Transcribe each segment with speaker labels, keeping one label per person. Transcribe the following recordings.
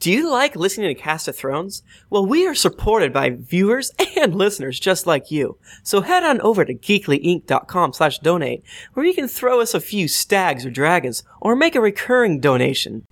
Speaker 1: Do you like listening to Cast of Thrones? Well, we are supported by viewers and listeners just like you. So head on over to geeklyinc.com slash donate, where you can throw us a few stags or dragons, or make a recurring donation.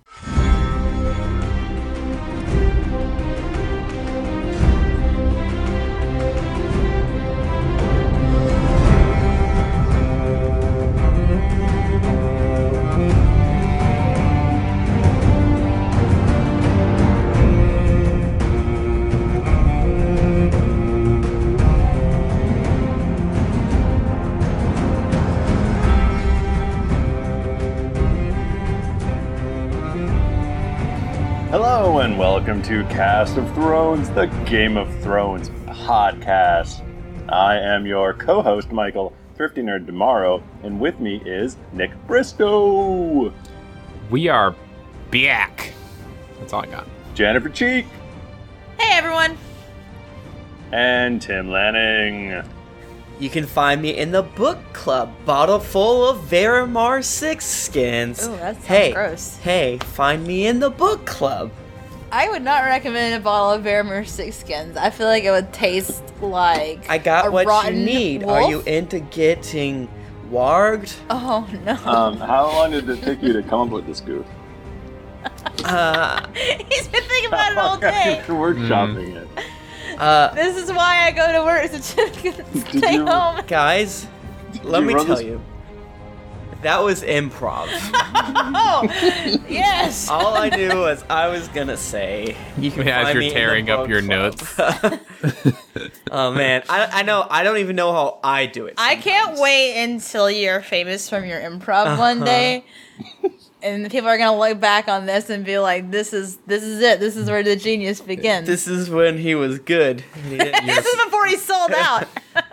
Speaker 2: Hello and welcome to Cast of Thrones, the Game of Thrones podcast. I am your co-host, Michael Thrifty Nerd Tomorrow, and with me is Nick Briscoe,
Speaker 3: We are back. That's all I got.
Speaker 2: Jennifer Cheek,
Speaker 4: Hey everyone!
Speaker 2: and Tim Lanning.
Speaker 1: You can find me in the book club, bottle full of Verimar six skins.
Speaker 4: Ooh, that sounds
Speaker 1: hey,
Speaker 4: gross.
Speaker 1: Hey, find me in the book club.
Speaker 4: I would not recommend a bottle of Vermeer Six Skins. I feel like it would taste like
Speaker 1: I got
Speaker 4: a
Speaker 1: what you
Speaker 4: rotten
Speaker 1: need.
Speaker 4: wolf.
Speaker 1: Are you into getting warged?
Speaker 4: Oh no!
Speaker 2: Um, how long did it take you to come up with this goof?
Speaker 1: Uh,
Speaker 4: He's been thinking about it all day.
Speaker 2: You're workshopping it.
Speaker 1: uh,
Speaker 4: This is why I go to work so Jim can
Speaker 2: Did
Speaker 4: stay
Speaker 2: you-
Speaker 4: home.
Speaker 1: guys, let
Speaker 2: you
Speaker 1: me
Speaker 2: run
Speaker 1: tell
Speaker 2: this-
Speaker 1: you. That was improv.
Speaker 4: Oh yes!
Speaker 1: All I knew was I was gonna say. You can
Speaker 3: Yeah, as
Speaker 1: find
Speaker 3: you're
Speaker 1: me in the
Speaker 3: tearing up
Speaker 1: book
Speaker 3: your
Speaker 1: club. oh man, I, I know. I don't even know how I do it.
Speaker 4: I can't
Speaker 1: sometimes.
Speaker 4: wait until you're famous from your improv
Speaker 1: Uh-huh.
Speaker 4: one day, and people are gonna look back on this and be like, "This is this is it. This is where the genius begins." This,
Speaker 1: This is when he was good. and he didn't use-
Speaker 4: is before he sold out.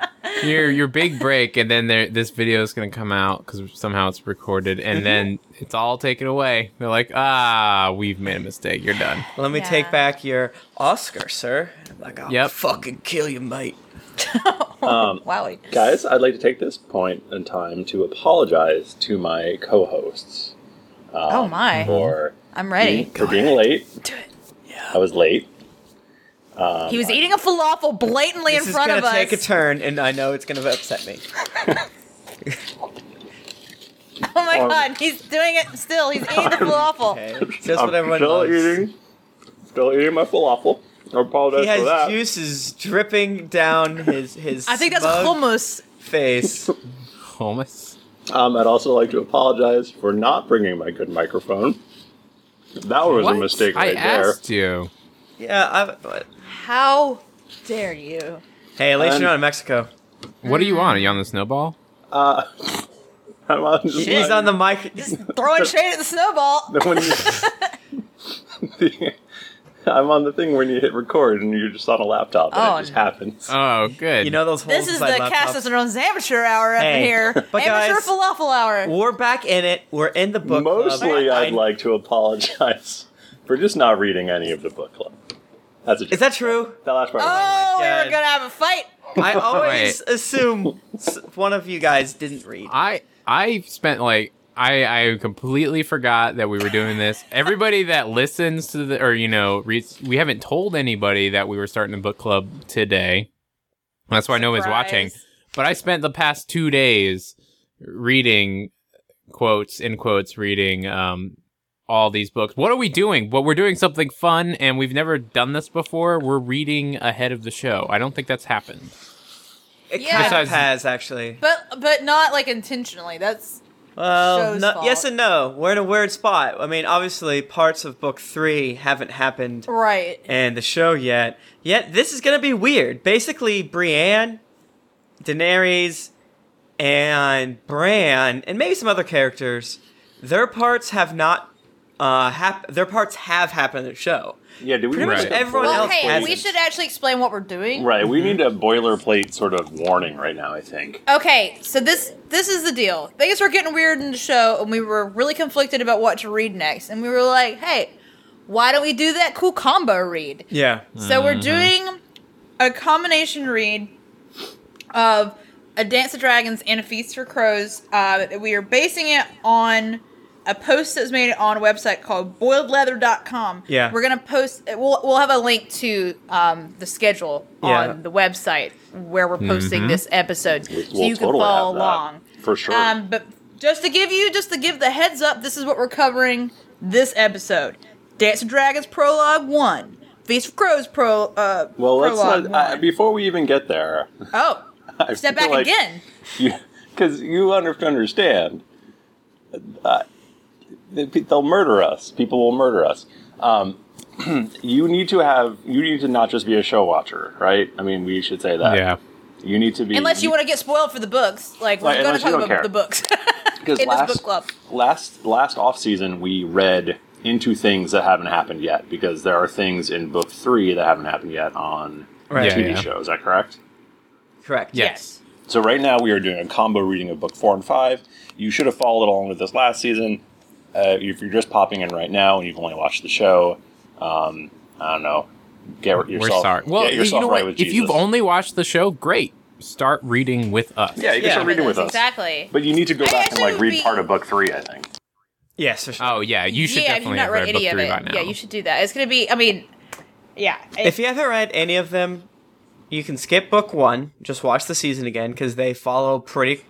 Speaker 3: Your your big break, and then there, this video is gonna come out because somehow it's recorded, and then it's all taken away. They're like, ah, we've made a mistake. You're done.
Speaker 1: Let me
Speaker 4: Yeah.
Speaker 1: take back your Oscar, sir. Like I'll
Speaker 3: Yep.
Speaker 1: fucking kill you, mate.
Speaker 2: Um,
Speaker 4: Oh, Wowie.
Speaker 2: Guys, I'd like to take this point in time to apologize to my co-hosts. Um,
Speaker 4: Oh, my.
Speaker 2: For
Speaker 4: I'm ready.
Speaker 2: being- for being late.
Speaker 4: Do it.
Speaker 2: I was late.
Speaker 4: He was eating a falafel blatantly
Speaker 1: This
Speaker 4: in
Speaker 1: is
Speaker 4: front
Speaker 1: gonna
Speaker 4: of us.
Speaker 1: take a turn, and I know it's gonna upset me.
Speaker 4: oh my
Speaker 2: Um,
Speaker 4: god, he's doing it still. He's eating the falafel.
Speaker 1: Okay, just
Speaker 2: I'm
Speaker 1: what everyone
Speaker 2: still
Speaker 1: loves.
Speaker 2: eating, still eating my falafel. I apologize
Speaker 1: He
Speaker 2: for
Speaker 1: has
Speaker 2: that.
Speaker 1: juices dripping down his his
Speaker 4: I think that's
Speaker 1: smug
Speaker 4: hummus.
Speaker 1: face.
Speaker 3: Homeless.
Speaker 2: Um, I'd also like to apologize for not bringing my good microphone. That was
Speaker 3: What?
Speaker 2: a mistake
Speaker 3: I
Speaker 2: right
Speaker 3: asked you.
Speaker 1: Yeah, I, but,
Speaker 4: How dare you?
Speaker 1: hey, at least
Speaker 2: Um,
Speaker 1: you're not in Mexico.
Speaker 3: What are you on? Are you on the snowball?
Speaker 2: there. Uh, I'm on just
Speaker 1: He's
Speaker 2: like-
Speaker 1: on the mic.
Speaker 4: Throwing shade at the snowball.
Speaker 2: when you- I'm on the thing when you hit record and you're just on a laptop and
Speaker 4: Oh,
Speaker 2: it just
Speaker 4: no.
Speaker 2: happens.
Speaker 3: Oh, good.
Speaker 1: You know those holes
Speaker 4: This is the
Speaker 1: inside
Speaker 4: cast
Speaker 1: laptops?
Speaker 4: of Thrones amateur hour up
Speaker 1: Hey,
Speaker 4: in here.
Speaker 1: but
Speaker 4: amateur
Speaker 1: guys-
Speaker 4: falafel hour.
Speaker 1: We're back in it. We're in the book. club.
Speaker 2: Mostly,
Speaker 1: I-
Speaker 2: I'd like to apologize for just not reading any of the book club. That's a
Speaker 1: Is that true?
Speaker 2: that last part? was-
Speaker 4: Oh, we
Speaker 1: God.
Speaker 4: were gonna have a fight.
Speaker 1: I always assume s- one of you guys didn't read.
Speaker 4: Uh,
Speaker 3: I I spent like I I completely forgot that we were doing this. Everybody that listens to the or you know reads, we haven't told anybody that we were starting a book club today. That's why no one's watching.
Speaker 4: Surprise.
Speaker 3: But I spent the past two days reading quotes in quotes reading um all these books. What are we doing? Well, we're doing something fun, and we've never done this before. We're reading ahead of the show. I don't think that's happened.
Speaker 1: It
Speaker 4: Yeah.
Speaker 1: kind of
Speaker 3: Besides-
Speaker 1: has actually.
Speaker 4: But but not like intentionally. That's
Speaker 1: Well,
Speaker 4: show's
Speaker 1: no, yes
Speaker 4: fault.
Speaker 1: and no. We're in a weird spot. I mean, obviously, parts of book three haven't happened
Speaker 4: right.
Speaker 1: and the show yet. Yet this is gonna be weird. Basically, Brienne, Daenerys, and Bran, and maybe some other characters, their parts have not. Uh, hap- their parts have happened in the show.
Speaker 2: yeah, do we
Speaker 1: Pretty much
Speaker 2: read
Speaker 1: everyone
Speaker 2: the
Speaker 4: Well,
Speaker 1: else
Speaker 2: book?
Speaker 4: hey,
Speaker 1: hasn't.
Speaker 4: we should actually explain what we're doing.
Speaker 2: Right, we need a boilerplate sort of warning right now, I think.
Speaker 4: Okay, so this this is the deal. Things were getting weird in the show, and we were really conflicted about what to read next. And we were like, "Hey, why don't we do that cool combo read?"
Speaker 1: Yeah.
Speaker 4: So
Speaker 1: Mm-hmm.
Speaker 4: we're doing a combination read of a Dance of Dragons and a Feast for Crows. Uh, we are basing it on a post that was made on a website called boiledleather.com.
Speaker 1: Yeah.
Speaker 4: We're going to post, we'll, we'll have a link to um, the schedule
Speaker 1: Yeah. Mm-hmm.
Speaker 4: on the website where we're posting this episode. So
Speaker 2: We'll
Speaker 4: you can
Speaker 2: totally have
Speaker 4: follow
Speaker 2: that,
Speaker 4: along.
Speaker 2: for sure.
Speaker 4: Um, but just to give you, just to give the heads up, this is what we're covering this episode: Dance of Dragons Prologue One, Feast of Crows Pro. Uh,
Speaker 2: well, let's
Speaker 4: Prologue
Speaker 2: not. Uh,
Speaker 4: One.
Speaker 2: before we even get there,
Speaker 4: oh,
Speaker 2: I
Speaker 4: step
Speaker 2: feel
Speaker 4: back
Speaker 2: like
Speaker 4: again.
Speaker 2: Because you, under- understand, uh, they- they'll murder us. People will murder us. Um, you need to have. You need to not just be a show watcher, right? I mean, we should say that.
Speaker 3: yeah.
Speaker 2: You need to be.
Speaker 4: Unless you want to get spoiled for the books, like we're
Speaker 2: Right,
Speaker 4: going
Speaker 2: unless
Speaker 4: to
Speaker 2: you
Speaker 4: talk
Speaker 2: don't
Speaker 4: about
Speaker 2: care.
Speaker 4: the books in
Speaker 2: because last
Speaker 4: this book club.
Speaker 2: last last off season we read into things that haven't happened yet because there are things in book three that haven't happened yet on
Speaker 1: Right.
Speaker 3: Yeah,
Speaker 2: TV
Speaker 3: yeah.
Speaker 2: show. Is that correct?
Speaker 1: Correct.
Speaker 3: Yeah.
Speaker 4: Yes.
Speaker 3: Yes.
Speaker 2: So right now we are doing a combo reading of book four and five. You should have followed along with this last season. Uh, if you're just popping in right now and you've only watched the show, um, I don't know. Get yourself.
Speaker 3: We're sorry. Well,
Speaker 2: get yourself
Speaker 3: you know
Speaker 2: right
Speaker 3: what?
Speaker 2: with
Speaker 3: if
Speaker 2: Jesus.
Speaker 3: you've only watched the show, great. Start reading with us.
Speaker 2: yeah, you can
Speaker 1: Yeah.
Speaker 2: start reading with us.
Speaker 4: Exactly.
Speaker 2: But you need to go
Speaker 4: I
Speaker 2: back and
Speaker 4: actually
Speaker 2: like
Speaker 4: would
Speaker 2: read
Speaker 4: be-
Speaker 2: part of book three. I think.
Speaker 1: Yes, for sure.
Speaker 3: Oh yeah, you should
Speaker 4: yeah, if you've
Speaker 3: definitely
Speaker 4: not
Speaker 3: have
Speaker 4: read
Speaker 3: read
Speaker 4: any
Speaker 3: book
Speaker 4: of
Speaker 3: three
Speaker 4: it,
Speaker 3: by now.
Speaker 4: yeah, you should do that. It's going to be. I mean, yeah.
Speaker 1: If you haven't read any of them, you can skip book one. Just watch the season again because they follow pretty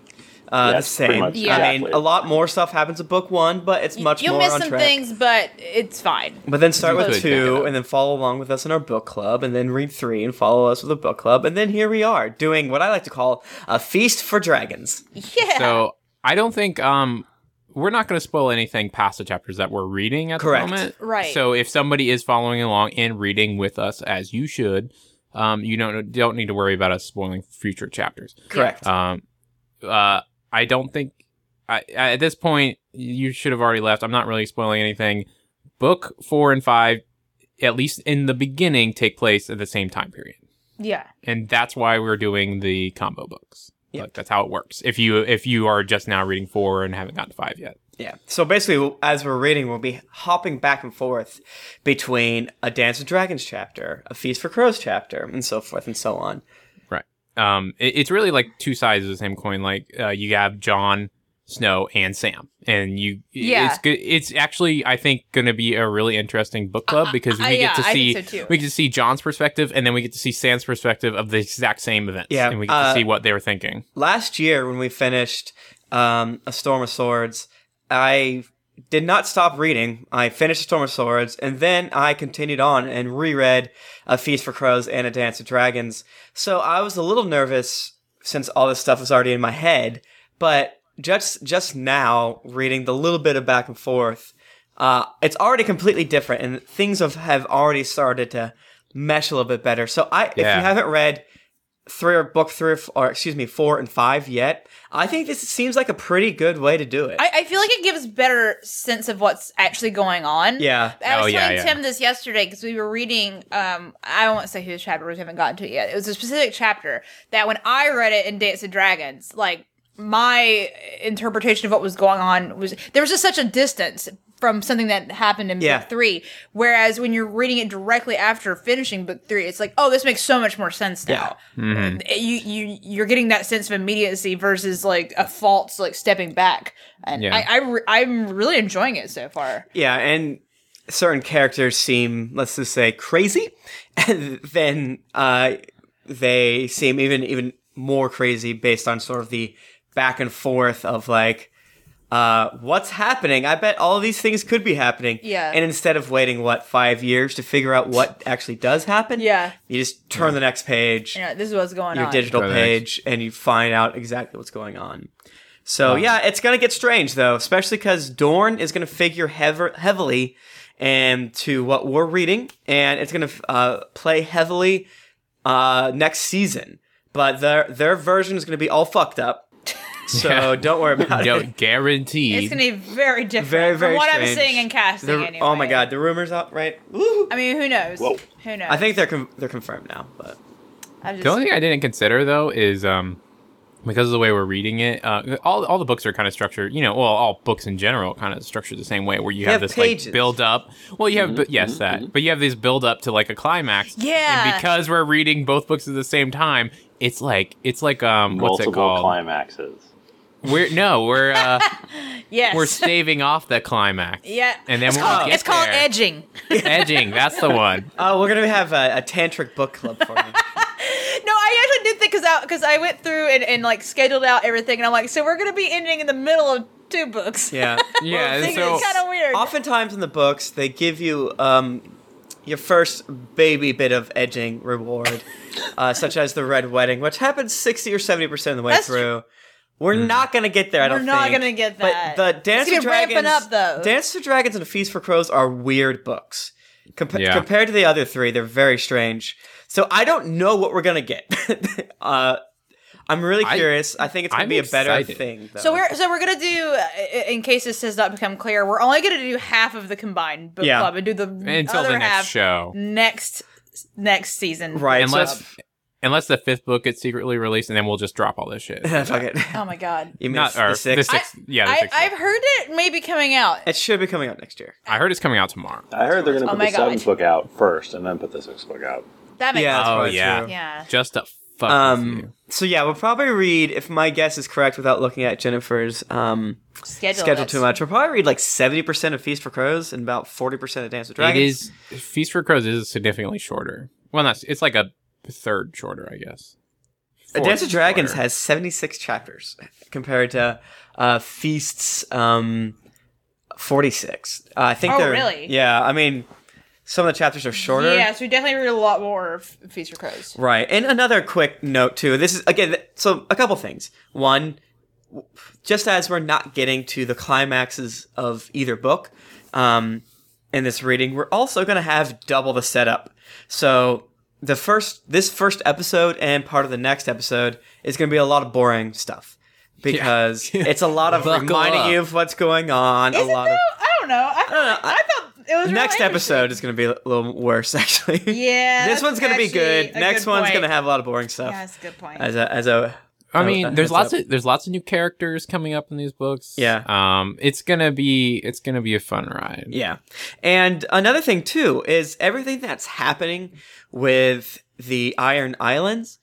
Speaker 1: uh,
Speaker 2: Yes,
Speaker 1: the
Speaker 2: pretty
Speaker 1: same.
Speaker 2: much,
Speaker 4: Yeah.
Speaker 1: I mean,
Speaker 2: exactly.
Speaker 1: a lot more stuff happens in book one, but it's much
Speaker 4: you'll
Speaker 1: more
Speaker 4: miss
Speaker 1: on
Speaker 4: some
Speaker 1: track.
Speaker 4: things, but it's fine.
Speaker 1: But then start
Speaker 3: You
Speaker 1: with
Speaker 3: could back it
Speaker 1: two,
Speaker 3: up.
Speaker 1: and then follow along with us in our book club, and then read three, and follow us with a book club, and then here we are doing what I like to call a feast for dragons.
Speaker 4: Yeah.
Speaker 3: So I don't think um we're not going to spoil anything past the chapters that we're reading at
Speaker 1: Correct.
Speaker 3: the moment.
Speaker 4: Right.
Speaker 3: So if somebody is following along and reading with us as you should, um you don't don't need to worry about us spoiling future chapters.
Speaker 1: Correct.
Speaker 3: Um uh I don't think I, I at this point you should have already left. I'm not really spoiling anything. Book 4 and 5 at least in the beginning take place at the same time period
Speaker 4: yeah.
Speaker 3: and that's why we're doing the combo books.
Speaker 1: Yep.
Speaker 3: Like that's how it works. If you if you are just now reading four and haven't gotten to five yet,
Speaker 1: Yeah. So basically, as we're reading, we'll be hopping back and forth between a Dance of Dragons chapter, a Feast for Crows chapter, and so forth and so on.
Speaker 3: um, it- it's really like two sides of the same coin. Like uh, you have John Snow and Sam, and you
Speaker 4: Yeah.
Speaker 3: it's good. It's actually I think going to be a really interesting book club because we get
Speaker 4: I- Uh, yeah,
Speaker 3: to
Speaker 4: I
Speaker 3: see
Speaker 4: think so too.
Speaker 3: we get to see John's perspective and then we get to see Sam's perspective of the exact same events.
Speaker 1: Yeah,
Speaker 3: and we get
Speaker 1: uh,
Speaker 3: to see what they were thinking.
Speaker 1: last year when we finished um, a storm of swords i did not stop reading i finished a storm of swords and then i continued on and reread a feast for crows and a dance of dragons so i was a little nervous since all this stuff was already in my head but just just now reading the little bit of back and forth uh, it's already completely different and things have, have already started to mesh a little bit better so i if you
Speaker 3: Yeah.
Speaker 1: haven't read three or book three or, f- or excuse me four and five yet i think this seems like a pretty good way to do it
Speaker 4: I, I feel like it gives better sense of what's actually going on.
Speaker 1: yeah
Speaker 4: I was
Speaker 3: Oh, yeah,
Speaker 4: telling
Speaker 3: yeah.
Speaker 4: Tim this yesterday because we were reading. Um, I won't say whose chapter we haven't gotten to it yet. It was a specific chapter that when I read it in Dance of Dragons, like my interpretation of what was going on was there was just such a distance from something that happened in
Speaker 1: Yeah.
Speaker 4: book three. Whereas when you're reading it directly after finishing book three, it's like, oh, this makes so much more sense now.
Speaker 3: Mm-hmm.
Speaker 4: Uh, You you you're getting that sense of immediacy versus like a false like stepping back. And
Speaker 3: Yeah.
Speaker 4: I, I re- I'm really enjoying it so far.
Speaker 1: yeah and certain characters seem let's just say crazy and then uh, they seem even even more crazy based on sort of the back and forth of like uh, what's happening? I bet all these things could be happening.
Speaker 4: Yeah.
Speaker 1: And instead of waiting, what, five years to figure out what actually does happen?
Speaker 4: Yeah.
Speaker 1: You just turn the next page.
Speaker 4: You know, this is what's going
Speaker 1: your
Speaker 4: on.
Speaker 1: digital
Speaker 3: Try the
Speaker 1: page and you find out exactly what's going on. So yeah, it's gonna get strange though, especially because Dorn is gonna figure heav- heavily and to what we're reading, and it's gonna uh, play heavily uh, next season. But their their version is gonna be all fucked up, so
Speaker 3: Yeah.
Speaker 1: don't worry about it.
Speaker 3: Don't guarantee.
Speaker 4: It's gonna be very different.
Speaker 1: Very, very
Speaker 4: From what I'm
Speaker 1: strange.
Speaker 4: seeing in casting.
Speaker 1: The-
Speaker 4: anyway.
Speaker 1: Oh my god, the rumors out right? Woo!
Speaker 4: I mean, who knows?
Speaker 2: Whoa.
Speaker 4: Who knows?
Speaker 1: I think they're con- they're confirmed now, but
Speaker 4: I'm just,
Speaker 3: The only thing I didn't consider though is um because of the way we're reading it, uh, all all the books are kind of structured, you know, well, all books in general kind of structured the same way where you
Speaker 1: They
Speaker 3: have,
Speaker 1: have
Speaker 3: this
Speaker 1: pages.
Speaker 3: like build up. Well, you
Speaker 4: Mm-hmm,
Speaker 3: have but yes that, but you have these build up to like a climax.
Speaker 4: Yeah.
Speaker 3: And because we're reading both books at the same time, it's like it's like um what's it
Speaker 2: Multiple
Speaker 3: called?
Speaker 2: climaxes.
Speaker 3: We're no, we're uh,
Speaker 4: Yes.
Speaker 3: we're staving off the climax.
Speaker 4: yeah.
Speaker 3: and then
Speaker 4: it's
Speaker 3: we'll
Speaker 4: called,
Speaker 3: get
Speaker 4: it's called
Speaker 3: there.
Speaker 4: edging.
Speaker 3: edging. That's the one.
Speaker 1: Oh, we're gonna have a, a tantric book club for you.
Speaker 4: No, I actually did think because I because I went through and, and like scheduled out everything, and I'm like, so we're gonna be ending in the middle of two books.
Speaker 1: Yeah.
Speaker 3: Yeah,
Speaker 4: it's
Speaker 3: so
Speaker 4: kind of weird.
Speaker 1: Oftentimes in the books, they give you um, your first baby bit of edging reward, uh, such as the red wedding, which happens sixty or seventy percent of the way
Speaker 4: That's
Speaker 1: through. We're
Speaker 3: Mm-hmm.
Speaker 1: not gonna get there. I
Speaker 4: We're
Speaker 1: don't.
Speaker 4: not
Speaker 1: think.
Speaker 4: gonna get that.
Speaker 1: But the Dance
Speaker 4: It's
Speaker 1: with
Speaker 4: gonna be ramping
Speaker 1: Dragons,
Speaker 4: up, though.
Speaker 1: Dance with Dragons and Feast for Crows are weird books. Compa-
Speaker 3: Yeah.
Speaker 1: Compared to the other three, they're very strange. So I don't know what we're gonna get. uh, I'm really
Speaker 3: I-
Speaker 1: curious. I, think it's gonna
Speaker 3: I'm
Speaker 1: be a better
Speaker 3: excited.
Speaker 1: thing. Though.
Speaker 4: So we're so we're gonna do, uh, in case this has not become clear, we're only gonna do half of the combined book
Speaker 1: Yeah.
Speaker 4: club and do the
Speaker 3: Until
Speaker 4: other
Speaker 3: the
Speaker 4: half
Speaker 3: next show.
Speaker 4: next next season.
Speaker 1: right. so-
Speaker 3: Unless unless the fifth book gets secretly released, and then we'll just drop all this shit.
Speaker 1: fuck it.
Speaker 4: Oh my god.
Speaker 1: You
Speaker 3: Not
Speaker 1: missed
Speaker 3: or
Speaker 1: the sixth.
Speaker 3: The sixth yeah, the
Speaker 4: I,
Speaker 3: sixth
Speaker 4: I've
Speaker 3: book.
Speaker 4: heard it may be coming out.
Speaker 1: It should be coming out next year.
Speaker 3: I heard it's coming out tomorrow.
Speaker 2: I heard they're going to
Speaker 4: Oh
Speaker 2: put
Speaker 4: my
Speaker 2: the seventh
Speaker 4: gosh.
Speaker 2: book out first and then put the sixth book out.
Speaker 4: That makes
Speaker 1: Yeah.
Speaker 4: sense.
Speaker 1: That's
Speaker 3: oh
Speaker 1: right,
Speaker 3: yeah,
Speaker 1: true.
Speaker 4: Yeah.
Speaker 3: just a fuck with you.
Speaker 1: Um, so yeah, we'll probably read if my guess is correct without looking at Jennifer's um,
Speaker 4: Schedule.
Speaker 1: schedule
Speaker 4: this.
Speaker 1: too much. We'll probably read like seventy percent of Feast for Crows and about forty percent of Dance with Dragons.
Speaker 3: It is Feast for Crows is significantly shorter. Well, not it's like a third shorter, I guess.
Speaker 1: Uh, Dance with
Speaker 3: Fourth
Speaker 1: Dragons
Speaker 3: shorter.
Speaker 1: has seventy six chapters compared to uh, Feast's um, forty six. Uh, I think
Speaker 4: Oh,
Speaker 1: they're
Speaker 4: really?
Speaker 1: yeah. I mean, some of the chapters are shorter.
Speaker 4: Yeah, so we definitely read a lot more of Feast for Crows.
Speaker 1: Right. And another quick note too. This is again th- so a couple things. One, w- just as we're not getting to the climaxes of either book um, in this reading, we're also going to have double the setup. So the first this first episode and part of the next episode is going to be a lot of boring stuff because it's a lot of
Speaker 3: Buckle
Speaker 1: reminding
Speaker 3: up.
Speaker 1: you of what's going on.
Speaker 4: Is
Speaker 1: a
Speaker 4: it
Speaker 1: lot
Speaker 4: though?
Speaker 1: of
Speaker 4: I don't know. I,
Speaker 1: don't know.
Speaker 4: thought- I thought it was really
Speaker 1: next
Speaker 4: interesting.
Speaker 1: episode is going to be a little worse actually.
Speaker 4: Yeah,
Speaker 1: this
Speaker 4: that's
Speaker 1: one's going to be
Speaker 4: actually
Speaker 1: good.
Speaker 4: a
Speaker 1: Next
Speaker 4: good
Speaker 1: one's
Speaker 4: point.
Speaker 1: going to have a lot of boring stuff.
Speaker 4: Yeah, that's a good point.
Speaker 1: as a as a
Speaker 3: I
Speaker 1: Oh,
Speaker 3: mean,
Speaker 1: uh,
Speaker 3: there's
Speaker 1: heads
Speaker 3: lots
Speaker 1: up.
Speaker 3: of there's lots of new characters coming up in these books.
Speaker 1: Yeah.
Speaker 3: Um, it's gonna be it's gonna be a fun ride.
Speaker 1: yeah and another thing too is everything that's happening with the iron islands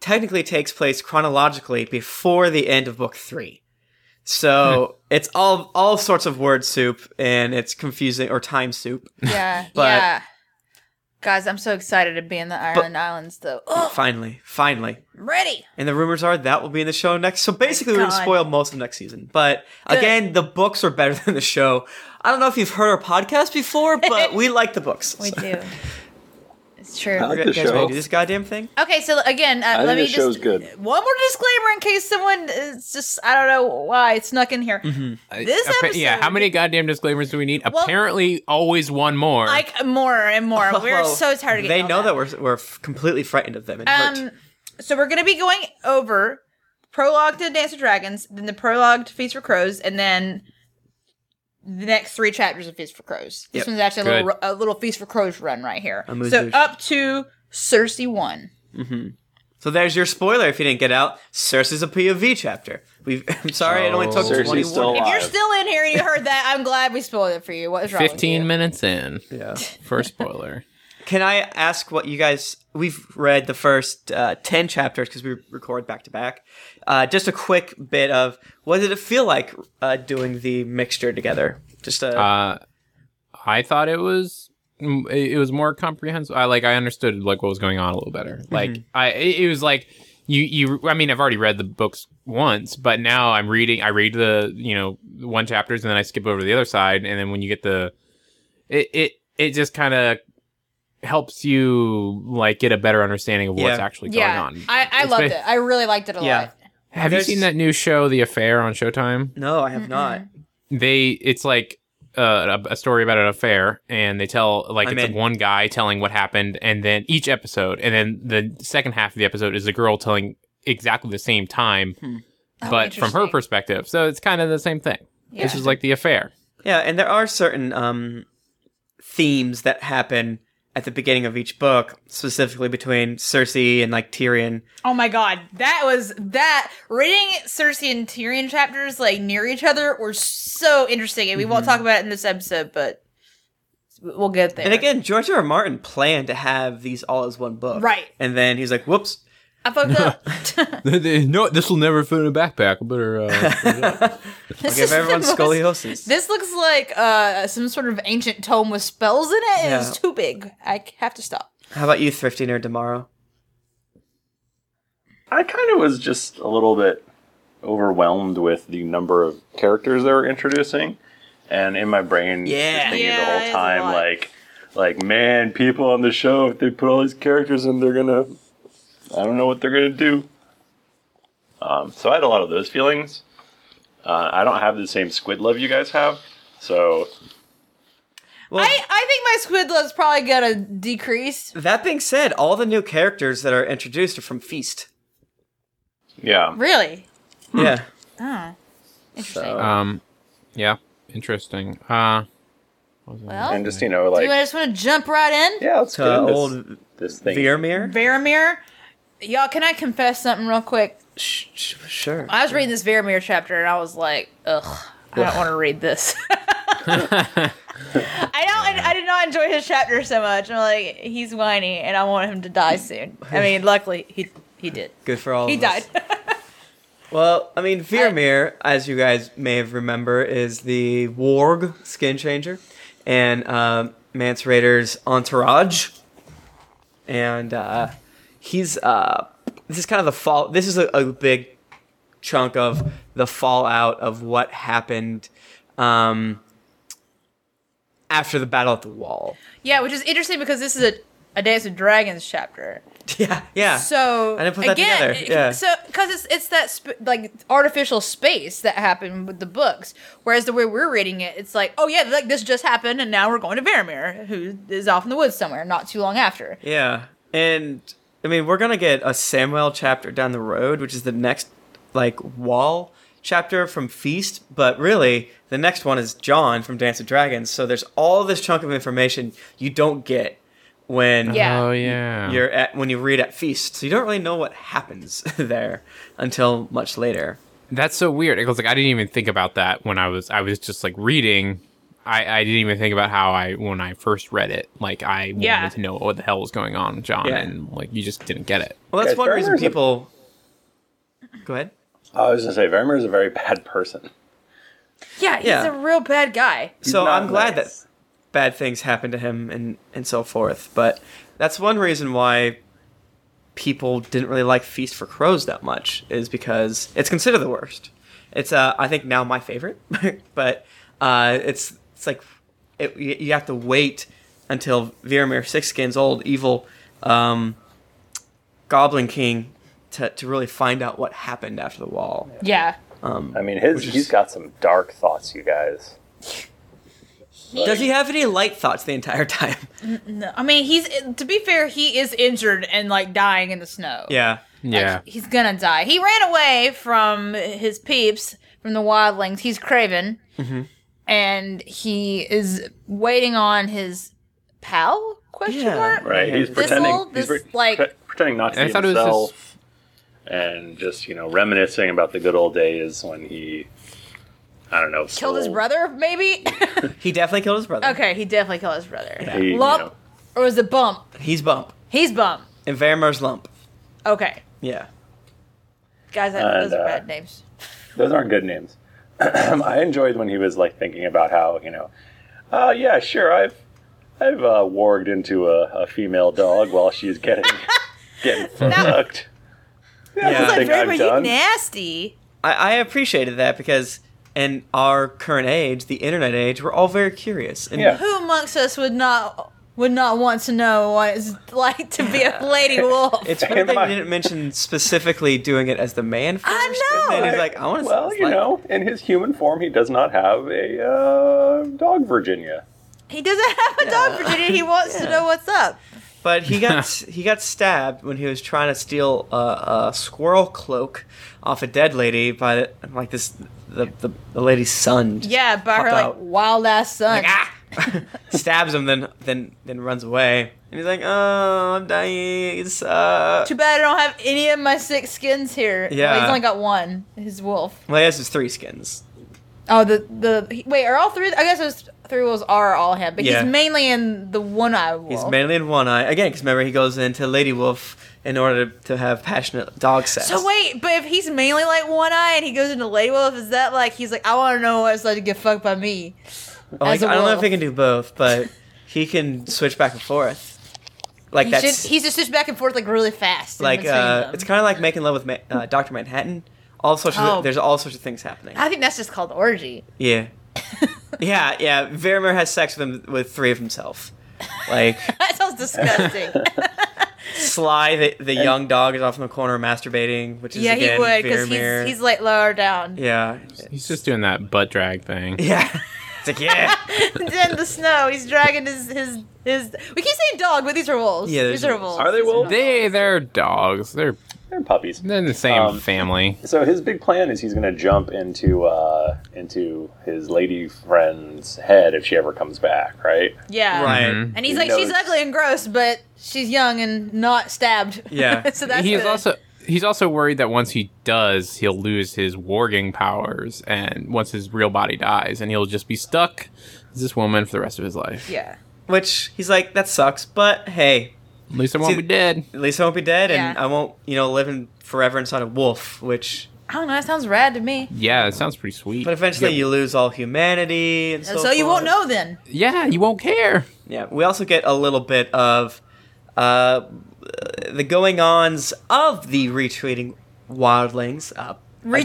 Speaker 1: technically takes place chronologically before the end of book three so
Speaker 4: Hmm.
Speaker 1: it's all all sorts of word soup and it's confusing or time soup
Speaker 4: yeah,
Speaker 1: but-
Speaker 4: yeah. Guys, I'm so excited to be in the Ireland Islands, though. Oh,
Speaker 1: finally finally
Speaker 4: I'm ready.
Speaker 1: and the rumors are that will be in the show next so basically we're gonna
Speaker 4: God.
Speaker 1: spoil most of next season but again the books are better than the show i don't know if you've heard our podcast before but we like the books
Speaker 4: We
Speaker 1: So-
Speaker 4: do. It's true.
Speaker 2: I like
Speaker 1: You
Speaker 2: the
Speaker 1: guys ready to
Speaker 2: show.
Speaker 1: do this goddamn thing?
Speaker 4: Okay, so again, uh,
Speaker 2: think
Speaker 4: let me
Speaker 2: this show's
Speaker 4: just
Speaker 2: good.
Speaker 4: one more disclaimer in case someone is just I don't know why it's snuck in here.
Speaker 1: Mm-hmm.
Speaker 3: I-
Speaker 4: This
Speaker 3: appa- yeah.
Speaker 4: episode-
Speaker 3: How many goddamn disclaimers do we need?
Speaker 4: Well-
Speaker 3: Apparently, always one more.
Speaker 4: Like more and more. Uh, We're
Speaker 1: Oh,
Speaker 4: so tired
Speaker 1: They
Speaker 4: of getting.
Speaker 1: know
Speaker 4: all
Speaker 1: that, we're we're f- completely frightened of them and
Speaker 4: Um,
Speaker 1: hurt.
Speaker 4: so we're gonna be going over prologue to Dance of Dragons, then the prologue to Feast for Crows, and then the next three chapters of Feast for Crows. This
Speaker 1: Yep.
Speaker 4: one's actually a
Speaker 3: Good.
Speaker 4: little, a little Feast for Crows run right here.
Speaker 1: I'm with
Speaker 4: So
Speaker 1: you.
Speaker 4: up to Cersei one.
Speaker 1: So there's your spoiler if you didn't get out. Cersei's a POV chapter. We've, I'm sorry it only took
Speaker 3: Oh. Cersei's
Speaker 1: 21.
Speaker 2: still
Speaker 4: If
Speaker 2: alive.
Speaker 4: you're still in here and you heard that, I'm glad we spoiled it for you. What is wrong?
Speaker 3: Fifteen
Speaker 4: with
Speaker 3: minutes in
Speaker 1: Yeah.
Speaker 3: for a spoiler.
Speaker 1: Can I ask what you guys? We've read the first uh, ten chapters because we record back to back. Uh, Just a quick bit of what did it feel like uh, doing the mixture together? Just a
Speaker 3: uh, I thought it was mm, it it was more comprehensive. I like I understood like what was going on a little better.
Speaker 1: Mm-hmm.
Speaker 3: Like I it it was like you you I mean I've already read the books once, but now I'm reading I read the you know one chapters and then I skip over to the other side and then when you get the it it it just kind of helps you like get a better understanding of what's
Speaker 1: Yeah.
Speaker 3: actually
Speaker 4: you?
Speaker 3: going
Speaker 4: Yeah,
Speaker 3: on.
Speaker 4: I, I
Speaker 3: It's
Speaker 4: loved
Speaker 3: been-
Speaker 4: it. I really liked it a
Speaker 1: Yeah.
Speaker 4: lot.
Speaker 3: Have
Speaker 1: There's-
Speaker 3: you seen that new show The Affair on Showtime?
Speaker 1: no, I have not.
Speaker 3: they it's like uh, a, a story about an affair and they tell like
Speaker 1: I'm
Speaker 3: it's
Speaker 1: in.
Speaker 3: one guy telling what happened and then each episode and then the second half of the episode is the girl telling exactly the same time
Speaker 4: Oh,
Speaker 3: but from her
Speaker 4: interesting.
Speaker 3: perspective so it's kind of the same thing
Speaker 4: Yeah.
Speaker 3: this is like the affair
Speaker 1: Yeah, and there are certain um, themes that happen at the beginning of each book, specifically between Cersei and like Tyrion.
Speaker 4: Oh my god, that was that reading Cersei and Tyrion chapters like near each other were so interesting, and we
Speaker 1: Mm-hmm.
Speaker 4: won't talk about it in this episode, but we'll get there.
Speaker 1: And again, George R. R. Martin planned to have these all as one book,
Speaker 4: Right.
Speaker 1: And then he's like, "Whoops,
Speaker 4: I fucked up.
Speaker 3: no, this will never fit in a backpack. I better. Uh,
Speaker 1: I'll give everyone scoliosis.
Speaker 4: This looks like uh, some sort of ancient tome with spells in it. and It's
Speaker 1: Yeah.
Speaker 4: too big. I have to stop.
Speaker 1: How about you, thrifty nerd tomorrow?
Speaker 2: I kind of was just a little bit overwhelmed with the number of characters they were introducing, and in my brain,
Speaker 1: Yeah.
Speaker 2: just thinking
Speaker 4: Yeah,
Speaker 2: the
Speaker 4: it's
Speaker 2: whole
Speaker 4: a
Speaker 2: time,
Speaker 4: lot.
Speaker 2: like, like man, people on the show, if they put all these characters in, they're gonna, I don't know what they're gonna do. Um, so I had a lot of those feelings. Uh, I don't have the same squid love you guys have, so
Speaker 1: Well,
Speaker 4: I, I think my squid love's probably gonna decrease.
Speaker 1: that being said, all the new characters that are introduced are from Feast.
Speaker 2: yeah.
Speaker 4: Really?
Speaker 1: Yeah.
Speaker 4: Oh. Interesting.
Speaker 1: So-
Speaker 3: um, yeah, interesting. Uh,
Speaker 4: well,
Speaker 2: And just you know,
Speaker 4: Oh, do you
Speaker 2: like,
Speaker 4: just want to jump right in?
Speaker 2: yeah, let's
Speaker 1: To
Speaker 2: get into this,
Speaker 1: old
Speaker 2: this thing.
Speaker 1: Veermere?
Speaker 4: Varamir, y'all, can I confess something real quick?
Speaker 1: Sh- sh- sure.
Speaker 4: I was reading this Varamir chapter and I was like, ugh, I don't want to read this. I don't. I, I did not enjoy his chapter so much. I'm like, he's whiny, and I want him to die soon. I mean, luckily he he did.
Speaker 1: Good for all
Speaker 4: He
Speaker 1: of us.
Speaker 4: died.
Speaker 1: Well, I mean, Veermir, as you guys may have remember, is the warg skin changer and um, Mance Raider's entourage. And uh, he's uh, this is kind of the fall. This is a, a big chunk of the fallout of what happened um, after the battle at the wall.
Speaker 4: yeah, which is interesting because this is a a Dance of Dragons chapter.
Speaker 1: Yeah, yeah.
Speaker 4: So
Speaker 1: I didn't put that
Speaker 4: again,
Speaker 1: together. Yeah.
Speaker 4: So because it's it's that sp- like artificial space that happened with the books, whereas the way we're reading it, it's like, oh yeah, like this just happened, and now we're going to Varamir, who is off in the woods somewhere, not too long after.
Speaker 1: Yeah, and I mean we're gonna get a Samuel chapter down the road, which is the next like wall chapter from Feast. But really, the next one is John from Dance of Dragons. So there's all this chunk of information you don't get when
Speaker 4: Yeah.
Speaker 3: Oh yeah.
Speaker 1: you're at when you read at Feast. So you don't really know what happens there until much later.
Speaker 3: That's so weird. It was like I didn't even think about that when I was I was just like reading. I, I didn't even think about how I when I first read it. Like I
Speaker 4: Yeah.
Speaker 3: wanted to know what the hell was going on, with John,
Speaker 1: Yeah.
Speaker 3: and like you just didn't get it.
Speaker 1: Well, that's
Speaker 2: Yeah,
Speaker 1: one reason
Speaker 2: Vermeer's a-
Speaker 1: people. Go ahead.
Speaker 2: I was gonna say, Vermeer is a very bad person.
Speaker 4: Yeah, he's
Speaker 1: Yeah.
Speaker 4: a real bad guy.
Speaker 2: He's
Speaker 1: so
Speaker 2: not
Speaker 1: I'm glad that
Speaker 2: nice.
Speaker 1: bad things happen to him and and so forth. But that's one reason why people didn't really like Feast for Crows that much is because it's considered the worst. It's uh, I think now my favorite, but uh, it's it's like it, you you have to wait until Viramir Six Skins old evil um, Goblin King to to really find out what happened after the wall.
Speaker 4: Yeah.
Speaker 2: I mean, his
Speaker 1: is-
Speaker 2: he's got some dark thoughts, you guys.
Speaker 1: Does he have any light thoughts the entire time?
Speaker 4: No, I mean, he's to be fair, he is injured and like dying in the snow.
Speaker 1: Yeah.
Speaker 3: Yeah.
Speaker 4: He's gonna die. He ran away from his peeps from the wildlings. He's craven,
Speaker 1: Mm-hmm.
Speaker 4: and he is waiting on his pal? Question
Speaker 1: Yeah.
Speaker 4: mark.
Speaker 2: Right?
Speaker 1: Yeah,
Speaker 2: he's
Speaker 1: this
Speaker 2: pretending.
Speaker 4: whole-
Speaker 2: he's
Speaker 4: this, like-
Speaker 2: pre- pretending not to
Speaker 3: I
Speaker 2: be
Speaker 3: thought it was this-
Speaker 2: himself, and just you know reminiscing about the good old days when he, I don't know,
Speaker 4: Killed his
Speaker 2: sold-
Speaker 4: brother, maybe.
Speaker 1: He definitely killed his brother.
Speaker 4: okay, he definitely killed his brother.
Speaker 2: He, you
Speaker 4: Lump
Speaker 2: know,
Speaker 4: or was it bump?
Speaker 1: He's bump.
Speaker 4: He's bump.
Speaker 1: And Varimer's lump.
Speaker 4: Okay,
Speaker 1: Yeah.
Speaker 4: guys, that,
Speaker 2: And,
Speaker 4: those are
Speaker 2: uh,
Speaker 4: bad names.
Speaker 2: those aren't good names. I enjoyed when he was like thinking about how you know, uh, yeah, sure, I've I've uh, warged into a, a female dog while she's getting getting fucked.
Speaker 1: Yeah.
Speaker 2: I
Speaker 4: Like,
Speaker 2: think
Speaker 4: Rainbow,
Speaker 2: I'm
Speaker 4: you
Speaker 2: done.
Speaker 4: nasty.
Speaker 1: I, I appreciated that because in our current age, the internet age, we're all very curious. And
Speaker 2: Yeah.
Speaker 4: Who amongst us would not would not want to know what it's like to be a lady wolf?
Speaker 1: It's weird that
Speaker 2: Am I-
Speaker 1: you didn't mention specifically doing it as the man first.
Speaker 4: know!
Speaker 1: And then he's like, I want to
Speaker 2: Well, you know, in his human form, he does not have a uh, dog Virginia.
Speaker 4: he doesn't have a dog, Virginia. He wants to know what's up.
Speaker 1: But he got he got stabbed when he was trying to steal a, a squirrel cloak off a dead lady by the, like this the, the, the lady's son. just
Speaker 4: Yeah, by
Speaker 1: popped
Speaker 4: her like
Speaker 1: out.
Speaker 4: wild ass son.
Speaker 1: "Ah!" stabs him, then then then runs away. And he's like, "Oh, I'm dying. It sucks."
Speaker 4: Too bad I don't have any of my six skins here. Well,
Speaker 1: Yeah.
Speaker 4: he's only got one. His wolf.
Speaker 1: Well, he has his three skins.
Speaker 4: Oh, the the he- wait are all three? I guess it was three wolves are all him, but
Speaker 1: Yeah.
Speaker 4: he's mainly in the one eye wolf.
Speaker 1: He's mainly in one eye again because remember he goes into Lady Wolf in order to, to have passionate dog sex.
Speaker 4: so wait, but if he's mainly like one eye and he goes into lady wolf, is that like he's like I want to know what it's like to get fucked by me?
Speaker 1: Oh, like,
Speaker 4: as a
Speaker 1: I don't know if
Speaker 4: wolf.
Speaker 1: he can do both, but he can switch back and forth. Like
Speaker 4: He
Speaker 1: that's
Speaker 4: should, he's just switched back and forth like really fast. in
Speaker 1: like
Speaker 4: between
Speaker 1: uh,
Speaker 4: them.
Speaker 1: it's kind of like making love with Ma- uh, Doctor Manhattan. All sorts of
Speaker 4: Oh.
Speaker 1: there's all sorts of things happening.
Speaker 4: I think that's just called orgy.
Speaker 1: Yeah, yeah, yeah. Vermeer has sex with him with three of himself. Like
Speaker 4: that sounds disgusting.
Speaker 1: Sly, the, the young dog, is off in the corner masturbating, which is
Speaker 4: yeah,
Speaker 1: again,
Speaker 4: he would because
Speaker 1: Vermeer.
Speaker 4: he's he's like lower down.
Speaker 1: yeah,
Speaker 3: He's just doing that butt drag thing.
Speaker 1: yeah. It's like yeah.
Speaker 4: He's in the snow. He's dragging his his his. We keep saying dog, but these are wolves.
Speaker 1: Yeah,
Speaker 4: these
Speaker 1: they're
Speaker 4: are wolves.
Speaker 2: Are they
Speaker 4: These
Speaker 2: wolves?
Speaker 4: not-
Speaker 3: They they're dogs. They're
Speaker 2: They're puppies.
Speaker 3: they're in the same
Speaker 2: Um,
Speaker 3: family.
Speaker 2: So his big plan is he's going to jump into uh, into his lady friend's head if she ever comes back, right?
Speaker 4: Yeah.
Speaker 1: Right.
Speaker 3: Mhm.
Speaker 4: And
Speaker 2: He
Speaker 4: he's like, she's
Speaker 2: knows.
Speaker 4: ugly and gross, but she's young and not stabbed.
Speaker 1: Yeah.
Speaker 4: so that's
Speaker 3: he's
Speaker 4: good.
Speaker 3: also he's also worried that once he does, he'll lose his warging powers, and once his real body dies, and he'll just be stuck as this woman for the rest of his life.
Speaker 4: yeah.
Speaker 1: Which he's like that sucks, but hey,
Speaker 3: At least I won't
Speaker 1: See-
Speaker 3: be dead.
Speaker 1: at least I won't be dead, and
Speaker 4: Yeah.
Speaker 1: I won't you know live in forever inside a wolf, which
Speaker 4: I don't know. That sounds rad to me.
Speaker 3: Yeah, it sounds pretty sweet.
Speaker 1: But eventually,
Speaker 3: Yeah.
Speaker 1: you lose all humanity, and so,
Speaker 4: So, you won't
Speaker 1: forth.
Speaker 4: know then.
Speaker 3: yeah, you won't care.
Speaker 1: Yeah, we also get a little bit of uh, the going-ons of the retweeting wildlings. Uh,
Speaker 3: They're,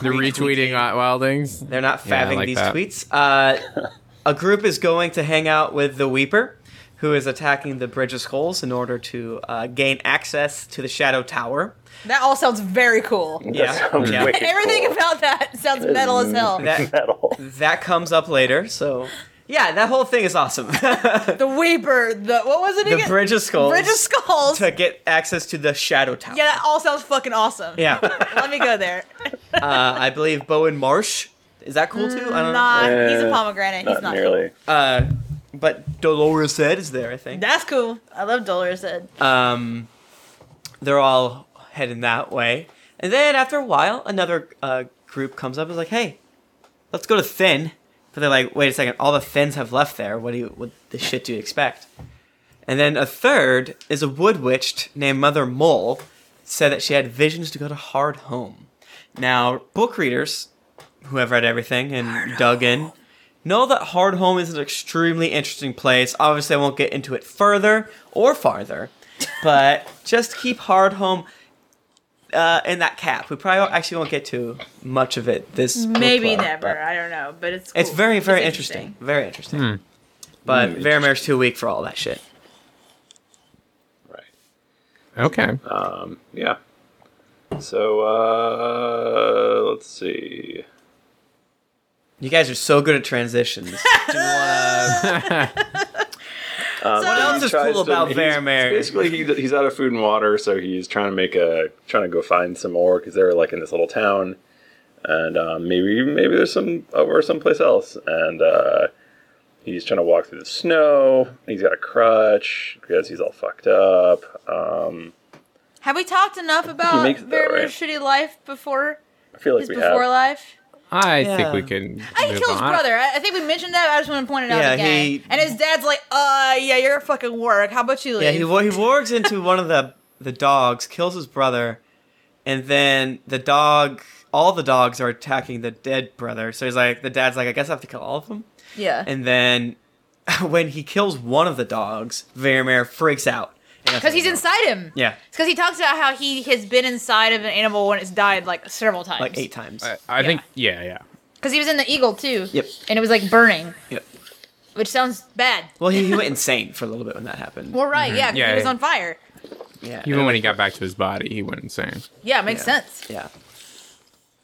Speaker 3: they're retweeting uh, Wildings.
Speaker 1: they're not
Speaker 3: Yeah, I
Speaker 1: fabbing
Speaker 3: like
Speaker 1: these
Speaker 3: that.
Speaker 1: tweets. Uh, a group is going to hang out with the Weeper, who is attacking the Bridge of Skulls in order to uh, gain access to the Shadow Tower.
Speaker 4: That all sounds very cool.
Speaker 1: Yeah,
Speaker 2: That sounds
Speaker 1: yeah.
Speaker 2: wicked
Speaker 4: Everything
Speaker 2: cool.
Speaker 4: about that sounds metal as hell.
Speaker 2: Eh.
Speaker 1: That-
Speaker 2: metal.
Speaker 1: That comes up later, so yeah, that whole thing is awesome. the
Speaker 4: The Weeper. The what was it again?
Speaker 1: Bridge of Skulls
Speaker 4: Bridge of Skulls.
Speaker 1: to get access to the Shadow Tower.
Speaker 4: Yeah, that all sounds fucking awesome.
Speaker 1: Yeah.
Speaker 4: Let me go there.
Speaker 1: uh, I believe Bowen Marsh. Is that cool too? I don't
Speaker 4: Nah, he's a
Speaker 2: Eh,
Speaker 4: pomegranate.
Speaker 2: Not
Speaker 4: he's not. cool.
Speaker 2: nearly.
Speaker 1: know. Uh, but Dolores Ed is there, I think.
Speaker 4: That's cool. I love Dolores Ed.
Speaker 1: Um, they're all heading that way, and then after a while, another uh, group comes up and is like, "Hey, let's go to Thin." But they're like, "Wait a second! All the Thins have left there. What do you? What the shit do you expect?" And then a third is a wood witch named Mother Mole, said that she had visions to go to Hard Home. Now, book readers who have read everything and dug in know that Hard Home is an extremely interesting place. Obviously, I won't get into it further or farther, but just keep Hard Home uh, in that cap. We probably actually won't get to much of it this book
Speaker 4: Maybe
Speaker 1: club,
Speaker 4: never.
Speaker 1: but
Speaker 4: I don't know, but it's
Speaker 1: It's
Speaker 4: cool.
Speaker 1: very, very
Speaker 4: It's
Speaker 1: interesting. Very interesting.
Speaker 2: Hmm.
Speaker 1: But
Speaker 2: Mm,
Speaker 1: Verimer's too weak for all that shit.
Speaker 2: Right.
Speaker 3: Okay.
Speaker 2: Um, yeah. So uh, let's see.
Speaker 1: You guys are so good at transitions. Do you wanna-
Speaker 2: Um,
Speaker 4: What else
Speaker 2: he
Speaker 1: is
Speaker 2: tries
Speaker 1: cool
Speaker 2: to-
Speaker 1: about
Speaker 2: he's-
Speaker 1: Vermeer?
Speaker 2: Basically, he, he's out of food and water, so he's trying to make a trying to go find some more because they're like in this little town, and um, maybe maybe there's some over someplace else. And uh, he's trying to walk through the snow. He's got a crutch because he's all fucked up. Um,
Speaker 4: Have we talked enough about
Speaker 2: makes it that
Speaker 4: Barry's
Speaker 2: right.
Speaker 4: shitty life before
Speaker 2: I feel like
Speaker 4: his
Speaker 2: we
Speaker 4: before
Speaker 2: have.
Speaker 4: life?
Speaker 3: I
Speaker 1: Yeah.
Speaker 3: think we can.
Speaker 4: I think he
Speaker 3: move
Speaker 4: killed his
Speaker 3: on.
Speaker 4: brother. I, I think we mentioned that. I just want to point it out
Speaker 1: Yeah,
Speaker 4: again.
Speaker 1: he-
Speaker 4: and his dad's like, "Uh, yeah, you're a fucking work. How about you leave?"
Speaker 1: Yeah, he wa- he wargs into one of the the dogs, kills his brother, and then the dog, all the dogs are attacking the dead brother. So he's like, the dad's like, I guess I have to kill all of them.
Speaker 4: yeah.
Speaker 1: And then when he kills one of the dogs, Vermeer freaks out And that's
Speaker 4: because
Speaker 1: when
Speaker 4: he's
Speaker 1: he-
Speaker 4: inside him.
Speaker 1: Yeah,
Speaker 4: because he talks about how he has been inside of an animal when it's died like several times.
Speaker 1: like eight times.
Speaker 3: I, I think yeah, yeah.
Speaker 4: Because he was in the eagle too.
Speaker 1: Yep.
Speaker 4: And it was like burning,
Speaker 1: Yep.
Speaker 4: which sounds bad.
Speaker 1: Well, he, he went insane for a little bit when that happened.
Speaker 4: Well, right, yeah, 'cause
Speaker 3: Yeah,
Speaker 4: he was
Speaker 3: yeah.
Speaker 4: on fire.
Speaker 1: Yeah,
Speaker 3: Even when he got back to his body, he went insane.
Speaker 4: Yeah, makes
Speaker 1: Yeah.
Speaker 4: sense.
Speaker 1: yeah.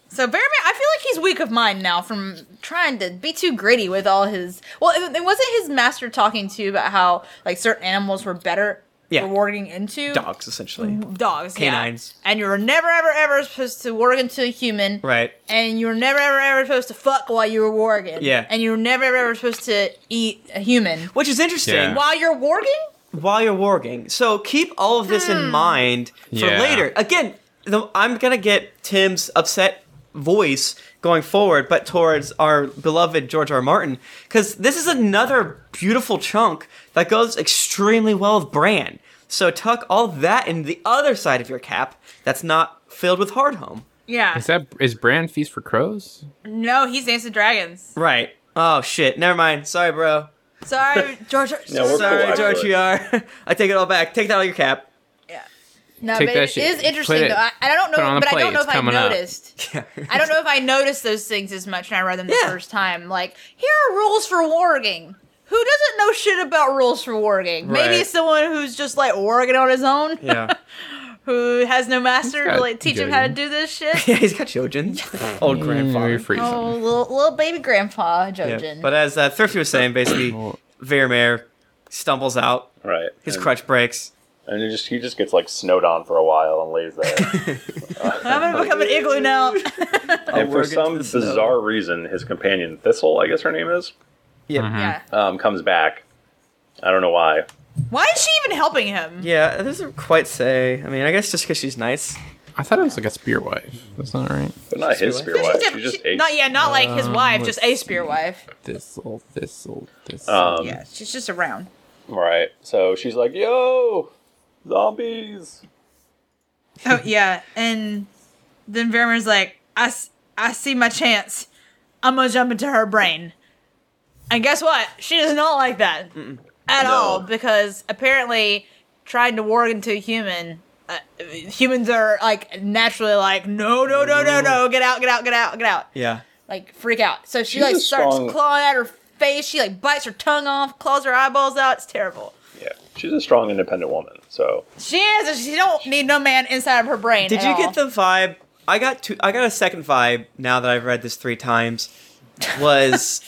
Speaker 4: So Barrymore, I feel like he's weak of mind now from trying to be too gritty with all his. Well, it, it wasn't his master talking to about how like certain animals were better
Speaker 1: Yeah.
Speaker 4: for warging into
Speaker 1: Dogs essentially,
Speaker 4: Mm. dogs, yeah.
Speaker 1: Canines.
Speaker 4: and you were never ever ever supposed to warg into a human,
Speaker 1: right?
Speaker 4: And you were never ever ever supposed to fuck while you were warging,
Speaker 1: Yeah.
Speaker 4: and you were never ever ever supposed to eat a human
Speaker 1: Which is interesting.
Speaker 3: Yeah.
Speaker 4: while you're warging.
Speaker 1: while you're warging. So keep all of this in mind for
Speaker 3: Yeah.
Speaker 1: later. Again, the, I'm gonna get Tim's upset voice going forward, but towards our beloved George R. R. Martin, because this is another beautiful chunk that goes extremely well with Bran. So tuck all that in the other side of your cap that's not filled with Hardhome.
Speaker 4: Yeah.
Speaker 3: Is that is Bran Feast for Crows?
Speaker 4: no, he's Dance of Dragons.
Speaker 1: Right. Oh shit. Never mind. Sorry, bro.
Speaker 4: Sorry, George.
Speaker 2: No, we're-
Speaker 3: Oh,
Speaker 1: Sorry,
Speaker 2: cool,
Speaker 1: George
Speaker 2: actually.
Speaker 1: R. I take it all back. Take that out of your cap.
Speaker 4: no
Speaker 3: Take
Speaker 4: but
Speaker 3: that
Speaker 4: it
Speaker 3: shit.
Speaker 4: is interesting
Speaker 3: Put it-
Speaker 4: though. I, I don't
Speaker 3: put it
Speaker 4: know,
Speaker 3: on the
Speaker 4: but I
Speaker 3: plate.
Speaker 4: don't know
Speaker 3: It's
Speaker 4: if I
Speaker 3: coming up.
Speaker 4: noticed.
Speaker 1: Yeah.
Speaker 4: I don't know if I noticed those things as much when I read them the
Speaker 1: Yeah.
Speaker 4: first time. Like, here are rules for warging. Who doesn't know shit about rules for warging? Maybe
Speaker 1: Right.
Speaker 4: someone who's just like warging on his own,
Speaker 1: Yeah.
Speaker 4: who has no master to
Speaker 3: got
Speaker 4: like teach him how to
Speaker 3: Jojen.
Speaker 4: do this shit.
Speaker 1: yeah. He's got Jojen. Old
Speaker 3: Or
Speaker 1: grandfather.
Speaker 3: you're freezing.
Speaker 4: oh, little, little baby grandpa Jojen.
Speaker 1: Yeah. But as uh, Thrifty was saying, basically,
Speaker 4: Oh.
Speaker 1: Vermeer stumbles out.
Speaker 2: Right.
Speaker 1: His
Speaker 2: and,
Speaker 1: crutch breaks.
Speaker 2: And he just he just gets like snowed on for a while and lays there.
Speaker 4: I'm gonna become an igloo now.
Speaker 2: and
Speaker 1: Oh, we're getting
Speaker 2: for
Speaker 1: to
Speaker 2: some
Speaker 1: the snow.
Speaker 2: bizarre reason, his companion Thistle, I guess her name is,
Speaker 1: Yeah.
Speaker 4: yeah.
Speaker 2: um, comes back. I don't know why.
Speaker 4: Why is she even helping him?
Speaker 1: Yeah. It doesn't quite say. I mean, I guess just because she's nice.
Speaker 3: I thought it was like a spear wife. That's not right.
Speaker 2: But not his
Speaker 1: spear
Speaker 2: spear wife.
Speaker 4: She's
Speaker 2: She
Speaker 4: just-
Speaker 2: just
Speaker 4: she-
Speaker 2: ate.
Speaker 4: not yeah, not like his
Speaker 3: Um,
Speaker 4: wife,
Speaker 3: let's
Speaker 4: just a spear wife.
Speaker 3: Thistle, thistle, thistle.
Speaker 2: Um,
Speaker 4: Yeah, she's just around.
Speaker 2: Right. So she's like, "Yo, zombies!"
Speaker 4: Oh yeah, and then Vermeer's like, I, s- I see my chance. I'm gonna jump into her brain. And guess what? She does not like that at
Speaker 2: No.
Speaker 4: all because apparently trying to warg into a human, uh, humans are like naturally like, no, no, no, no, no, get out, get out, get out, get out.
Speaker 1: Mm-hmm. Yeah.
Speaker 4: Like freak out. So she
Speaker 2: She's
Speaker 4: like
Speaker 2: a
Speaker 4: starts
Speaker 2: strong-
Speaker 4: clawing at her face. She like bites her tongue off, claws her eyeballs out. It's terrible.
Speaker 2: Yeah, she's a strong, independent woman. So
Speaker 4: She is. and She don't need no man inside of her brain.
Speaker 1: Did
Speaker 4: at
Speaker 1: you
Speaker 4: all.
Speaker 1: get the vibe? I got two. I got a second vibe now that I've read this three times. Was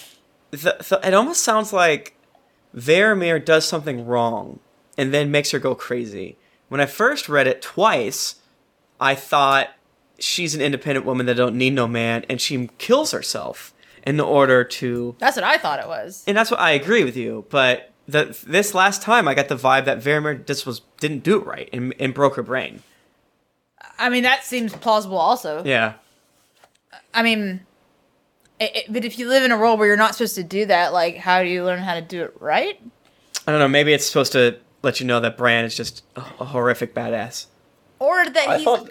Speaker 1: the, the, it almost sounds like Vermeer does something wrong and then makes her go crazy. When I first read it twice, I thought she's an independent woman that don't need no man, and she kills herself in order to
Speaker 4: That's what I thought it was.
Speaker 1: and that's what I agree with you. But the, this last time, I got the vibe that Vermeer just was didn't do it right and, and broke her brain.
Speaker 4: I mean, that seems plausible also.
Speaker 1: Yeah,
Speaker 4: I mean, it, it- but if you live in a world where you're not supposed to do that, like, how do you learn how to do it right?
Speaker 1: I don't know. Maybe it's supposed to let you know that Bran is just a a horrific badass.
Speaker 4: Or that
Speaker 2: I
Speaker 4: he's. uh,
Speaker 2: thought.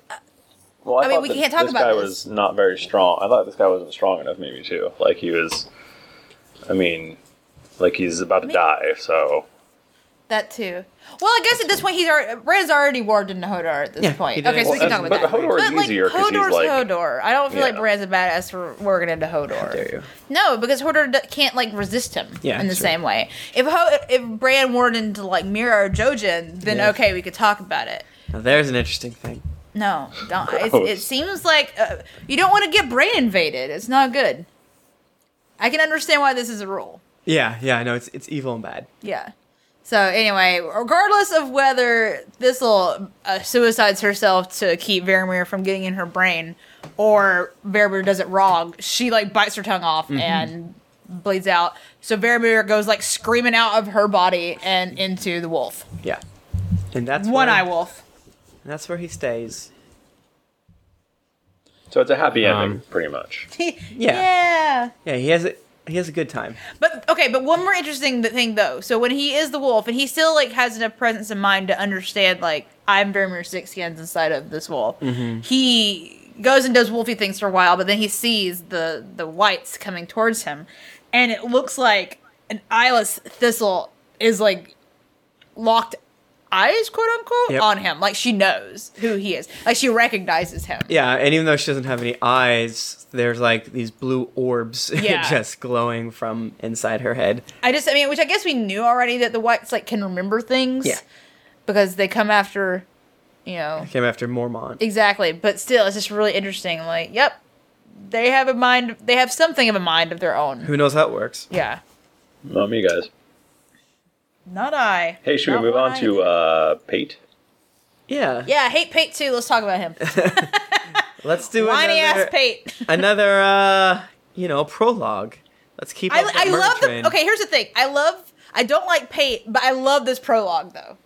Speaker 2: Well,
Speaker 4: I mean,
Speaker 2: thought
Speaker 4: we
Speaker 2: that
Speaker 4: can't talk
Speaker 2: this
Speaker 4: about
Speaker 2: guy
Speaker 4: this.
Speaker 2: was not very strong. I thought this guy wasn't strong enough, maybe too. Like he was. I mean, like he's about to
Speaker 4: Me-
Speaker 2: die. So
Speaker 4: that too. Well, I guess at this point, he's already, Red's already warped into Hodor at this
Speaker 1: Yeah, he
Speaker 4: point.
Speaker 1: did
Speaker 4: Okay, so we
Speaker 1: it.
Speaker 4: can
Speaker 2: Well,
Speaker 4: talk
Speaker 2: but
Speaker 4: about that.
Speaker 2: Hodor is
Speaker 4: but, like,
Speaker 2: easier 'cause he's,
Speaker 4: Hodor's
Speaker 2: like-
Speaker 4: Hodor. I don't feel like
Speaker 2: Yeah.
Speaker 4: Bran's a badass for working into Hodor.
Speaker 1: dare you.
Speaker 4: No, because Hodor d- can't like resist him
Speaker 1: Yeah,
Speaker 4: in the
Speaker 1: true.
Speaker 4: same way. If Ho- if Bran warned into like Mira or Jojen, then
Speaker 1: Yeah.
Speaker 4: okay, we could talk about it.
Speaker 1: Now there's an interesting thing.
Speaker 4: No, don't. It's,
Speaker 2: Gross.
Speaker 4: it seems like uh, you don't want to get brain invaded. It's not good. I can understand why this is a rule.
Speaker 1: Yeah, yeah, I know it's it's evil and bad.
Speaker 4: Yeah. So anyway, regardless of whether Thistle uh, suicides herself to keep Vermeer from getting in her brain, or Vermeer does it wrong, she like bites her tongue off and bleeds out. So Vermeer goes like screaming out of her body and into the wolf,
Speaker 1: Yeah, and that's
Speaker 4: one
Speaker 1: where,
Speaker 4: eye wolf.
Speaker 1: and That's where he stays.
Speaker 2: so it's a happy ending,
Speaker 3: Um,
Speaker 2: pretty much.
Speaker 4: yeah.
Speaker 1: Yeah, he has a he has a good time.
Speaker 4: But okay, but one more interesting th- thing though. So when he is the wolf, and he still like has enough presence of mind to understand like I'm Vermeer six hands inside of this wolf. He goes and does wolfy things for a while, but then he sees the the whites coming towards him, and it looks like an eyeless thistle is like locked eyes, quote unquote,
Speaker 1: Yep.
Speaker 4: on him. Like she knows who he is. Like she recognizes him.
Speaker 1: Yeah, and even though she doesn't have any eyes, there's like these blue orbs
Speaker 4: Yeah.
Speaker 1: just glowing from inside her head.
Speaker 4: I just, I mean, which I guess we knew already that the whites like can remember things.
Speaker 1: Yeah.
Speaker 4: Because they come after, you know,
Speaker 1: Came after Mormont.
Speaker 4: exactly. But still, it's just really interesting. Like, yep, they have a mind. They have something of a mind of their own.
Speaker 1: Who knows how it works?
Speaker 4: Yeah.
Speaker 2: Not me, guys.
Speaker 4: Not I.
Speaker 2: Hey, should we
Speaker 4: Not
Speaker 2: move
Speaker 4: one
Speaker 2: on
Speaker 4: I
Speaker 2: to
Speaker 4: did.
Speaker 2: uh, Pate?
Speaker 1: Yeah.
Speaker 4: yeah, I hate Pate too. Let's talk about him.
Speaker 1: Let's do
Speaker 4: Whiny ass
Speaker 1: another,
Speaker 4: Pate.
Speaker 1: another uh, you know, prologue. Let's keep.
Speaker 4: I,
Speaker 1: up that
Speaker 4: I
Speaker 1: murder
Speaker 4: love
Speaker 1: train.
Speaker 4: the. Okay, here's the thing. I love. I don't like Pate, but I love this prologue though.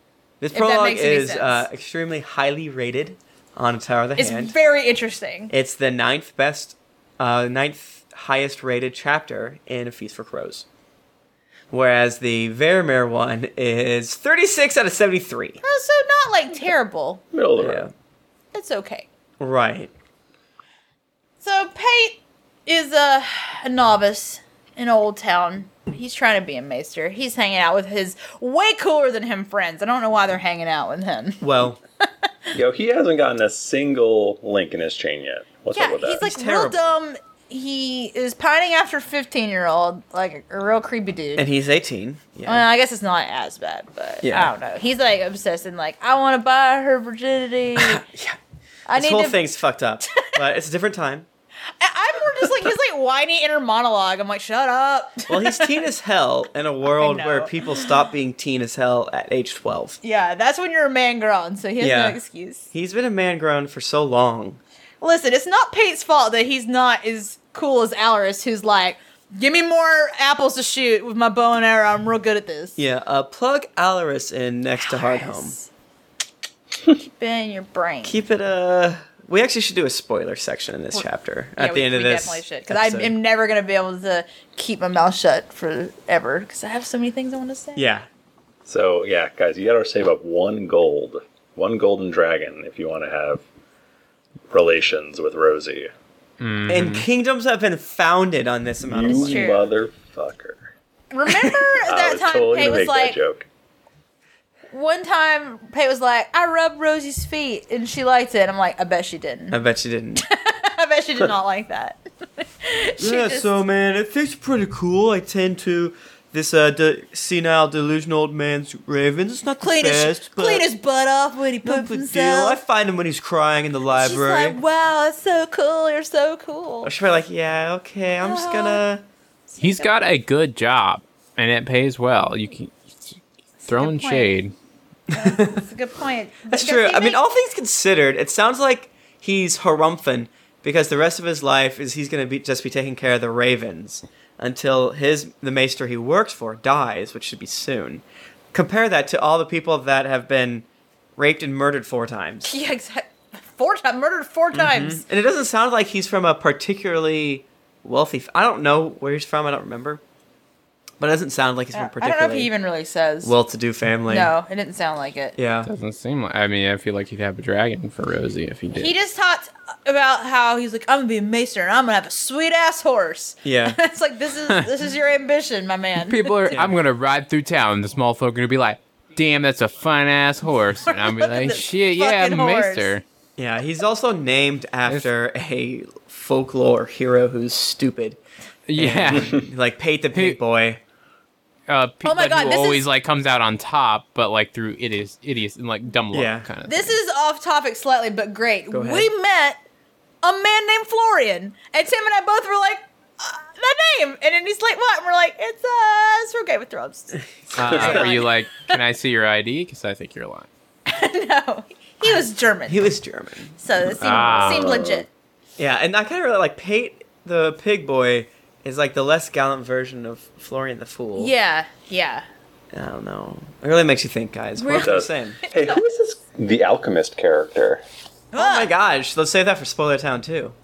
Speaker 1: This
Speaker 4: that
Speaker 1: prologue
Speaker 4: makes any
Speaker 1: is
Speaker 4: sense.
Speaker 1: uh, extremely highly rated on Tower of the
Speaker 4: It's
Speaker 1: Hand.
Speaker 4: very interesting.
Speaker 1: it's the ninth best uh, ninth highest rated chapter in A Feast for Crows. Whereas the Vermeer one is 36 out of 73.
Speaker 4: Oh, so not like terrible.
Speaker 2: Middle of the
Speaker 1: Yeah.
Speaker 2: road.
Speaker 4: It's okay.
Speaker 1: Right.
Speaker 4: So Pate is a, a novice in Old Town. He's trying to be a maester. He's hanging out with his way cooler than him friends. I don't know why they're hanging out with him.
Speaker 1: Well,
Speaker 2: Yo, he hasn't gotten a single link in his chain yet. What's up
Speaker 4: yeah,
Speaker 2: with
Speaker 4: he's
Speaker 2: that?
Speaker 4: like
Speaker 1: He's
Speaker 4: real
Speaker 1: terrible.
Speaker 4: dumb. He is pining after fifteen year old, like a real creepy dude.
Speaker 1: and he's 18. Yeah.
Speaker 4: well, I guess it's not as bad, but
Speaker 1: Yeah.
Speaker 4: I don't know. He's like obsessed and like I want to buy her virginity.
Speaker 1: yeah.
Speaker 4: Uh, I
Speaker 1: This
Speaker 4: need
Speaker 1: whole
Speaker 4: to.
Speaker 1: thing's fucked up, but it's a different time.
Speaker 4: I- I'm more just like his like whiny inner monologue. I'm like, shut up.
Speaker 1: Well, he's teen as hell in a world
Speaker 4: know.
Speaker 1: where people stop being teen as hell at age 12.
Speaker 4: yeah, that's when you're a man grown, so he has
Speaker 1: Yeah.
Speaker 4: no excuse.
Speaker 1: He's been a man grown for so long.
Speaker 4: Listen, it's not Pate's fault that he's not as cool as Alaris, who's like, give me more apples to shoot with my bow and arrow. I'm real good at this.
Speaker 1: Yeah, uh, plug Alaris in next to Hardhome.
Speaker 4: Keep it in your brain.
Speaker 1: Keep it, uh. We actually should do a spoiler section in this chapter
Speaker 4: Yeah,
Speaker 1: at the
Speaker 4: we-
Speaker 1: end of
Speaker 4: we
Speaker 1: this.
Speaker 4: definitely should because I
Speaker 1: episode.
Speaker 4: am never gonna be able to keep my mouth shut forever because I have so many things I want to say.
Speaker 1: Yeah.
Speaker 2: So yeah, guys, you gotta save up one gold, one golden dragon, if you want to have relations with Rosie.
Speaker 1: And kingdoms have been founded on this amount of
Speaker 2: You
Speaker 1: money.
Speaker 4: true.
Speaker 2: motherfucker!
Speaker 4: Remember
Speaker 2: I
Speaker 4: that
Speaker 2: was
Speaker 4: time
Speaker 2: totally
Speaker 4: Pate
Speaker 2: gonna
Speaker 4: was
Speaker 2: make
Speaker 4: like,
Speaker 2: that joke.
Speaker 4: one time Pate was like, I rubbed Rosie's feet and she liked it. I'm like, I bet she didn't.
Speaker 1: I bet you didn't.
Speaker 4: I bet she did not like that. she
Speaker 1: yeah,
Speaker 4: just-
Speaker 1: so man, it thing's pretty cool. I tend to this uh de- senile, delusional old man's ravens. It's not
Speaker 4: clean
Speaker 1: the
Speaker 4: his
Speaker 1: best, but
Speaker 4: clean his butt off when he
Speaker 1: no
Speaker 4: pooped
Speaker 1: big deal. I
Speaker 4: himself.
Speaker 1: find him when he's crying in the
Speaker 4: She's
Speaker 1: library.
Speaker 4: like, "Wow, that's so cool. You're so cool."
Speaker 1: Or she'll be like, yeah, okay, I'm just
Speaker 4: Uh-huh.
Speaker 1: gonna.
Speaker 3: He's got a good job, and it pays well. You can throwing
Speaker 4: Good point.
Speaker 3: shade.
Speaker 4: That's a good point.
Speaker 1: That's true. I mean, all things considered, it sounds like he's harumphing because the rest of his life is he's gonna be just be taking care of the ravens until his the maester he works for dies, which should be soon. Compare that to all the people that have been raped and murdered four times.
Speaker 4: yeah, exactly. Four times murdered four
Speaker 1: Mm-hmm.
Speaker 4: times.
Speaker 1: And it doesn't sound like he's from a particularly wealthy. F- I don't know where he's from. I don't remember. But it doesn't sound like he's from a
Speaker 4: Uh, I don't know if
Speaker 1: particularly
Speaker 4: he even really says.
Speaker 1: well-to-do family.
Speaker 4: no, it didn't sound like it.
Speaker 1: Yeah.
Speaker 3: Doesn't seem like. I mean, I feel like he'd have a dragon for Rosie if he did.
Speaker 4: He just talked about how he's like, "I'm gonna be a maester and I'm gonna have a sweet ass horse."
Speaker 1: Yeah.
Speaker 4: it's like this is this is your ambition, my man.
Speaker 3: People are. I'm gonna ride through town. and The small folk are gonna be like, "Damn, that's a fine ass horse," and I'm
Speaker 4: Look at
Speaker 3: like,
Speaker 4: this
Speaker 3: "Shit, yeah,
Speaker 4: fucking horse."
Speaker 3: Maester."
Speaker 1: Yeah. He's also named after a folklore hero who's stupid,
Speaker 3: Yeah.
Speaker 1: like Pate the Pig Boy.
Speaker 3: uh, people
Speaker 4: Oh my God,
Speaker 3: who
Speaker 4: this
Speaker 3: always
Speaker 4: is-
Speaker 3: like comes out on top, but like through idiot, idiot, and like dumb luck
Speaker 1: Yeah.
Speaker 3: kind of.
Speaker 4: This is off topic slightly, but great.
Speaker 1: ahead.
Speaker 4: We met a man named Florian, and Tim and I both were like, uh, that name. And then he's like, what? And we're like, it's us from Game of Thrones.
Speaker 3: uh,
Speaker 4: Sorry.
Speaker 3: were you like, "Can I see your ID?" Because I think you're lying.
Speaker 4: no, he was German,
Speaker 1: He was German.
Speaker 4: so it seemed,
Speaker 3: Ah.
Speaker 4: seemed legit.
Speaker 1: Yeah, and I kind of really like Pate the Pig Boy is like the less gallant version of Florian the Fool.
Speaker 4: Yeah, yeah.
Speaker 1: I don't know. It really makes you think, guys. We're
Speaker 4: Really?
Speaker 1: the same.
Speaker 2: Hey, who is this? The alchemist character.
Speaker 1: Oh my gosh, let's say that for Spoiler Town too.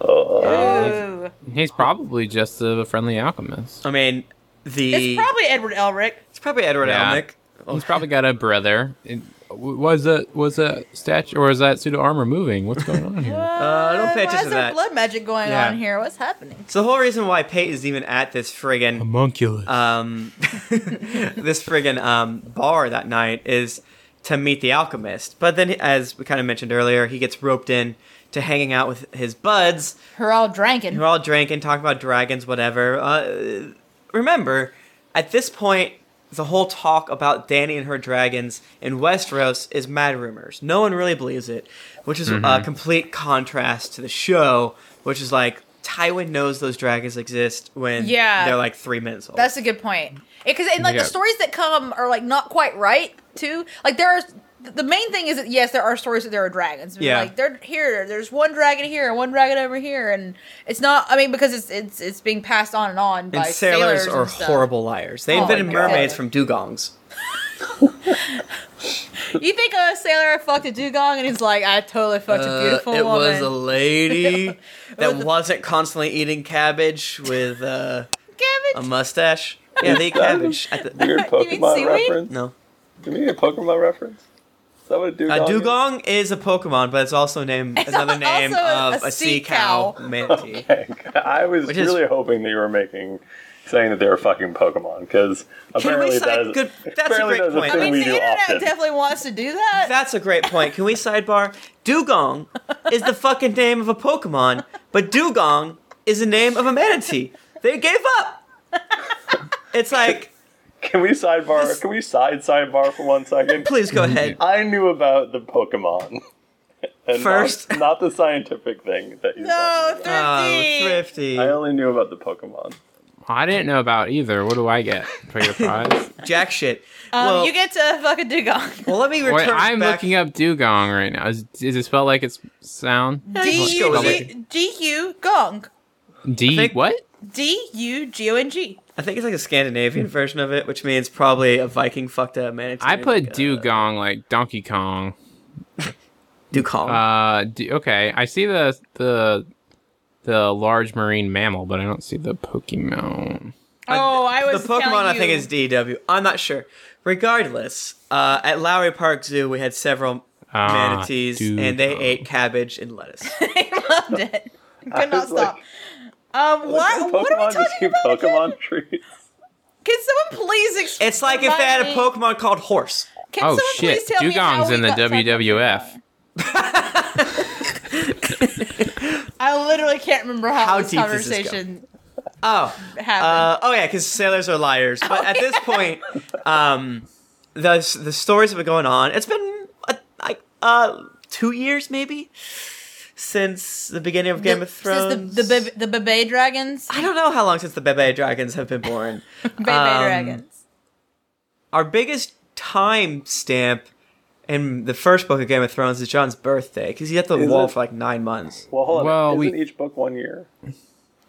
Speaker 2: Uh,
Speaker 4: Ooh.
Speaker 3: He's probably just a friendly alchemist.
Speaker 1: I mean, the
Speaker 4: It's probably Edward Elric.
Speaker 1: It's probably Edward
Speaker 3: Yeah.
Speaker 1: Elnick.
Speaker 3: He's probably got a brother. It- was that was that statue or is that suit of armor moving? What's going on here?
Speaker 1: Uh, don't pay
Speaker 4: Why
Speaker 1: attention
Speaker 4: is
Speaker 1: to
Speaker 4: there
Speaker 1: that.
Speaker 4: blood magic going
Speaker 1: Yeah.
Speaker 4: on here? What's happening?
Speaker 1: So the whole reason why Pate is even at this friggin'
Speaker 3: Homunculus.
Speaker 1: um, this friggin' um, bar that night is to meet the alchemist. But then, as we kind of mentioned earlier, he gets roped in to hanging out with his buds
Speaker 4: Her all drinking.
Speaker 1: who all drink and talk about dragons, whatever. Uh, remember, at this point, the whole talk about Danny and her dragons in Westeros is mad rumors. No one really believes it, which is a complete contrast to the show, which is like Tywin knows those dragons exist when
Speaker 4: Yeah.
Speaker 1: they're like three minutes old.
Speaker 4: That's a good point. Because and like
Speaker 3: Yeah.
Speaker 4: the stories that come are like not quite right too. Like there are the main thing is that yes, there are stories that there are dragons. But
Speaker 1: Yeah.
Speaker 4: Like they're here. There's one dragon here and one dragon over here, and it's not. I mean, because it's it's it's being passed on and on by
Speaker 1: and sailors,
Speaker 4: sailors
Speaker 1: are
Speaker 4: and stuff.
Speaker 1: horrible liars. They
Speaker 4: Oh my
Speaker 1: invented mermaids
Speaker 4: God.
Speaker 1: from dugongs.
Speaker 4: You think a sailor fucked a dugong and he's like, I totally fucked a beautiful
Speaker 1: Uh, it
Speaker 4: woman.
Speaker 1: was a lady that
Speaker 4: was a-
Speaker 1: wasn't constantly eating cabbage with uh, a
Speaker 4: Cabbage.
Speaker 1: mustache. Yeah, they eat cabbage. At the,
Speaker 2: Weird
Speaker 4: You mean
Speaker 2: Pokemon
Speaker 4: seaweed?
Speaker 2: reference.
Speaker 1: no.
Speaker 2: Can we get a Pokemon reference? Is that what a dugong?
Speaker 1: A
Speaker 2: is?
Speaker 1: dugong is a Pokemon, but it's also named
Speaker 4: It's
Speaker 1: another
Speaker 4: also
Speaker 1: name
Speaker 4: a-
Speaker 1: of
Speaker 4: a
Speaker 1: a sea
Speaker 4: sea
Speaker 1: cow,
Speaker 4: cow.
Speaker 1: manatee.
Speaker 2: Okay. I was
Speaker 1: Which is-
Speaker 2: really hoping that you were making saying that they were fucking Pokemon because apparently
Speaker 1: side-
Speaker 2: that is
Speaker 1: good- that's a
Speaker 2: apparently
Speaker 1: great
Speaker 2: that is
Speaker 1: point.
Speaker 2: a
Speaker 4: I
Speaker 2: thing
Speaker 4: mean,
Speaker 2: we
Speaker 4: the
Speaker 2: do
Speaker 4: internet
Speaker 2: often.
Speaker 4: definitely wants to do that.
Speaker 1: That's a great point. Can we sidebar? Dugong is the fucking name of a Pokemon, but dugong is the name of a manatee. They gave up. It's like,
Speaker 2: Can we sidebar?
Speaker 1: This-
Speaker 2: Can we side sidebar for one second?
Speaker 1: please go ahead.
Speaker 2: I knew about the Pokemon. And not-
Speaker 1: First.
Speaker 2: not, the scientific thing that you.
Speaker 4: No,
Speaker 2: talked about.
Speaker 1: Oh,
Speaker 4: thrifty.
Speaker 1: thrifty.
Speaker 2: I only knew about the Pokemon.
Speaker 3: I didn't know about either. What do I get for your prize?
Speaker 1: Jack shit.
Speaker 4: um,
Speaker 1: well,
Speaker 4: you get to fuck a dugong.
Speaker 1: well, let me return.
Speaker 3: Wait, I'm
Speaker 1: back.
Speaker 3: looking up dugong right now. Is, is it spelled like it's sound?
Speaker 4: D
Speaker 1: Let's go
Speaker 4: U
Speaker 1: with
Speaker 4: G G U gong.
Speaker 3: D
Speaker 1: think-
Speaker 3: what?
Speaker 4: D U G O N G.
Speaker 1: I think it's like a Scandinavian version of it, which means probably a Viking fucked a manatee.
Speaker 3: I put
Speaker 1: like, uh,
Speaker 3: dugong like Donkey Kong.
Speaker 1: Dugong.
Speaker 3: Uh, d- okay. I see the the the large marine mammal, but I don't see the Pokemon.
Speaker 4: Oh, I was
Speaker 1: the Pokemon
Speaker 4: telling
Speaker 1: I think
Speaker 4: you-
Speaker 1: is DW. I'm not sure. Regardless, uh, at Lowry Park Zoo we had several
Speaker 3: Ah,
Speaker 1: manatees
Speaker 3: dude.
Speaker 1: and they ate cabbage and lettuce.
Speaker 4: I loved it. Could not
Speaker 2: was like,
Speaker 4: stop. um, what?
Speaker 2: Pokemon
Speaker 4: What are we
Speaker 2: just
Speaker 4: talking
Speaker 2: eat
Speaker 4: about? again?
Speaker 2: Pokemon trees.
Speaker 4: Can someone please explain?
Speaker 1: It's like if they had a Pokemon called horse.
Speaker 4: Can
Speaker 3: Oh
Speaker 4: someone
Speaker 3: shit,
Speaker 4: please tell me how
Speaker 3: dugong's
Speaker 4: we
Speaker 3: in the E.
Speaker 4: got talking about
Speaker 3: WWF.
Speaker 4: dugong? I literally can't remember how,
Speaker 1: How
Speaker 4: this
Speaker 1: deep does this go?
Speaker 4: conversation
Speaker 1: Oh,
Speaker 4: happened.
Speaker 1: uh, oh yeah, because sailors are liars. But at
Speaker 4: Oh,
Speaker 1: this point, um, the the stories have been going on. It's been uh, like uh, two years maybe since the beginning of Game of Thrones.
Speaker 4: Since the the, the, the Bebe dragons,
Speaker 1: I don't know how long since the Bebe dragons have been born.
Speaker 4: Bebe
Speaker 1: um,
Speaker 4: dragons.
Speaker 1: our biggest time stamp in the first book of Game of Thrones is John's birthday because he had the
Speaker 2: Is
Speaker 1: wall
Speaker 2: it?
Speaker 1: for like nine months.
Speaker 2: Well, hold on.
Speaker 3: Well, we-
Speaker 2: Isn't each book one year?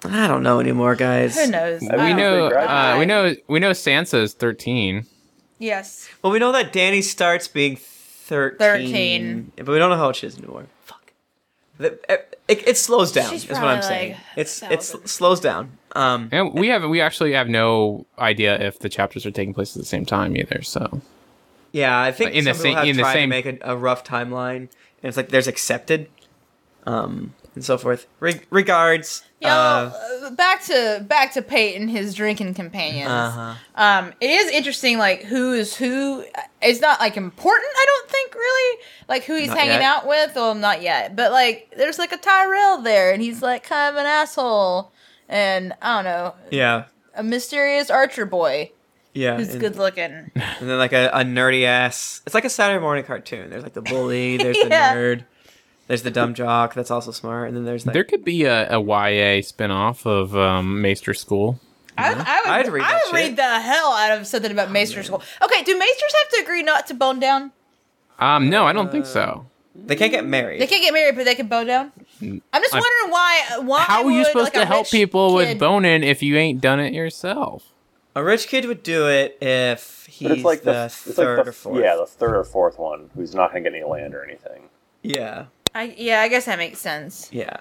Speaker 1: I don't know anymore, guys.
Speaker 4: Who knows? Um,
Speaker 2: I
Speaker 3: We
Speaker 2: don't
Speaker 3: know,
Speaker 2: think I-
Speaker 3: uh, we know, we know. Sansa's thirteen.
Speaker 4: Yes.
Speaker 1: Well, we know that Danny starts being thirteen,
Speaker 4: 13.
Speaker 1: but we don't know how old she is anymore. Fuck. The- It, it, it slows down.
Speaker 4: She's
Speaker 1: is what I'm
Speaker 4: probably,
Speaker 1: saying.
Speaker 4: like,
Speaker 1: It's
Speaker 4: a
Speaker 1: it
Speaker 4: thousand.
Speaker 1: slows down. Um,
Speaker 3: And we have, we actually have no idea if the chapters are taking place at the same time either. So
Speaker 1: yeah, I think
Speaker 3: In
Speaker 1: some
Speaker 3: the
Speaker 1: people
Speaker 3: same-
Speaker 1: have
Speaker 3: in the
Speaker 1: tried to
Speaker 3: same-
Speaker 1: make a, a rough timeline, and it's like there's accepted, um, and so forth. Re- regards.
Speaker 4: Yo,
Speaker 1: uh,
Speaker 4: uh, back to back to Peyton, his drinking companions.
Speaker 1: Uh-huh.
Speaker 4: Um, it is interesting, like who is who. It's not like important, I don't think, really. Like who he's
Speaker 1: Not
Speaker 4: hanging
Speaker 1: yet.
Speaker 4: out with. Well, not yet, but like there's like a Tyrell there, and he's like kind of an asshole, and I don't know,
Speaker 1: yeah.
Speaker 4: a mysterious archer boy
Speaker 1: Yeah,
Speaker 4: who's
Speaker 1: and-
Speaker 4: good looking.
Speaker 1: And then like a, a nerdy ass. It's like a Saturday morning cartoon. There's like the bully. There's
Speaker 4: Yeah.
Speaker 1: the nerd. There's the dumb jock that's also smart. And then there's like
Speaker 3: there could be a, a YA spinoff of um, Maester School.
Speaker 4: I, I would,
Speaker 1: I'd read
Speaker 4: I
Speaker 1: that
Speaker 4: would read
Speaker 1: shit.
Speaker 4: the hell out of something about Maester's School. Okay, do Maesters have to agree not to bone down?
Speaker 3: Um, no, I don't
Speaker 4: Uh,
Speaker 3: think so.
Speaker 1: they can't get married.
Speaker 4: They can't get married, but they can bone down. I'm just
Speaker 3: Mm, I-
Speaker 4: wondering why. Why
Speaker 3: How are you
Speaker 4: would,
Speaker 3: supposed
Speaker 4: like, a
Speaker 3: to help
Speaker 4: rich
Speaker 3: people
Speaker 4: kid-
Speaker 3: with boning if you ain't done it yourself?
Speaker 1: a rich kid would do it if he's
Speaker 2: But it's like
Speaker 1: the,
Speaker 2: the, it's
Speaker 1: third
Speaker 2: like the,
Speaker 1: or fourth.
Speaker 2: Yeah, the third or fourth one who's not going to get any land or anything.
Speaker 1: yeah,
Speaker 4: I, yeah, I guess that makes sense.
Speaker 1: yeah.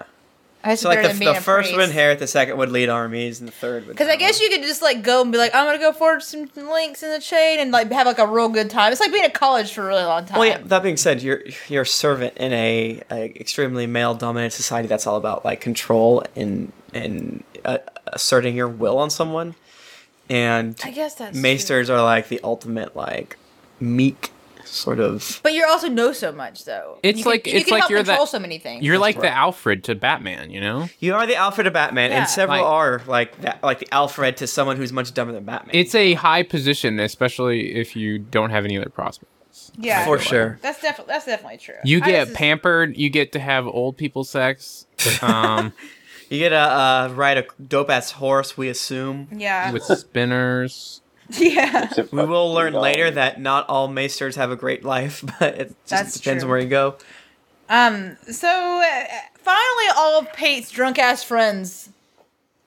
Speaker 4: I guess
Speaker 1: So like the, the first would inherit, the second would lead armies, and the third would.
Speaker 4: Because I guess you could just like go and be like, I'm gonna go forge some links in the chain and like have like a real good time. It's like being at college for a really long time.
Speaker 1: Well, yeah. That being said, you're you're a servant in a, a extremely male dominant society that's all about like control and and uh, asserting your will on someone, and
Speaker 4: I guess that's true.
Speaker 1: maesters are like the ultimate like meek sort of
Speaker 4: But you also know so much though.
Speaker 3: It's
Speaker 4: You can-
Speaker 3: like-
Speaker 4: you
Speaker 3: it's
Speaker 4: can
Speaker 3: like
Speaker 4: help
Speaker 3: you're
Speaker 4: control
Speaker 3: that-
Speaker 4: so many things.
Speaker 3: You're like the
Speaker 1: right.
Speaker 3: Alfred to Batman, you know?
Speaker 1: you are the alfred of batman
Speaker 4: Yeah.
Speaker 1: and several
Speaker 3: Like-
Speaker 1: are like that like the alfred to someone who's much dumber than batman
Speaker 3: It's a high position, especially if you don't have any other prospects.
Speaker 4: yeah,
Speaker 1: for sure
Speaker 4: That's definitely that's definitely true.
Speaker 3: You
Speaker 4: I
Speaker 3: get
Speaker 4: just-
Speaker 3: pampered, you get to have old people sex um,
Speaker 1: you get to uh, ride a dope ass horse we assume
Speaker 4: Yeah,
Speaker 3: with spinners.
Speaker 4: yeah.
Speaker 1: we will learn later that not all maesters have a great life but it just
Speaker 4: That's
Speaker 1: depends
Speaker 4: true.
Speaker 1: where you go
Speaker 4: Um. So uh, finally, all of Pate's drunk ass friends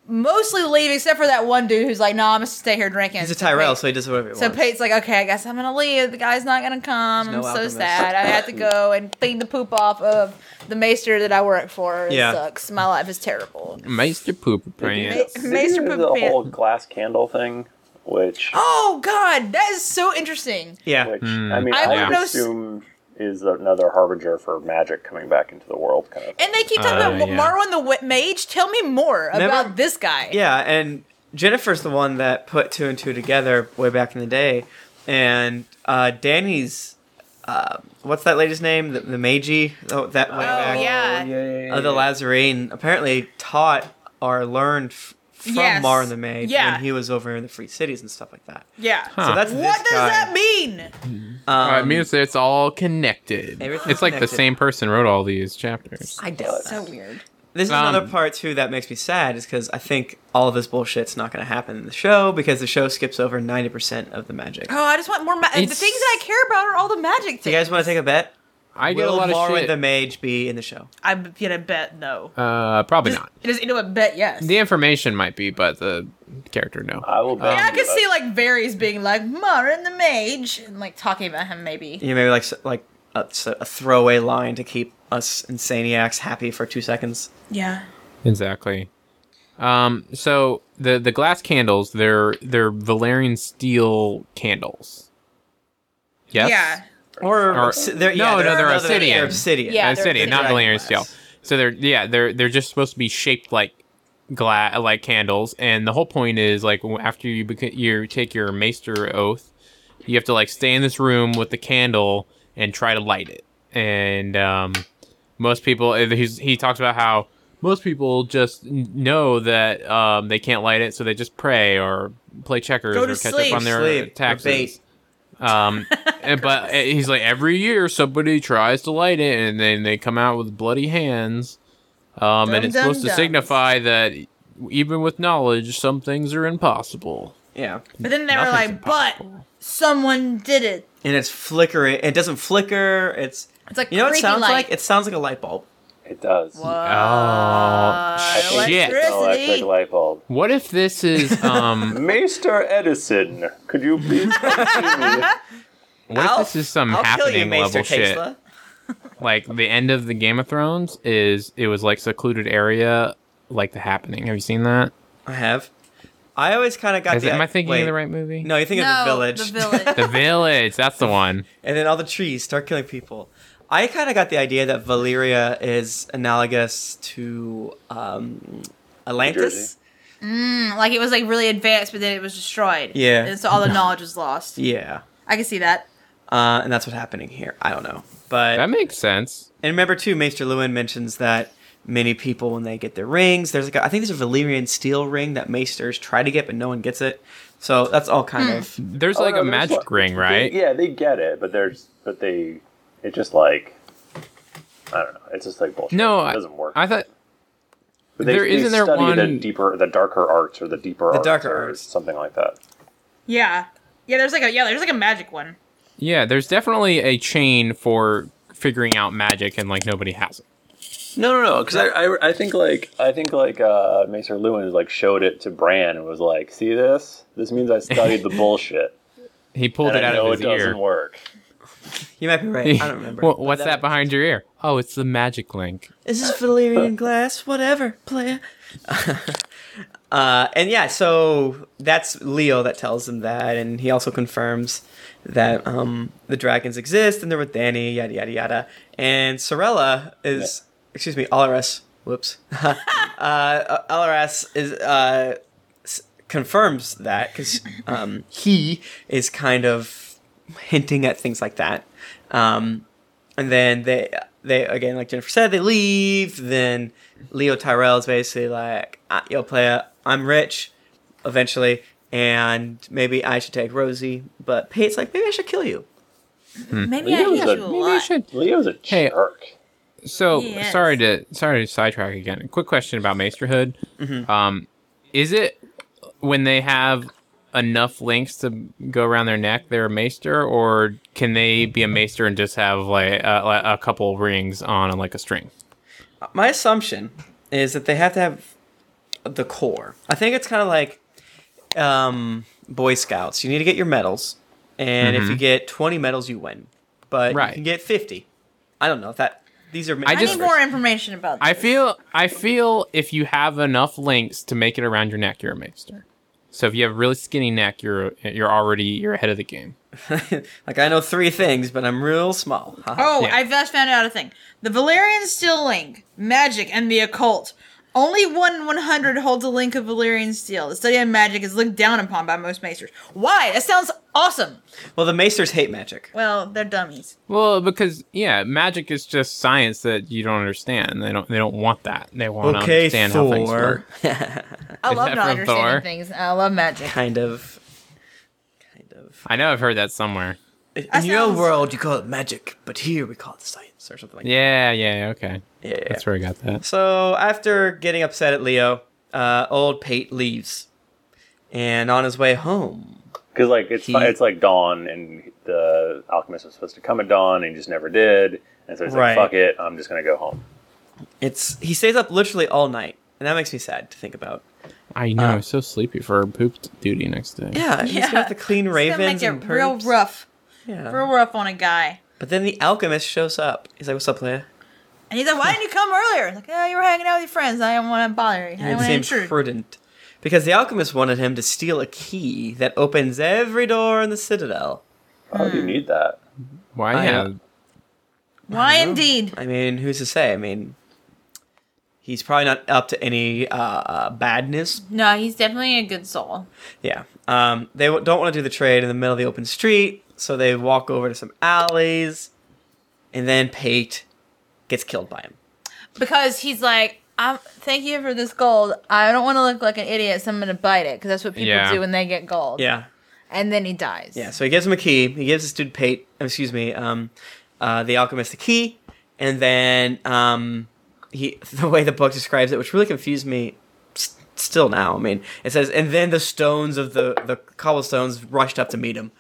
Speaker 4: mostly leave except for that one dude who's like, "No, I'm gonna stay here drinking."
Speaker 1: He's a
Speaker 4: So
Speaker 1: Tyrell,
Speaker 4: Pate-
Speaker 1: so he does whatever he
Speaker 4: so
Speaker 1: wants.
Speaker 4: Pate's like, "Okay, I guess I'm gonna leave. The guy's not gonna come.
Speaker 1: There's no
Speaker 4: I'm so
Speaker 1: alchemist.
Speaker 4: sad. I have to go and clean the poop off of the maester that I work for. It
Speaker 1: Yeah.
Speaker 4: sucks. My life is terrible."
Speaker 3: Meister Poop
Speaker 4: Ma-
Speaker 3: Pants.
Speaker 2: Did you
Speaker 4: Maester
Speaker 2: do the
Speaker 4: Poop Pants.
Speaker 2: whole glass candle thing, which,
Speaker 4: Oh God, that is so interesting.
Speaker 1: yeah.
Speaker 2: which
Speaker 3: Hmm.
Speaker 2: I mean,
Speaker 4: I
Speaker 2: I,
Speaker 4: wouldn't
Speaker 2: would
Speaker 4: know s-
Speaker 2: assume is another harbinger for magic coming back into the world, kind of.
Speaker 4: And they keep talking
Speaker 3: Uh,
Speaker 4: about
Speaker 3: yeah.
Speaker 4: Marwan the Wi- Mage. Tell me more about this guy.
Speaker 1: Yeah, and Jennifer's the one that put two and two together way back in the day. And uh, Danny's, uh, what's that lady's name? The, the Meiji? Oh, that way
Speaker 4: Oh
Speaker 1: back.
Speaker 4: yeah.
Speaker 1: Uh, the Lazarene apparently taught or learned f- from
Speaker 4: Yes.
Speaker 1: Mar the Maid
Speaker 4: Yeah.
Speaker 1: when he was over in the Free Cities and stuff like that.
Speaker 4: Yeah.
Speaker 1: So that's
Speaker 4: What
Speaker 1: this
Speaker 4: does
Speaker 1: guy.
Speaker 4: that mean?
Speaker 1: Um,
Speaker 3: Uh, it means that it's all connected.
Speaker 1: Everything's
Speaker 3: It's like
Speaker 1: connected.
Speaker 3: the same person wrote all these chapters.
Speaker 1: I doubt
Speaker 4: So
Speaker 1: that.
Speaker 4: weird.
Speaker 1: This is
Speaker 3: Um,
Speaker 1: another part too that makes me sad is because I think all of this bullshit's not going to happen in the show because the show skips over ninety percent of the magic.
Speaker 4: Oh, I just want more. Ma- the
Speaker 3: It's-
Speaker 4: things that I care about are all the magic things.
Speaker 1: Do you guys want to take a bet?
Speaker 3: I get a
Speaker 1: Will
Speaker 3: lot of
Speaker 1: Marwyn
Speaker 3: shit.
Speaker 1: the Mage be in the show?
Speaker 4: I'm gonna bet no.
Speaker 3: uh, probably not.
Speaker 4: It is into a bet yes.
Speaker 3: The information might be, but the character no.
Speaker 2: I will bet.
Speaker 4: yeah, I
Speaker 1: Um,
Speaker 2: you
Speaker 4: could
Speaker 1: uh,
Speaker 2: that-
Speaker 4: see like Varys being like Marin the Mage and like talking about him maybe.
Speaker 1: You know, maybe like s- like a, s- a throwaway line to keep us insaniacs happy for two seconds.
Speaker 4: Yeah.
Speaker 3: Exactly. Um, so the the glass candles, they're they're Valerian steel candles. Yes.
Speaker 4: Yeah.
Speaker 1: Or,
Speaker 3: Or-
Speaker 1: obsi- they're,
Speaker 3: no,
Speaker 1: yeah,
Speaker 3: no, they're obsidian.
Speaker 1: They're obsidian.
Speaker 4: Yeah.
Speaker 3: Uh,
Speaker 4: they're
Speaker 3: obsidian, not
Speaker 1: dragon
Speaker 3: Valerian
Speaker 1: glass.
Speaker 3: steel. So they're yeah they're they're just supposed to be shaped like glass like candles, and the whole point is like w- after you beca- you take your maester oath, you have to like stay in this room with the candle and try to light it. And um, most people uh, he's, he talks about how most people just n- know that um, they can't light it, so they just pray or play checkers
Speaker 4: Go
Speaker 3: or
Speaker 4: to
Speaker 3: catch
Speaker 4: sleep.
Speaker 3: up on their
Speaker 1: Sleep, or
Speaker 3: taxes.
Speaker 1: bait.
Speaker 3: Um, and- but he's like every year somebody tries to light it, and then they come out with bloody hands. Um,
Speaker 4: Dum
Speaker 3: and it's
Speaker 4: dum
Speaker 3: supposed
Speaker 4: dums.
Speaker 3: to signify that even with knowledge, some things are impossible.
Speaker 1: Yeah.
Speaker 4: But then they were
Speaker 3: Nothing's
Speaker 4: like, but someone did it.
Speaker 1: And it's flickering. It doesn't flicker. It's
Speaker 4: It's like
Speaker 1: you know what it
Speaker 4: creepy
Speaker 1: sounds
Speaker 4: light.
Speaker 1: like? It sounds like a light bulb.
Speaker 2: It does.
Speaker 1: Oh,
Speaker 2: I
Speaker 4: Whoa.
Speaker 2: think
Speaker 3: shit.
Speaker 2: it's an
Speaker 4: Electricity.
Speaker 2: Electric light bulb.
Speaker 3: What if this is um?
Speaker 2: Maester Edison, could you please continue?
Speaker 3: what if this is some
Speaker 1: I'll kill you,
Speaker 3: Hmm. happening
Speaker 1: Maester
Speaker 3: level shit?
Speaker 1: Tesla.
Speaker 3: Like the end of the Game of Thrones is it was like secluded area, like the happening. Have you seen that?
Speaker 1: I have. I always kind of got
Speaker 3: Is
Speaker 1: the.
Speaker 3: it, am I thinking
Speaker 1: wait.
Speaker 3: of the right movie?
Speaker 1: No, you think of the village.
Speaker 4: The village.
Speaker 3: The Village. That's the one.
Speaker 1: and then all the trees start killing people. I kind of got the idea that Valyria is analogous to um, Atlantis.
Speaker 2: Jersey.
Speaker 4: Mm, like it was like really advanced, but then it was destroyed.
Speaker 1: Yeah.
Speaker 4: And so all the knowledge was lost.
Speaker 1: Yeah.
Speaker 4: I can see that.
Speaker 1: Uh, and that's what's happening here. I don't know. But
Speaker 3: That makes sense.
Speaker 1: and remember too, Maester Lewin mentions that many people when they get their rings, there's like a, I think there's a Valyrian steel ring that Maesters try to get, but no one gets it. So that's all kind of
Speaker 3: There's
Speaker 2: Oh,
Speaker 3: like
Speaker 2: no,
Speaker 3: a
Speaker 2: there's
Speaker 3: magic
Speaker 2: one-
Speaker 3: ring, right?
Speaker 2: They, yeah, they get it, but there's but they it just like I don't know. It's just like bullshit.
Speaker 3: No,
Speaker 2: it
Speaker 3: I-
Speaker 2: doesn't work.
Speaker 3: I thought
Speaker 2: But they,
Speaker 3: there-
Speaker 2: they
Speaker 3: isn't there
Speaker 2: study the
Speaker 3: one-
Speaker 2: deeper, the darker arts, or the deeper
Speaker 1: The
Speaker 2: arts,
Speaker 1: darker
Speaker 2: or
Speaker 1: arts.
Speaker 2: something like that.
Speaker 4: Yeah. Yeah, there's like a yeah, there's like a magic one.
Speaker 3: yeah, there's definitely a chain for figuring out magic and like nobody has it.
Speaker 2: No, no, no. Because I, I, I think like I think like uh, Maester Lewin like showed it to Bran and was like, "See this? This means I studied the bullshit,
Speaker 3: He pulled
Speaker 2: and
Speaker 3: it
Speaker 2: I
Speaker 3: out of
Speaker 2: know it
Speaker 3: his
Speaker 2: doesn't
Speaker 3: ear.
Speaker 2: work."
Speaker 1: you might be right. I don't remember.
Speaker 3: Wha- what's that behind your ear? Oh, it's the magic link.
Speaker 1: Is this Valyrian glass? Whatever, player. uh, and yeah, so that's Leo that tells him that, and he also confirms that um, the dragons exist and they're with Danny, yada yada yada. And Sorella is, excuse me, Alaris. Whoops. uh, Alaris is uh, s- confirms that because um, he is kind of hinting at things like that. Um, and then they they again like Jennifer said they leave. Then Leo Tyrell is basically like, "Ah, "Yo, player, I'm rich, eventually, and maybe I should take Rosie." But Pate's like, "Maybe I should kill you."
Speaker 4: Maybe
Speaker 1: Hmm.
Speaker 2: Yeah,
Speaker 4: I
Speaker 2: it was a-
Speaker 4: hate you a
Speaker 2: maybe
Speaker 3: Maybe I
Speaker 4: lot.
Speaker 3: should.
Speaker 2: Leo's a
Speaker 3: Hey.
Speaker 2: jerk.
Speaker 3: So
Speaker 4: He is.
Speaker 3: sorry to sorry to sidetrack again. Quick question about maesterhood.
Speaker 2: Mm-hmm.
Speaker 3: Um, is it when they have enough links to go around their neck, they're a maester, or can they be a maester and just have like a, a couple rings on like a string?
Speaker 1: My assumption is that they have to have the core. I think it's kind of like um, Boy Scouts. You need to get your medals, and if you get twenty medals, you win. But you
Speaker 3: Mm-hmm. Right.
Speaker 1: can get fifty. I don't know if that. These are.
Speaker 3: I
Speaker 4: I
Speaker 3: just-
Speaker 4: need more information about
Speaker 3: I
Speaker 4: this.
Speaker 3: feel I feel if you have enough links to make it around your neck, you're a maester. So if you have a really skinny neck, you're you're already you're ahead of the game.
Speaker 1: like I know three things, but I'm real small. Haha.
Speaker 4: Oh,
Speaker 3: Yeah.
Speaker 4: I just found out a thing. The Valerian steel link, magic, and the occult. Only one in 100 holds a link of Valerian steel. The study of magic is looked down upon by most Macers. Why? That sounds awesome.
Speaker 1: Well, the Maesters hate magic.
Speaker 4: Well, they're dummies.
Speaker 3: Well, because yeah, magic is just science that you don't understand. They don't they don't want that. They want to understand how things work.
Speaker 4: I
Speaker 3: Is
Speaker 4: love
Speaker 3: that
Speaker 4: not
Speaker 3: from
Speaker 4: understanding
Speaker 3: Thor?
Speaker 4: things. and I love magic.
Speaker 1: Kind of. Kind of.
Speaker 3: I know I've heard that somewhere.
Speaker 1: In
Speaker 4: That
Speaker 1: your
Speaker 4: sounds-
Speaker 1: world, you call it magic, but here we call it science or something like
Speaker 3: Yeah, yeah, okay.
Speaker 1: that. Yeah.
Speaker 3: That's where I got that.
Speaker 1: So after getting upset at Leo, uh, old Pate leaves, and on his way home,
Speaker 2: Because like it's
Speaker 1: He-
Speaker 2: it's like dawn, and the alchemist was supposed to come at dawn, and he just never did. And so he's
Speaker 1: Right.
Speaker 2: like, "Fuck it, I'm just gonna go home."
Speaker 1: it's he stays up literally all night, and that makes me sad to think about.
Speaker 3: I know. I was so sleepy for poop duty next day.
Speaker 1: Uh, Yeah, he's gonna have to clean
Speaker 4: It's gonna
Speaker 1: ravens
Speaker 4: make
Speaker 1: and
Speaker 4: it real
Speaker 1: perps.
Speaker 4: rough.
Speaker 1: Yeah.
Speaker 4: Real rough on a guy.
Speaker 1: But then the alchemist shows up. He's like, "What's up, Leia?"
Speaker 4: And he's like, why didn't you come earlier? Like, oh, you were hanging out with your friends. I didn't want to bother you. I didn't
Speaker 1: It
Speaker 4: want to
Speaker 1: seemed
Speaker 4: intrude.
Speaker 1: prudent because the alchemist wanted him to steal a key that opens every door in the citadel.
Speaker 2: Why
Speaker 3: Hmm.
Speaker 2: would you need that?
Speaker 3: Why?
Speaker 1: I
Speaker 3: yeah.
Speaker 1: know.
Speaker 4: why indeed?
Speaker 1: I mean, who's to say? I mean, he's probably not up to any uh, badness,
Speaker 4: No, he's definitely a good soul.
Speaker 1: Yeah. Um, they w- don't want to do the trade in the middle of the open street, so they walk over to some alleys, and then Pate gets killed by him.
Speaker 4: because he's like, I'm thank you for this gold. I don't want to look like an idiot, so I'm gonna bite it because that's what people
Speaker 3: Yeah.
Speaker 4: do when they get gold.
Speaker 1: Yeah.
Speaker 4: and then he dies.
Speaker 1: Yeah. So he gives him a key. He gives this dude Pate, excuse me, um, uh, the alchemist the key, and then um, he the way the book describes it, which really confused me. s- Still now, I mean, it says, and then the stones of the the cobblestones rushed up to meet him.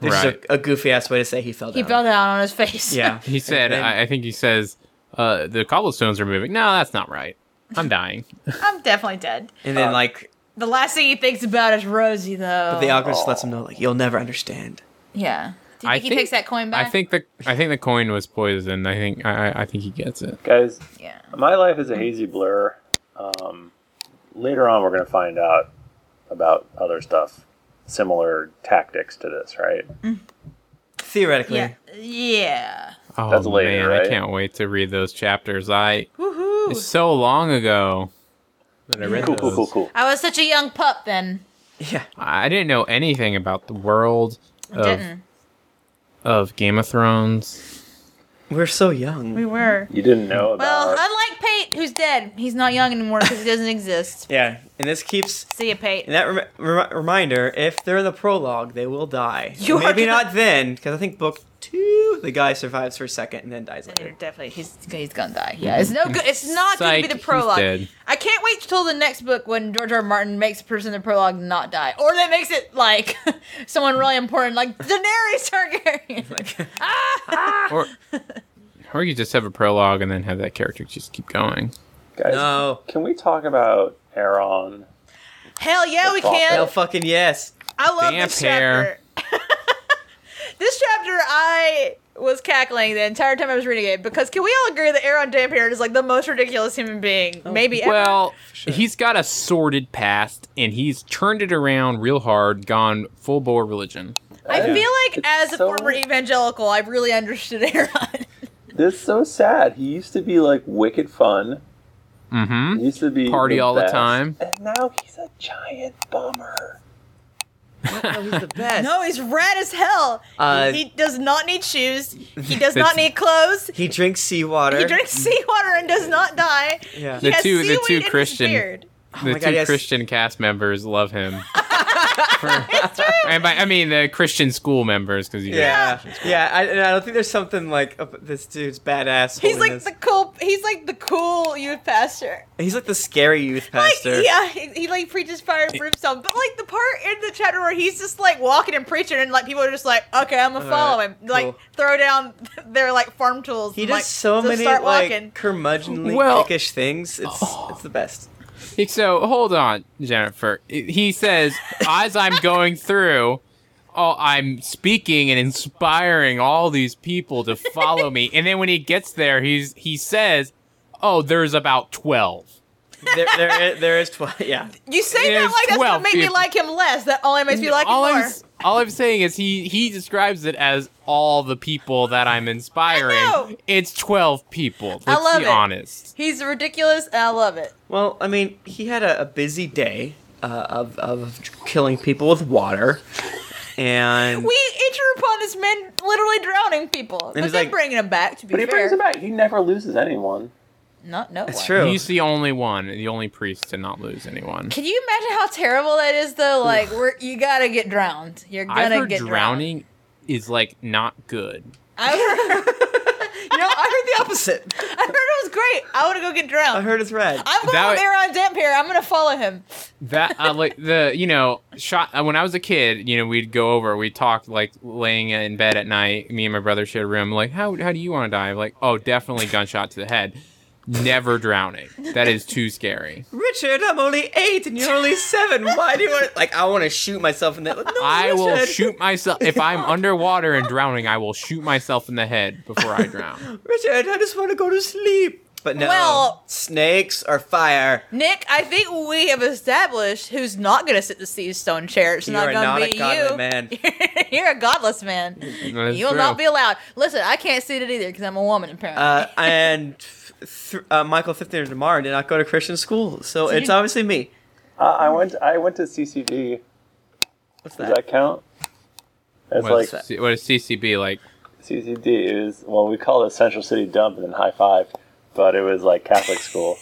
Speaker 1: This
Speaker 3: Right.
Speaker 1: is a, a goofy ass way to say he fell down.
Speaker 4: he fell down on his face.
Speaker 1: Yeah,
Speaker 3: He said,
Speaker 1: And then-
Speaker 3: I, I think he says, uh, the cobblestones are moving. No, that's not right. I'm dying.
Speaker 4: I'm definitely dead.
Speaker 1: and then like
Speaker 4: The last thing he thinks about is Rosie, though.
Speaker 1: But the alchemist lets him know, like, you'll never understand.
Speaker 4: yeah. Do you think
Speaker 3: I
Speaker 4: he picks that coin back?
Speaker 3: I think the I think the coin was poisoned. I think I I- I think he gets it.
Speaker 2: Guys,
Speaker 4: Yeah.
Speaker 2: my life is a hazy blur. Um, later on, we're gonna find out about other stuff, similar tactics to this, right?
Speaker 1: Theoretically.
Speaker 4: Yeah. Yeah.
Speaker 3: Oh
Speaker 2: That's later,
Speaker 3: man, I
Speaker 2: right?
Speaker 3: can't wait to read those chapters. I it's
Speaker 4: Woohoo!
Speaker 3: so long ago that I read
Speaker 2: Cool, cool,
Speaker 3: those.
Speaker 2: cool, cool.
Speaker 4: I was such a young pup then.
Speaker 1: Yeah.
Speaker 3: I didn't know anything about the world
Speaker 4: I
Speaker 3: of
Speaker 4: didn't.
Speaker 3: of Game of Thrones.
Speaker 1: We're so young.
Speaker 4: We were.
Speaker 2: You didn't know about.
Speaker 4: Well, unlike Pate, who's dead, he's not young anymore because he doesn't exist.
Speaker 1: yeah. And this keeps.
Speaker 4: See ya, Pate.
Speaker 1: And that rem- rem- reminder if they're in the prologue, they will die.
Speaker 4: You are
Speaker 1: Maybe
Speaker 4: gonna-
Speaker 1: not then, because I think book two, the guy survives for a second and then dies
Speaker 4: Yeah,
Speaker 1: later.
Speaker 4: Definitely, he's he's gonna die. Yeah, it's no good. It's not gonna
Speaker 3: Psych,
Speaker 4: be the
Speaker 3: he's
Speaker 4: prologue.
Speaker 3: dead.
Speaker 4: I can't wait till the next book when George R. R. Martin makes a person in the prologue not die, or that makes it like someone really important, like Daenerys Targaryen.
Speaker 1: Like,
Speaker 4: ah!
Speaker 3: Or or you just have a prologue and then have that character just keep going.
Speaker 2: guys,
Speaker 1: no.
Speaker 2: can we talk about Aaron?
Speaker 4: Hell yeah, we
Speaker 1: Hell
Speaker 4: can.
Speaker 1: fucking yes.
Speaker 4: I love
Speaker 3: Damp
Speaker 4: this
Speaker 3: hair.
Speaker 4: chapter. this chapter, I was cackling the entire time I was reading it because can we all agree that Aaron Dampier is like the most ridiculous human being maybe ever?
Speaker 3: Well, he's got a sordid past and he's turned it around real hard, gone full bore religion.
Speaker 4: I
Speaker 2: Yeah.
Speaker 4: feel like
Speaker 2: It's
Speaker 4: as a
Speaker 2: so-
Speaker 4: former evangelical, I really understood Aaron.
Speaker 2: This is so sad. He used to be like wicked fun.
Speaker 3: Mm-hmm.
Speaker 2: He used to be
Speaker 3: Party all the
Speaker 2: best,
Speaker 3: time.
Speaker 2: and now he's a giant bummer.
Speaker 1: Oh, he's the best.
Speaker 4: No, he's rad as hell.
Speaker 1: Uh,
Speaker 4: he does not need shoes. He does
Speaker 3: That's-
Speaker 4: not need clothes.
Speaker 1: He drinks seawater.
Speaker 4: He drinks seawater and does not die.
Speaker 1: Yeah.
Speaker 4: He
Speaker 3: The
Speaker 4: has
Speaker 3: two- the
Speaker 4: seaweed
Speaker 3: two
Speaker 4: in his
Speaker 3: Christian-
Speaker 4: beard.
Speaker 1: my
Speaker 3: the two
Speaker 1: God, yes.
Speaker 3: Christian cast members love him. For- and by, I mean the Christian school members because you
Speaker 1: Yeah. Yeah. I, and I don't think there's something like ab- this dude's badass.
Speaker 4: He's like
Speaker 1: holiness.
Speaker 4: the cool. He's like the cool youth pastor.
Speaker 1: He's like the scary youth pastor.
Speaker 4: Like, yeah, he, he like preaches fire and brimstone. But like the part in the chapter where he's just like walking and preaching, and like people are just like, okay, I'm gonna
Speaker 1: All
Speaker 4: follow
Speaker 1: right,
Speaker 4: him. Like
Speaker 1: cool.
Speaker 4: throw down their like farm tools.
Speaker 1: He
Speaker 4: and,
Speaker 1: does
Speaker 4: like,
Speaker 1: so
Speaker 4: just
Speaker 1: many
Speaker 4: start
Speaker 1: like
Speaker 4: walking.
Speaker 1: curmudgeonly
Speaker 3: Well-
Speaker 1: dickish things. It's it's the best.
Speaker 3: He- So hold on, Jennifer. He says, as I'm going through, oh, I'm speaking and inspiring all these people to follow me. And then when he gets there, he's he says, oh, there's about twelve.
Speaker 1: there, there, is, there is twelve. Yeah,
Speaker 4: You say that
Speaker 3: There's
Speaker 4: like that's what
Speaker 3: 12
Speaker 4: made me
Speaker 3: people.
Speaker 4: like him less. That only makes me like
Speaker 3: all
Speaker 4: him
Speaker 3: I'm
Speaker 4: more.
Speaker 3: s- all I'm saying is he he describes it as all the people that I'm inspiring.
Speaker 4: I know.
Speaker 3: It's twelve people. Let's
Speaker 4: I love
Speaker 3: be
Speaker 4: it.
Speaker 3: honest.
Speaker 4: He's ridiculous, and I love it.
Speaker 1: Well, I mean, he had a, a busy day uh, of of killing people with water, and
Speaker 4: We enter upon this man literally drowning people, but
Speaker 1: he's
Speaker 4: then
Speaker 1: like-
Speaker 4: bringing him back. To be
Speaker 2: But he
Speaker 4: fair,
Speaker 2: brings it back. He never loses anyone.
Speaker 4: not no.
Speaker 1: it's
Speaker 4: one.
Speaker 1: true.
Speaker 3: He's the only one, the only priest to not lose anyone.
Speaker 4: Can you imagine how terrible that is, though? Like, we're, you gotta get drowned. You're
Speaker 3: I've
Speaker 4: gonna
Speaker 3: heard
Speaker 4: get
Speaker 3: drowning is like not good.
Speaker 4: drowned. I heard,
Speaker 1: you know, I heard the opposite.
Speaker 4: I heard it was great. I want to go get drowned.
Speaker 1: I heard it's red.
Speaker 4: I'm going
Speaker 3: That
Speaker 4: with
Speaker 3: would-
Speaker 4: Aaron Demp here. I'm gonna follow him.
Speaker 3: That uh, like the you know shot uh, when I was a kid, you know we'd go over, we talked like laying in bed at night. Me and my brother shared a room. Like how how do you want to die? Like oh definitely gunshot to the head. Never drowning. That is too scary.
Speaker 1: Richard, I'm only eight and you're only seven. Why do you want? Like, I want to shoot myself in the. No,
Speaker 3: I will
Speaker 1: Richard.
Speaker 3: shoot myself if I'm underwater and drowning. I will shoot myself in the head before I drown.
Speaker 1: Richard, I just want to go to sleep. But no,
Speaker 4: Well-
Speaker 1: snakes are fire.
Speaker 4: Nick, I think we have established who's not gonna sit the sea stone chair. It's
Speaker 1: You
Speaker 4: not
Speaker 1: are
Speaker 4: gonna
Speaker 1: not a
Speaker 4: be
Speaker 1: godly
Speaker 4: you.
Speaker 1: man.
Speaker 4: You're a godless man.
Speaker 3: That's
Speaker 4: You'll
Speaker 3: true.
Speaker 4: not be allowed. Listen, I can't see it either because I'm a woman apparently.
Speaker 1: Uh, and th- uh, Michael Fiftner tomorrow did not go to Christian school, so it's
Speaker 4: you-
Speaker 1: obviously me.
Speaker 2: Uh, I
Speaker 4: Mm-hmm.
Speaker 2: went. I went to CCD.
Speaker 1: What's
Speaker 2: Does
Speaker 1: that?
Speaker 2: that count? It's
Speaker 3: What is,
Speaker 2: like
Speaker 3: C- what is CCB like?
Speaker 2: CCD is well, we call it Central City Dump and then High Five, but it was like Catholic school.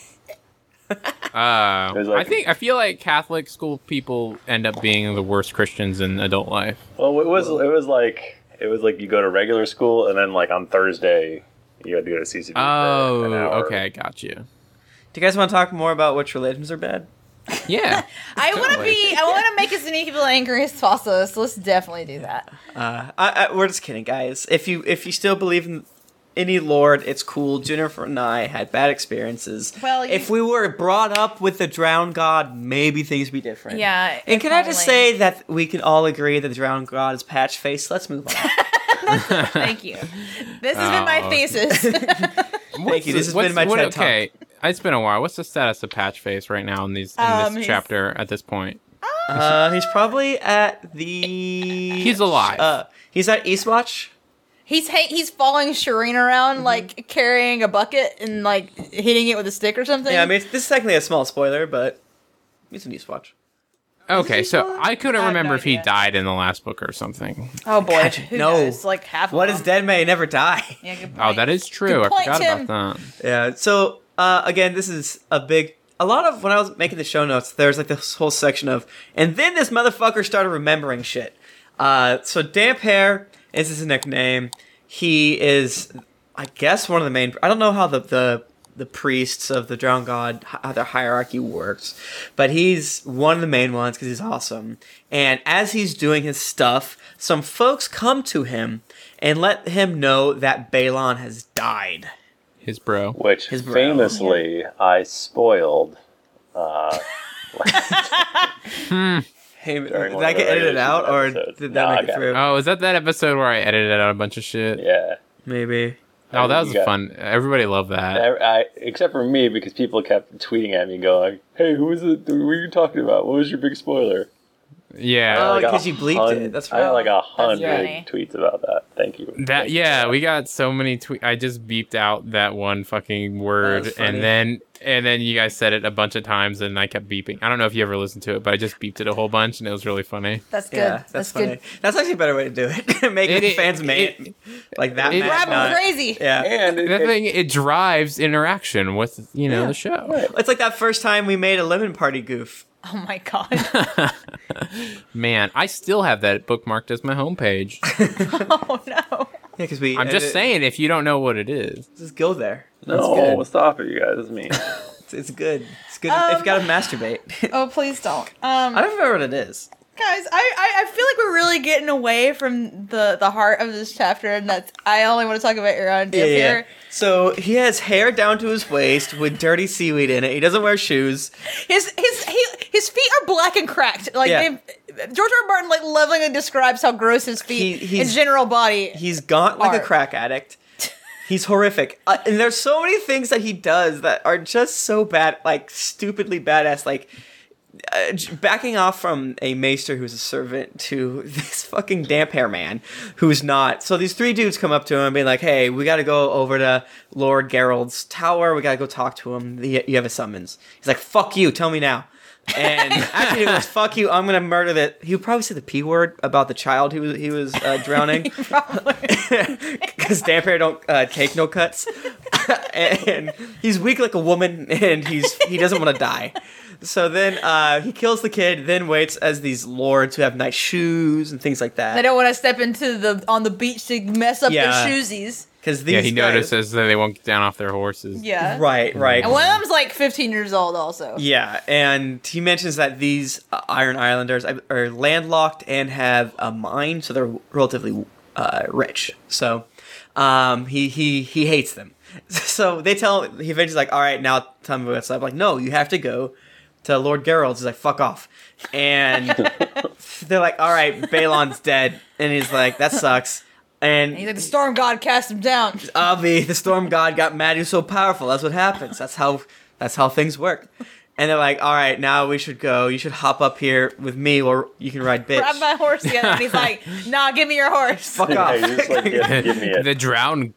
Speaker 3: Uh,
Speaker 2: There's, like-
Speaker 3: I think I feel like Catholic school people end up being the worst Christians in adult life.
Speaker 2: Well, it was it was like it was like you go to regular school and then like on Thursday you had to go to CCD. for
Speaker 3: Oh,
Speaker 2: an hour.
Speaker 3: okay, got you.
Speaker 1: Do you guys want to talk more about which religions are bad?
Speaker 3: Yeah,
Speaker 4: I want to
Speaker 3: totally.
Speaker 4: be. I want to make as many people angry as possible. So let's definitely do that.
Speaker 1: I, I, we're just kidding, guys. If you if you still believe in any Lord, it's cool. Jennifer and I had bad experiences.
Speaker 4: Well, you-
Speaker 1: if we were brought up with the drowned God, maybe things would be different.
Speaker 4: Yeah,
Speaker 1: And can I just
Speaker 4: probably.
Speaker 1: say that we can all agree that the drowned God is patch face? Let's move on.
Speaker 4: Thank you. This has been my
Speaker 3: Oh.
Speaker 4: thesis.
Speaker 1: Thank you. This has been my TED talk.
Speaker 3: okay. It's been a while. What's the status of Patchface right now in these in
Speaker 4: Um,
Speaker 3: this
Speaker 4: he's-
Speaker 3: chapter at this point?
Speaker 1: Uh, he's probably at the.
Speaker 3: He's alive.
Speaker 1: Uh, he's at Eastwatch.
Speaker 4: he's ha- he's following Shireen around
Speaker 1: Mm-hmm.
Speaker 4: like carrying a bucket and like hitting it with a stick or something.
Speaker 1: Yeah, I mean, it's, this is technically a small spoiler, but he's an Eastwatch.
Speaker 3: okay,
Speaker 1: he
Speaker 3: so
Speaker 1: alive?
Speaker 3: I couldn't
Speaker 4: I have
Speaker 3: remember
Speaker 4: no
Speaker 3: if he
Speaker 4: idea.
Speaker 3: died in the last book or something.
Speaker 4: oh boy,
Speaker 1: God,
Speaker 4: who
Speaker 1: no.
Speaker 4: knows? Like half.
Speaker 1: What
Speaker 4: of
Speaker 1: is
Speaker 4: them.
Speaker 1: dead may never die.
Speaker 4: Yeah, good
Speaker 3: Oh,
Speaker 4: point.
Speaker 3: that is true.
Speaker 4: Good
Speaker 3: I
Speaker 4: point,
Speaker 3: forgot
Speaker 4: Tim.
Speaker 3: about that.
Speaker 1: Yeah. So uh, again, this is a big. A lot of when I was making the show notes, there's like this whole section of, and then this motherfucker started remembering shit. Uh, so damp hair is his nickname. He is, I guess, one of the main. I don't know how the the the priests of the drowned god h- how their hierarchy works, but he's one of the main ones because he's awesome. And as he's doing his stuff, some folks come to him and let him know that Balon has died.
Speaker 3: His bro.
Speaker 2: Which
Speaker 1: His brow.
Speaker 2: famously I spoiled. Uh,
Speaker 1: Hey, did
Speaker 2: during one
Speaker 1: I
Speaker 2: of the
Speaker 1: get edited
Speaker 2: regular
Speaker 1: out,
Speaker 2: season
Speaker 1: or
Speaker 2: episodes.
Speaker 1: did
Speaker 2: No,
Speaker 1: that
Speaker 2: I
Speaker 1: make it
Speaker 2: got it.
Speaker 1: through?
Speaker 3: Oh, is that that episode where I edited out a bunch of shit?
Speaker 2: Yeah.
Speaker 1: Maybe.
Speaker 3: Oh, that
Speaker 2: You
Speaker 3: was
Speaker 2: got-
Speaker 3: fun. Everybody loved that.
Speaker 2: I, I, except for me, because people kept tweeting at me, going, "Hey, who was it? What were you talking about? What was your big spoiler?"
Speaker 3: Yeah.
Speaker 1: Oh,
Speaker 2: I got
Speaker 1: 'cause
Speaker 2: a
Speaker 1: you bleeped
Speaker 2: hun-
Speaker 1: it, that's
Speaker 2: I got
Speaker 1: right.
Speaker 2: like a
Speaker 4: funny.
Speaker 2: hundred tweets about that. Thank you.
Speaker 3: That yeah, we got so many tweets. I just beeped out that one fucking word,
Speaker 1: was funny.
Speaker 3: and then and then you guys said it a bunch of times, and I kept beeping. I don't know if you ever listened to it, but I just beeped it a whole bunch, and it was really funny.
Speaker 4: That's good.
Speaker 1: Yeah,
Speaker 4: that's,
Speaker 1: that's,
Speaker 4: good.
Speaker 1: funny. That's actually a better way to do it. Make
Speaker 3: It-
Speaker 1: the
Speaker 3: it-
Speaker 1: fans mad,
Speaker 3: it-
Speaker 1: like that.
Speaker 3: it-
Speaker 1: mad,
Speaker 4: Grab 'em
Speaker 1: not-
Speaker 4: crazy.
Speaker 1: Yeah.
Speaker 2: and it,
Speaker 3: The
Speaker 2: it-
Speaker 3: thing it drives interaction with you know the show.
Speaker 1: It's like that first time we made a lemon party goof.
Speaker 4: Oh my god.
Speaker 3: Man, I still have that bookmarked as my homepage.
Speaker 4: oh no.
Speaker 1: Yeah, because we.
Speaker 3: I'm just
Speaker 1: edit-
Speaker 3: saying, if you don't know what it is,
Speaker 1: Just go there.
Speaker 2: no, stop it, you guys. It's me.
Speaker 1: It's, it's good. It's good.
Speaker 4: Um,
Speaker 1: if you gotta masturbate,
Speaker 4: Oh please don't. Um.
Speaker 1: I don't remember what it is.
Speaker 4: Guys, I, I, I feel like we're really getting away from the, the heart of this chapter, and that's I only want to talk about Aaron Dip here.
Speaker 1: So he has hair down to his waist with dirty seaweed in it. He doesn't wear shoes.
Speaker 4: His his he, his feet are black and cracked. Like
Speaker 1: Yeah.
Speaker 4: they've George R. R. Martin like lovingly describes how gross his feet
Speaker 1: He-
Speaker 4: and
Speaker 1: he's-
Speaker 4: general body.
Speaker 1: He's gaunt like a
Speaker 4: Art.
Speaker 1: crack addict. He's horrific. Uh, and there's so many things that he does that are just so bad, like stupidly badass. Like uh, j- backing off from a maester who's a servant to this fucking damp hair man who's not. So these three dudes come up to him and be like, hey, we gotta go over to Lord Gerald's tower. We gotta go talk to him. You you have a summons. He's like, fuck you, tell me now. and actually, it was fuck you. I'm gonna murder that. He would probably say the p word about the child who was he was uh, drowning. because damp hair don't uh, take no cuts, and he's weak like a woman, and he's he doesn't want to die. So then uh, he kills the kid, then waits as these lords who have nice shoes and things like
Speaker 4: I
Speaker 1: that.
Speaker 4: don't want to step into the on the beach to mess up
Speaker 1: Yeah.
Speaker 4: their shoesies.
Speaker 1: Because these
Speaker 3: Yeah, he
Speaker 1: guys-
Speaker 3: notices that they won't get down off their horses.
Speaker 4: Yeah.
Speaker 1: Right, right.
Speaker 4: And one of them's like 15 years old, also.
Speaker 1: Yeah, and he mentions that these uh, Iron Islanders uh, are landlocked and have a mine, so they're relatively uh, rich. So um, he he he hates them. So they tell he eventually's like, all right, now tell me what's up. Like, no, you have to go to Lord Gerald's. He's like, fuck off, and they're like, all right, Balon's dead, and he's like, that sucks. And
Speaker 4: He's like, the storm god cast him down.
Speaker 1: Avi, the storm god, got mad. He was so powerful. That's what happens. That's how that's how things work. And they're like, all right, now we should go. You should hop up here with me, or you can ride bitch.
Speaker 4: Grab my horse together. And he's like, nah, give me your horse.
Speaker 1: Fuck
Speaker 2: Yeah,
Speaker 1: off.
Speaker 2: he's just like, give, give me it.
Speaker 3: the drown,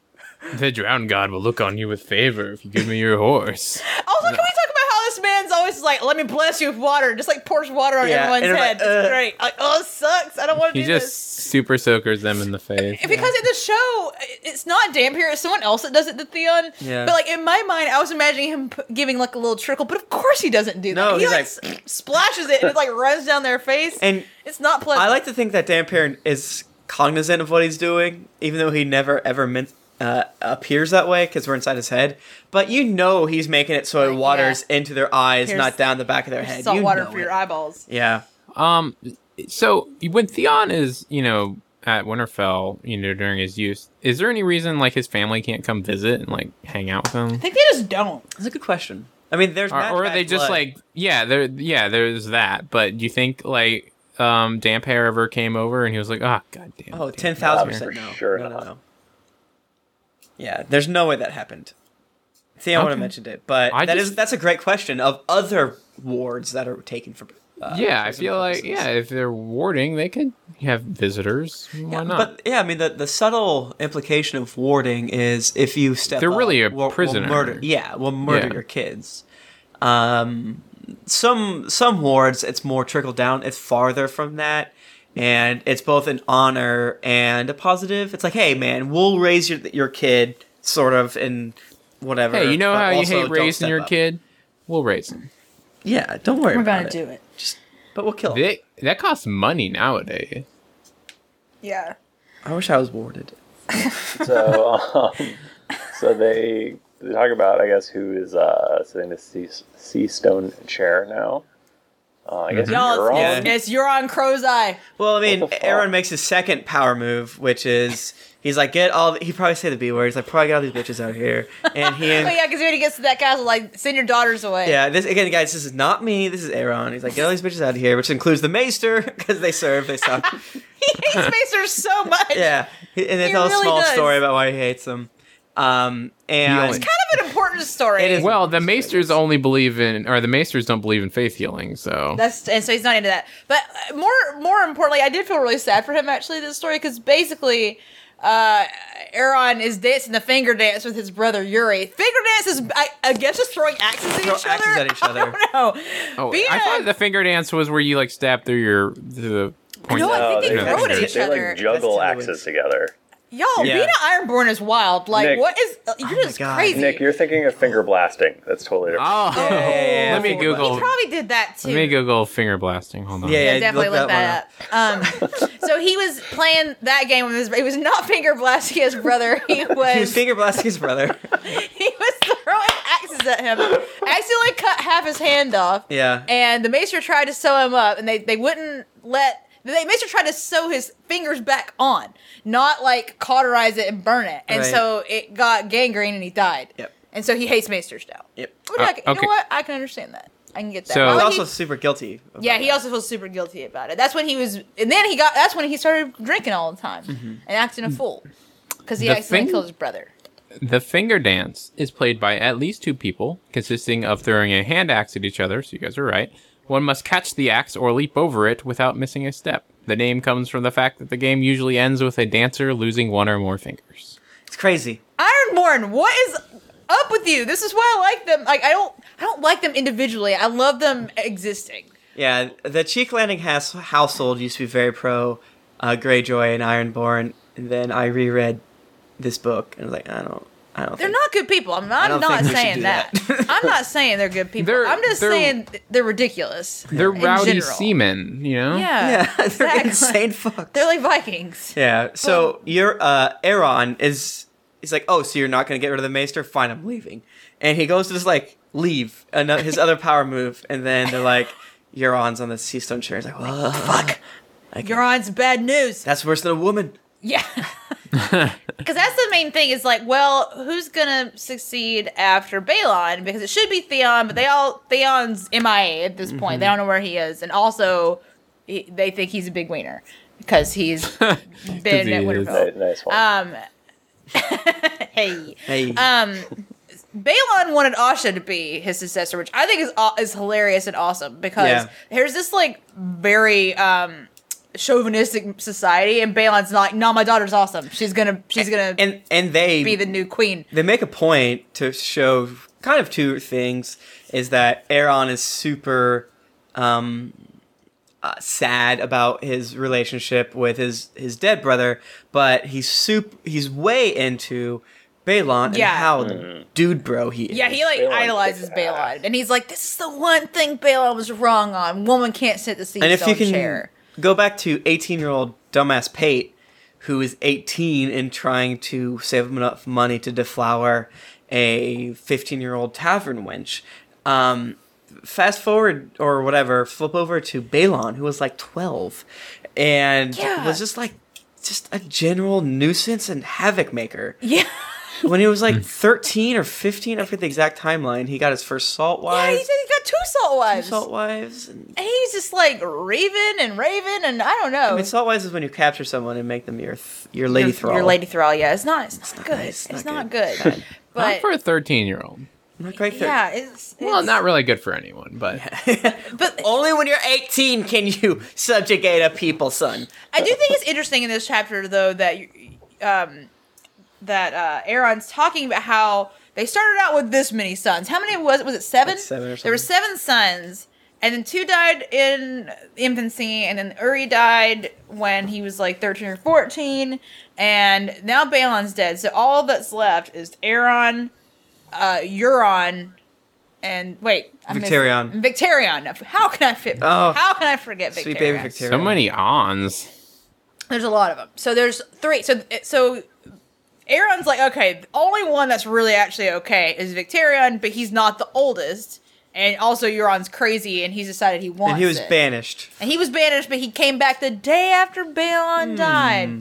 Speaker 3: the drown god will look on you with favor if you give me your horse.
Speaker 4: Also, can we talk about how this man's always like, let me bless you with water, just like pours water on
Speaker 1: Yeah, and I'm like,
Speaker 4: everyone's head.
Speaker 1: "Uh."
Speaker 4: it's
Speaker 1: "Ugh."
Speaker 4: great. Like, oh, it sucks. I don't want to
Speaker 3: He
Speaker 4: do
Speaker 3: just
Speaker 4: this.
Speaker 3: super soakers them in the face.
Speaker 4: Because in the show, i- it's not damp here. It's someone else that does it to Theon.
Speaker 1: Yeah.
Speaker 4: But like in my mind, I was imagining him p- giving like a little trickle. But of course, he doesn't do that.
Speaker 1: No,
Speaker 4: he
Speaker 1: he's
Speaker 4: like,
Speaker 1: like-
Speaker 4: s- splashes it and it like runs down their face.
Speaker 1: And
Speaker 4: it's not pleasant.
Speaker 1: I like to think that Dan Perrin is cognizant of what he's doing, even though he never ever meant, uh, appears that way because we're inside his head. But you know he's making it so it
Speaker 4: Yeah.
Speaker 1: waters into their eyes,
Speaker 4: Here's-
Speaker 1: not down the back of their head.
Speaker 4: salt
Speaker 1: You
Speaker 4: water
Speaker 1: know
Speaker 4: for
Speaker 1: it.
Speaker 4: your eyeballs.
Speaker 1: Yeah.
Speaker 3: Um, so when Theon is, you know, at Winterfell, you know, during his youth, is there any reason like his family can't come visit and like hang out with him,
Speaker 4: I think they just don't.
Speaker 1: That's a good question. I mean, there's
Speaker 3: or, or are
Speaker 1: matchback
Speaker 3: they just
Speaker 1: blood.
Speaker 3: like, yeah, there, yeah, there's that. But do you think like, um, Damp Hair ever came over and he was like, ah, goddamn.
Speaker 1: Oh,
Speaker 3: Damp Hair."
Speaker 1: 10,000
Speaker 2: Yeah, for
Speaker 1: percent no.
Speaker 2: sure
Speaker 1: no, no,
Speaker 2: not.
Speaker 1: no. Yeah, there's no way that happened. See, I would have
Speaker 3: Okay.
Speaker 1: mentioned it, but
Speaker 3: I
Speaker 1: that
Speaker 3: just-
Speaker 1: is- that's a great question of other wards that are taken for. Uh,
Speaker 3: Yeah, I
Speaker 1: prison
Speaker 3: feel like
Speaker 1: purposes.
Speaker 3: yeah, if they're warding, they could have visitors. Why not?
Speaker 1: But yeah, I mean the, the subtle implication of warding is if you step
Speaker 3: They're
Speaker 1: up,
Speaker 3: really a
Speaker 1: we'll,
Speaker 3: prisoner.
Speaker 1: We'll murder, yeah, we'll murder
Speaker 3: Yeah.
Speaker 1: your kids. Um, some some wards it's more trickle down. It's farther from that, and it's both an honor and a positive. It's like, hey man, we'll raise your your kid sort of and whatever.
Speaker 3: hey, you know
Speaker 1: but
Speaker 3: how you
Speaker 1: also
Speaker 3: hate
Speaker 1: don't
Speaker 3: raising
Speaker 1: step
Speaker 3: your
Speaker 1: up.
Speaker 3: kid? We'll raise them.
Speaker 1: Yeah, don't worry.
Speaker 4: We're
Speaker 1: about
Speaker 4: gonna do it.
Speaker 1: Just but we'll kill. 'em.
Speaker 3: They, that costs money nowadays.
Speaker 4: Yeah.
Speaker 1: I wish I was warded.
Speaker 2: so, um, so they, they talk about, I guess, who is uh, sitting in the sea, sea stone chair now. Uh, I guess
Speaker 4: Y'all,
Speaker 2: you're on.
Speaker 1: Yeah.
Speaker 4: it's, it's you're on Crow's Eye.
Speaker 1: Well, I mean,
Speaker 2: What the fuck?
Speaker 1: Aaron makes his second power move, which is he's like, get all. He probably say the B word. He's like, probably get all these bitches out here, and he.
Speaker 4: Oh yeah, because when he gets to that castle, like send your daughters away.
Speaker 1: Yeah, this again, guys. This is not me. This is Aaron. He's like, get all these bitches out of here, which includes the Maester because they serve, they suck.
Speaker 4: he hates Macer so much.
Speaker 1: yeah, and they
Speaker 4: He
Speaker 1: tell a
Speaker 4: really
Speaker 1: small
Speaker 4: does.
Speaker 1: story about why he hates them. Um, and
Speaker 3: only-
Speaker 4: Kind of an important story.
Speaker 1: It is-
Speaker 3: Well, the maesters only believe in, or the maesters don't believe in faith healing. So
Speaker 4: That's and so he's not into that. But uh, more more importantly, I did feel really sad for him actually this story because basically. Uh, Aaron is dancing the finger dance with his brother Yuri. Finger dance is, I, I guess, just throwing axes at
Speaker 1: Throw
Speaker 4: each
Speaker 1: axes
Speaker 4: other.
Speaker 1: at each
Speaker 4: I don't know.
Speaker 3: oh,
Speaker 4: Being
Speaker 3: I
Speaker 4: a-
Speaker 3: thought the finger dance was where you like stab through your through the point.
Speaker 4: No, I
Speaker 2: No,
Speaker 4: think they
Speaker 2: they,
Speaker 4: throw it at
Speaker 2: they,
Speaker 4: each
Speaker 2: they,
Speaker 4: other.
Speaker 2: like juggle
Speaker 1: That's totally-
Speaker 2: axes together.
Speaker 4: Y'all,
Speaker 1: Yeah.
Speaker 4: being an Ironborn is wild. Like,
Speaker 2: Nick.
Speaker 4: what is? uh, You're
Speaker 1: my
Speaker 4: just
Speaker 1: God.
Speaker 4: crazy.
Speaker 2: Nick, you're thinking of finger blasting. That's totally different.
Speaker 3: Oh,
Speaker 4: Oh.
Speaker 3: let me
Speaker 4: He
Speaker 3: Google.
Speaker 4: probably did that too.
Speaker 3: Let me Google finger blasting. Hold on.
Speaker 1: Yeah, yeah.
Speaker 4: Yeah, definitely
Speaker 1: look
Speaker 4: look that, up. Um, so he was playing that game with his. He was not finger blasting his brother. He
Speaker 1: He's
Speaker 4: was.
Speaker 1: finger blasting his brother.
Speaker 4: he was throwing axes guns at him, accidentally cut half his hand off.
Speaker 1: Yeah.
Speaker 4: And the maester tried to sew him up, and they, they wouldn't let. The maester tried to sew his fingers back on, not like cauterize it and burn it. And
Speaker 1: Right.
Speaker 4: so it got gangrene and he died.
Speaker 1: Yep.
Speaker 4: And so he hates maesters now.
Speaker 1: Yep.
Speaker 4: Which I,
Speaker 3: Uh,
Speaker 4: can- you
Speaker 3: okay.
Speaker 4: know what? I can understand that. I can get that.
Speaker 3: So-
Speaker 4: But
Speaker 1: He's
Speaker 4: when
Speaker 1: also
Speaker 4: he-
Speaker 1: super guilty. about
Speaker 4: yeah, he
Speaker 1: that.
Speaker 4: also feels super guilty about it. That's when he was, and then he got. That's when he started drinking all the time
Speaker 1: Mm-hmm.
Speaker 4: and acting a fool because he
Speaker 3: The
Speaker 4: accidentally
Speaker 3: thing-
Speaker 4: killed his brother.
Speaker 3: The finger dance is played by at least two people, consisting of throwing a hand axe at each other, so you guys are right. One must catch the axe or leap over it without missing a step. The name comes from the fact that the game usually ends with a dancer losing one or more fingers.
Speaker 1: It's crazy.
Speaker 4: Ironborn, what is up with you? This is why I like them. Like I don't, I don't like them individually. I love them existing.
Speaker 1: Yeah, the Cheek Landing has- household used to be very pro uh, Greyjoy and Ironborn, and then I reread this book and was like, I don't, I don't.
Speaker 4: They're
Speaker 1: think-
Speaker 4: not good people. I'm not,
Speaker 1: don't
Speaker 4: I'm not
Speaker 1: think we should
Speaker 4: saying
Speaker 1: do
Speaker 4: that.
Speaker 1: that.
Speaker 4: I'm not saying they're good people.
Speaker 3: They're-
Speaker 4: I'm just
Speaker 3: they're-
Speaker 4: saying th- they're ridiculous.
Speaker 3: They're
Speaker 4: in
Speaker 3: rowdy
Speaker 4: general.
Speaker 3: seamen, you know?
Speaker 4: Yeah,
Speaker 1: Yeah, they're
Speaker 4: exactly.
Speaker 1: insane fucks.
Speaker 4: They're like Vikings.
Speaker 1: yeah. So your uh, Aaron is, he's like, oh, so you're not gonna get rid of the Maester? Fine, I'm leaving. And he goes to just like leave ano- his other power move, and then they're like, Euron's on the Sea Stone chair. He's like, "Ugh, fuck. Like,
Speaker 4: Euron's bad news.
Speaker 1: That's worse than a woman.
Speaker 4: Yeah. Because that's the main thing is like, well, who's going to succeed after Balon? Because it should be Theon, but they all, Theon's MIA at this point. They don't know where he is. And also, he, they think he's a big wiener because he's been
Speaker 3: he
Speaker 4: at
Speaker 3: is.
Speaker 2: Nice,
Speaker 4: Winterfell.
Speaker 2: nice one.
Speaker 4: Um, hey.
Speaker 1: Hey.
Speaker 4: Um, Balon wanted Asha to be his successor, which I think is aw- is hilarious and awesome because
Speaker 1: Yeah.
Speaker 4: there's this like very um chauvinistic society, and Balon's like, no, my daughter's awesome. She's gonna she's gonna
Speaker 1: and and they
Speaker 4: be the new queen.
Speaker 1: they make a point to show kind of two things is that Aaron is super um, uh, sad about his relationship with his his dead brother, but he's super he's way into Balon and
Speaker 4: Yeah.
Speaker 1: how dude bro he is.
Speaker 4: Yeah, he like
Speaker 2: Balon
Speaker 4: idolizes
Speaker 2: kicks ass.
Speaker 4: Balon, and he's like, this is the one thing Balon was wrong on. Woman can't sit the seat
Speaker 1: and if you can
Speaker 4: chair.
Speaker 1: go back to 18 year old dumbass Pate, who is 18 and trying to save enough money to deflower a 15 year old tavern wench. Um, fast forward or whatever, flip over to Balon, who was like 12 and
Speaker 4: Yeah.
Speaker 1: was just like just a general nuisance and havoc maker.
Speaker 4: Yeah.
Speaker 1: When he was like 13 or 15, I forget the exact timeline, he got his first salt
Speaker 4: Yeah, he
Speaker 1: wives.
Speaker 4: said he got two salt wives.
Speaker 1: Salt wives and
Speaker 4: and he's just like raving and raving, and I don't know.
Speaker 1: I mean, salt wise is when you capture someone and make them your th- your lady
Speaker 4: your,
Speaker 1: thrall.
Speaker 4: Your lady thrall, yeah. It's not. It's not, good.
Speaker 1: nice,
Speaker 4: It's,
Speaker 1: not
Speaker 4: not
Speaker 1: good.
Speaker 4: good.
Speaker 3: Not
Speaker 4: but
Speaker 3: for a 13 year old.
Speaker 1: Not quite there.
Speaker 4: yeah, it's, it's
Speaker 3: Well, not really good for anyone, but
Speaker 4: But
Speaker 1: Only when you're 18 can you subjugate a people, son.
Speaker 4: I do think it's interesting in this chapter though that you- um that uh Aaron's talking about how they started out with this many sons. How many was it? Was it seven?
Speaker 1: Like seven or
Speaker 4: There were seven sons. And then two died in infancy, and then Uri died when he was like thirteen or fourteen, and now Balon's dead. So all that's left is Aaron, uh, Euron, and wait, I missed-
Speaker 1: Victarion.
Speaker 4: Victarion. How can I fit?
Speaker 1: Oh.
Speaker 4: how can I forget Victarion?
Speaker 1: Sweet baby Victarion.
Speaker 3: so many ons.
Speaker 4: There's a lot of them. So there's three. So eh, so Aaron's like, okay, the only one that's really actually okay is Victarion, but he's not the oldest. And also Euron's crazy and he's decided he wants
Speaker 1: And he was
Speaker 4: it.
Speaker 1: banished.
Speaker 4: And he was banished, but he came back the day after Balon
Speaker 1: Hmm.
Speaker 4: died.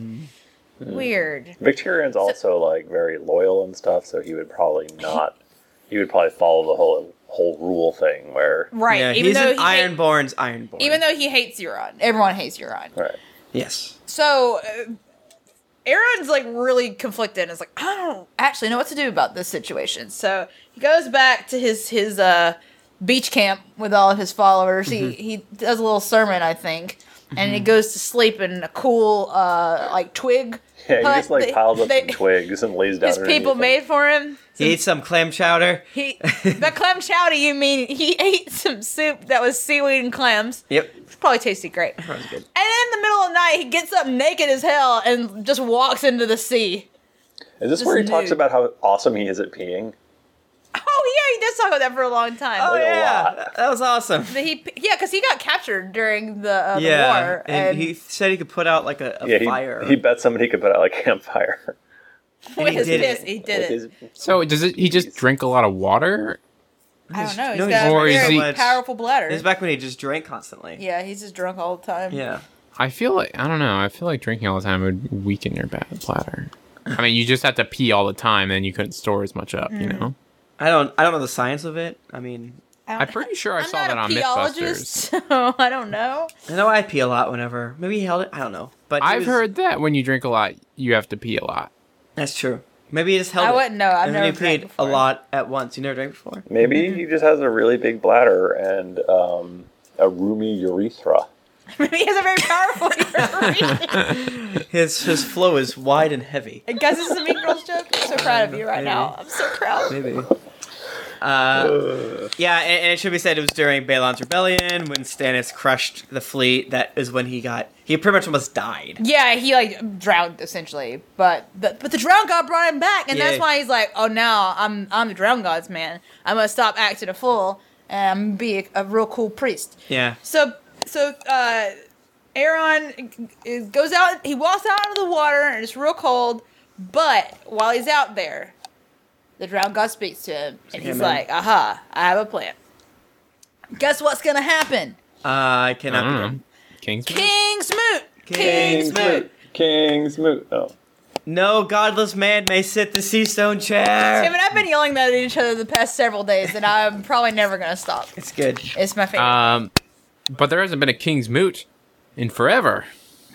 Speaker 4: Weird.
Speaker 2: Victorian's also like very loyal and stuff, so he would probably not. He would probably follow the whole whole rule thing where.
Speaker 4: Right.
Speaker 1: Yeah,
Speaker 4: even
Speaker 1: he's
Speaker 4: though
Speaker 1: an
Speaker 4: he hate-
Speaker 1: Ironborn's Ironborn.
Speaker 4: even though he hates Euron. Everyone hates Euron.
Speaker 2: Right.
Speaker 1: yes,
Speaker 4: So uh, Aaron's like really conflicted. And is like I don't actually know what to do about this situation. So he goes back to his his uh, beach camp with all of his followers. He he does a little sermon, I think, and he goes to sleep in a cool uh, like twig.
Speaker 2: Yeah, he
Speaker 4: hut
Speaker 2: just like
Speaker 4: that-
Speaker 2: piles up
Speaker 4: they-
Speaker 2: some twigs and lays down.
Speaker 4: His people
Speaker 2: underneath
Speaker 4: made for him.
Speaker 1: he ate some clam chowder.
Speaker 4: He the clam chowder. You mean he ate some soup that was seaweed and clams?
Speaker 1: Yep,
Speaker 4: Which probably tasted great.
Speaker 1: that was good.
Speaker 4: And then in the middle of the night, he gets up naked as hell and just walks into the sea.
Speaker 2: him. Is this where he
Speaker 4: this
Speaker 2: talks
Speaker 4: nude.
Speaker 2: about how awesome he is at peeing?
Speaker 4: Oh yeah, he does talk about that for a long time.
Speaker 1: Oh
Speaker 2: Like a
Speaker 1: yeah,
Speaker 2: lot.
Speaker 1: that- that was awesome.
Speaker 4: But he, yeah, because he got captured during the, uh, the
Speaker 1: yeah,
Speaker 4: war,
Speaker 1: and, he said he could put out like a, a
Speaker 2: Yeah, he,
Speaker 1: fire.
Speaker 2: he bet somebody could put out a campfire.
Speaker 4: with
Speaker 1: he
Speaker 4: his
Speaker 1: did it.
Speaker 4: piss, he did
Speaker 2: With
Speaker 4: it.
Speaker 2: his-
Speaker 3: So does it? He just drink a lot of water,
Speaker 4: I don't know. He's
Speaker 1: No, he's
Speaker 4: got a
Speaker 3: Or is
Speaker 4: very
Speaker 3: he-
Speaker 4: powerful bladder.
Speaker 1: It's back when he just drank constantly.
Speaker 4: yeah, he's just drunk all the time.
Speaker 1: Yeah.
Speaker 3: I feel like I don't know. I feel like drinking all the time would weaken your bad bladder. I mean, you just have to pee all the time, and you couldn't store as much up. You know,
Speaker 1: I don't. I don't know the science of it. I mean,
Speaker 4: I
Speaker 3: I'm pretty sure I
Speaker 4: am
Speaker 3: saw
Speaker 4: not
Speaker 3: that
Speaker 4: a
Speaker 3: on
Speaker 4: peologist, so I don't know.
Speaker 1: I know I pee a lot whenever. Maybe he held it. I don't know. But he
Speaker 3: I've
Speaker 1: was-
Speaker 3: heard that when you drink a lot, you have to pee a lot.
Speaker 1: that's true. Maybe he just held
Speaker 4: I
Speaker 1: it.
Speaker 4: wouldn't know. I've
Speaker 1: and then he
Speaker 4: never drank
Speaker 1: peed a
Speaker 4: before.
Speaker 1: lot at once. You never drank before.
Speaker 2: Maybe he just has a really big bladder and um, a roomy urethra.
Speaker 4: Maybe he has a very powerful urethra.
Speaker 1: His his flow is wide and heavy.
Speaker 4: I guess this is a Mean Girls joke. I'm so proud of you right
Speaker 1: Maybe.
Speaker 4: now. I'm so proud.
Speaker 1: Maybe. Uh, yeah, and, and it should be said it was during Balon's rebellion when Stannis crushed the fleet. That is when he got he pretty much almost died.
Speaker 4: Yeah, he like drowned essentially, but the, but the drowned god brought him back, and
Speaker 1: Yeah.
Speaker 4: that's why he's like, oh now I'm I'm the drowned god's man. I'm gonna stop acting a fool and be a, a real cool priest.
Speaker 1: Yeah,
Speaker 4: So so uh Aaron uh, goes out he walks out into the water and it's real cold, but while he's out there, the drowned god speaks to him and
Speaker 1: Yeah,
Speaker 4: he's
Speaker 1: man.
Speaker 4: like, "Aha, I have a plan." Guess what's going to happen?
Speaker 1: uh, I
Speaker 3: I
Speaker 1: cannot.
Speaker 3: don't
Speaker 1: begin.
Speaker 3: know. Kings.
Speaker 4: King's moot.
Speaker 1: King's Moot.
Speaker 2: King's Moot. Oh.
Speaker 1: No godless man may sit the sea stone
Speaker 4: Tim
Speaker 1: chair.
Speaker 4: and I've been yelling that at each other the past several days, and I'm probably never gonna stop.
Speaker 1: It's good,
Speaker 4: It's my favorite.
Speaker 3: Um, but there hasn't been a king's moot in forever.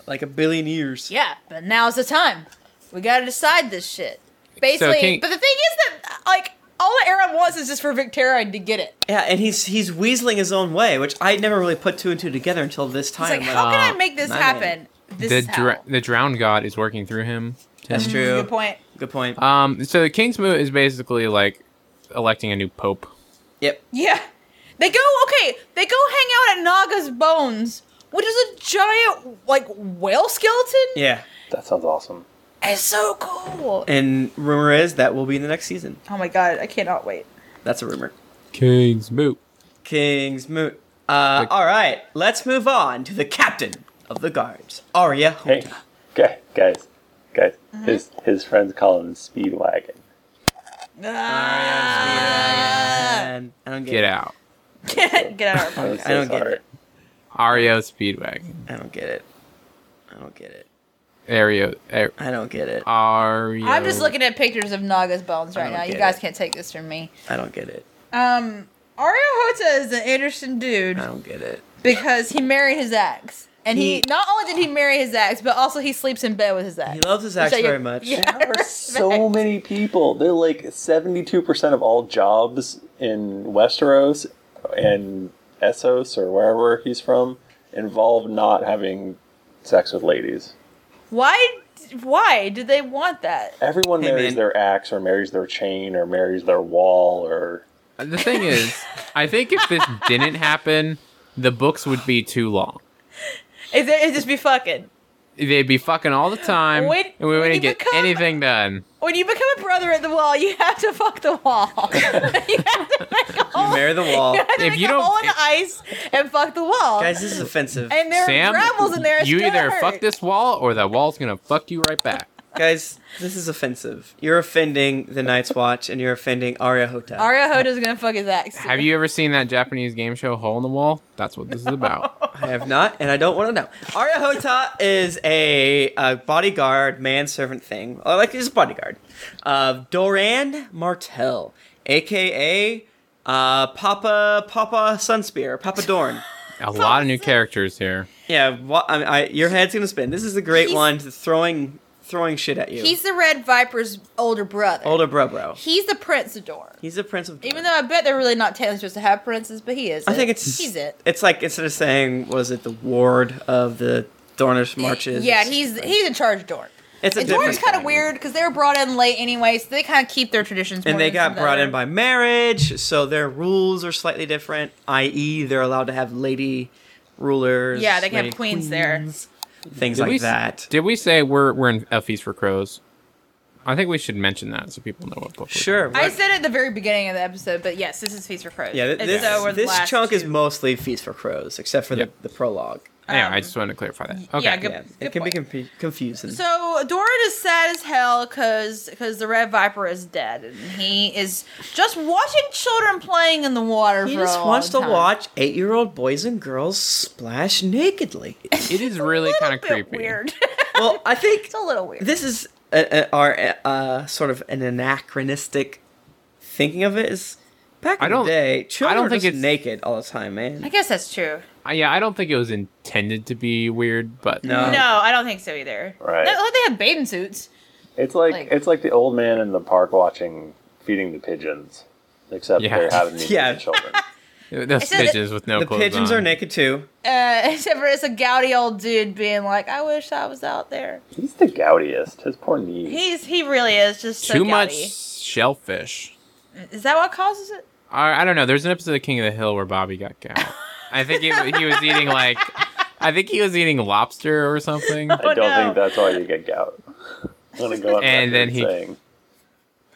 Speaker 1: like a billion years.
Speaker 4: yeah, but now's the time. We gotta decide this shit. Basically,
Speaker 3: King-
Speaker 4: but the thing is that like all that Aaron wants is just for Victoria to get it.
Speaker 1: Yeah, and he's he's weaseling his own way, which I never really put two and two together until this
Speaker 4: It's
Speaker 1: time.
Speaker 4: like,
Speaker 1: I'm
Speaker 4: how can I
Speaker 3: uh,
Speaker 4: make this
Speaker 1: nine.
Speaker 4: happen? This
Speaker 3: the
Speaker 4: is how.
Speaker 3: dra- the drowned god is working through him.
Speaker 1: that's true.
Speaker 4: Good point.
Speaker 1: Good point.
Speaker 3: Um, so the king's moot is basically like electing a new pope.
Speaker 1: yep.
Speaker 4: Yeah, they go okay. They go hang out at Naga's bones, which is a giant like whale skeleton.
Speaker 1: Yeah.
Speaker 2: That sounds awesome.
Speaker 4: It's so cool.
Speaker 1: And rumor is that will be in the next season.
Speaker 4: Oh my god, I cannot wait.
Speaker 1: That's a rumor.
Speaker 3: King's moot.
Speaker 1: King's Moot. Uh,
Speaker 3: The-
Speaker 1: all right, let's move on to the captain of the guards, Arya.
Speaker 2: Hey, guys, guys, guys. His his friends call him Speedwagon.
Speaker 4: Ah.
Speaker 1: And I don't get,
Speaker 3: Get
Speaker 1: it.
Speaker 3: out.
Speaker 4: Get out of our
Speaker 2: I'm
Speaker 4: podcast.
Speaker 2: so
Speaker 1: I don't get
Speaker 2: sorry.
Speaker 1: it.
Speaker 3: Ario Speedwagon.
Speaker 1: I don't get it. I don't get it.
Speaker 3: Ario. Ar-
Speaker 1: I don't get
Speaker 3: Ah.
Speaker 1: it.
Speaker 3: Ario.
Speaker 4: I'm just looking at pictures of Naga's bones
Speaker 1: I
Speaker 4: right
Speaker 1: don't
Speaker 4: now. You
Speaker 1: get
Speaker 4: guys
Speaker 1: it.
Speaker 4: can't take this from me.
Speaker 1: I don't get it.
Speaker 4: Um, Ario Hota is an interesting dude
Speaker 1: I don't get it.
Speaker 4: because he married his ex. And
Speaker 1: Oh.
Speaker 4: he,
Speaker 1: He-
Speaker 4: not only did he marry his ex, but also he sleeps in bed with his ex.
Speaker 1: He loves his ex
Speaker 4: Which I-
Speaker 1: very much.
Speaker 4: Yeah,
Speaker 2: There are so many people. They're like seventy-two percent of all jobs in Westeros and Essos or wherever he's from involve not having sex with ladies.
Speaker 4: Why? Why do they want that?
Speaker 2: Everyone
Speaker 1: Hey,
Speaker 2: marries
Speaker 1: man.
Speaker 2: their axe or marries their chain or marries their wall or
Speaker 3: The thing is, I think if this didn't happen, the books would be too long.
Speaker 4: Is it it'd just be fucking?
Speaker 3: They'd be fucking all the time,
Speaker 4: When-
Speaker 3: and we
Speaker 4: when
Speaker 3: wouldn't
Speaker 4: you
Speaker 3: get
Speaker 4: become-
Speaker 3: anything done.
Speaker 4: When you become a brother at the wall, you have to fuck the wall. you have to make a hole.
Speaker 1: Marry the wall,
Speaker 4: You have to
Speaker 3: If
Speaker 4: make
Speaker 3: you
Speaker 4: a
Speaker 3: don't-
Speaker 4: hole in the ice and fuck the wall.
Speaker 1: guys. This is offensive,
Speaker 4: and there
Speaker 3: Sam,
Speaker 4: are rebels in there. It's
Speaker 3: you
Speaker 4: gonna
Speaker 3: either
Speaker 4: hurt.
Speaker 3: fuck this wall or that wall's gonna fuck you right back.
Speaker 1: guys. This is offensive. You're offending the Night's Watch, and you're offending Arya Hotel.
Speaker 4: Aria Hoda's gonna fuck his ex.
Speaker 3: Have you ever seen that Japanese game show Hole in the Wall? That's what this is about.
Speaker 1: I have not, and I don't want to know. Arya Hota is a, uh bodyguard, manservant thing. I like his bodyguard. Uh, Doran Martell, aka uh, Papa Papa Sunspear, Papa Dorn.
Speaker 3: A lot of new characters here.
Speaker 1: yeah, wha- I, I, your head's gonna spin. This is a great
Speaker 4: He's-
Speaker 1: one to throwing throwing shit at you.
Speaker 4: He's the Red Viper's older brother.
Speaker 1: older bro, bro.
Speaker 4: He's the Prince of Dorne.
Speaker 1: He's a prince of. Dorne.
Speaker 4: Even though I bet they're really not technically supposed to have princes, but he is.
Speaker 1: I
Speaker 4: it.
Speaker 1: think it's
Speaker 4: he's it.
Speaker 1: It's like instead of saying was it the ward of the Dornish marches?
Speaker 4: Yeah,
Speaker 1: it's-
Speaker 4: he's he's in charge of Dorne.
Speaker 1: It's a
Speaker 4: And Dorne's
Speaker 1: different
Speaker 4: kind of
Speaker 1: thing.
Speaker 4: weird because they were brought in late anyway, so they kind of keep their traditions. more
Speaker 1: and they
Speaker 4: than
Speaker 1: got
Speaker 4: some
Speaker 1: brought
Speaker 4: other-
Speaker 1: in by marriage, so their rules are slightly different. I.e., they're allowed to have lady rulers.
Speaker 4: Yeah, they can
Speaker 1: lady
Speaker 4: have queens, there.
Speaker 1: Things
Speaker 3: Did
Speaker 1: like
Speaker 3: we s-
Speaker 1: that.
Speaker 3: Did we say we're we're in a feast for crows? I think we should mention that so people know what book. we're
Speaker 1: Sure.
Speaker 3: doing.
Speaker 4: I
Speaker 1: but-
Speaker 4: said it at the very beginning of the episode, but yes, this is Feast for Crows.
Speaker 1: yeah, th-
Speaker 4: And
Speaker 1: this,
Speaker 4: so we're the
Speaker 1: this
Speaker 4: last
Speaker 1: chunk is
Speaker 4: two.
Speaker 1: mostly Feast for Crows, except for
Speaker 3: Yep.
Speaker 1: the, the prologue.
Speaker 3: Anyway,
Speaker 4: Um,
Speaker 3: I just wanted to clarify that. Okay.
Speaker 4: yeah, Good-
Speaker 1: yeah,
Speaker 4: good
Speaker 1: it can
Speaker 4: point.
Speaker 1: be confu- confusing.
Speaker 4: So Doran is sad as hell because the Red Viper is dead and he is just watching children playing in the water.
Speaker 1: he
Speaker 4: for
Speaker 1: just
Speaker 4: a
Speaker 1: wants to
Speaker 4: long time.
Speaker 1: watch eight-year-old boys and girls splash nakedly.
Speaker 3: it is really
Speaker 4: It's a
Speaker 3: kind of
Speaker 4: bit
Speaker 3: creepy.
Speaker 4: Weird.
Speaker 1: well, I think
Speaker 4: it's a little weird.
Speaker 1: this is uh uh our uh, sort of an anachronistic thinking of it is back in
Speaker 3: I don't-
Speaker 1: the day. Children
Speaker 3: don't
Speaker 1: were
Speaker 3: think
Speaker 1: just
Speaker 3: it's-
Speaker 1: naked all the time, man.
Speaker 4: I guess that's true.
Speaker 3: Uh, yeah, I don't think it was intended to be weird, but
Speaker 1: No.
Speaker 4: no, I don't think so either.
Speaker 2: Right.
Speaker 4: No, like they have bathing suits.
Speaker 2: It's like,
Speaker 4: Like-
Speaker 2: it's like the old man in the park watching feeding the pigeons, except
Speaker 3: Yeah.
Speaker 2: they're having these
Speaker 1: Yeah.
Speaker 2: children.
Speaker 3: those
Speaker 4: said that-
Speaker 3: pigeons with no
Speaker 1: the
Speaker 3: clothes
Speaker 1: pigeons are
Speaker 3: on.
Speaker 1: naked too.
Speaker 4: Uh, except for it's a gouty old dude being like, "I wish I was out there."
Speaker 2: He's the goudiest. His poor knees.
Speaker 4: He's he really is just so
Speaker 3: Too much
Speaker 4: gouty.
Speaker 3: shellfish.
Speaker 4: Is that what causes it?
Speaker 3: I, I don't know. There's an episode of King of the Hill where Bobby got gout. I think he, he was eating like, I think he was eating lobster or something.
Speaker 2: I don't
Speaker 4: no.
Speaker 2: think that's why you get gout. I'm gonna go on
Speaker 3: And
Speaker 2: and
Speaker 3: then
Speaker 2: then
Speaker 3: he-
Speaker 2: saying,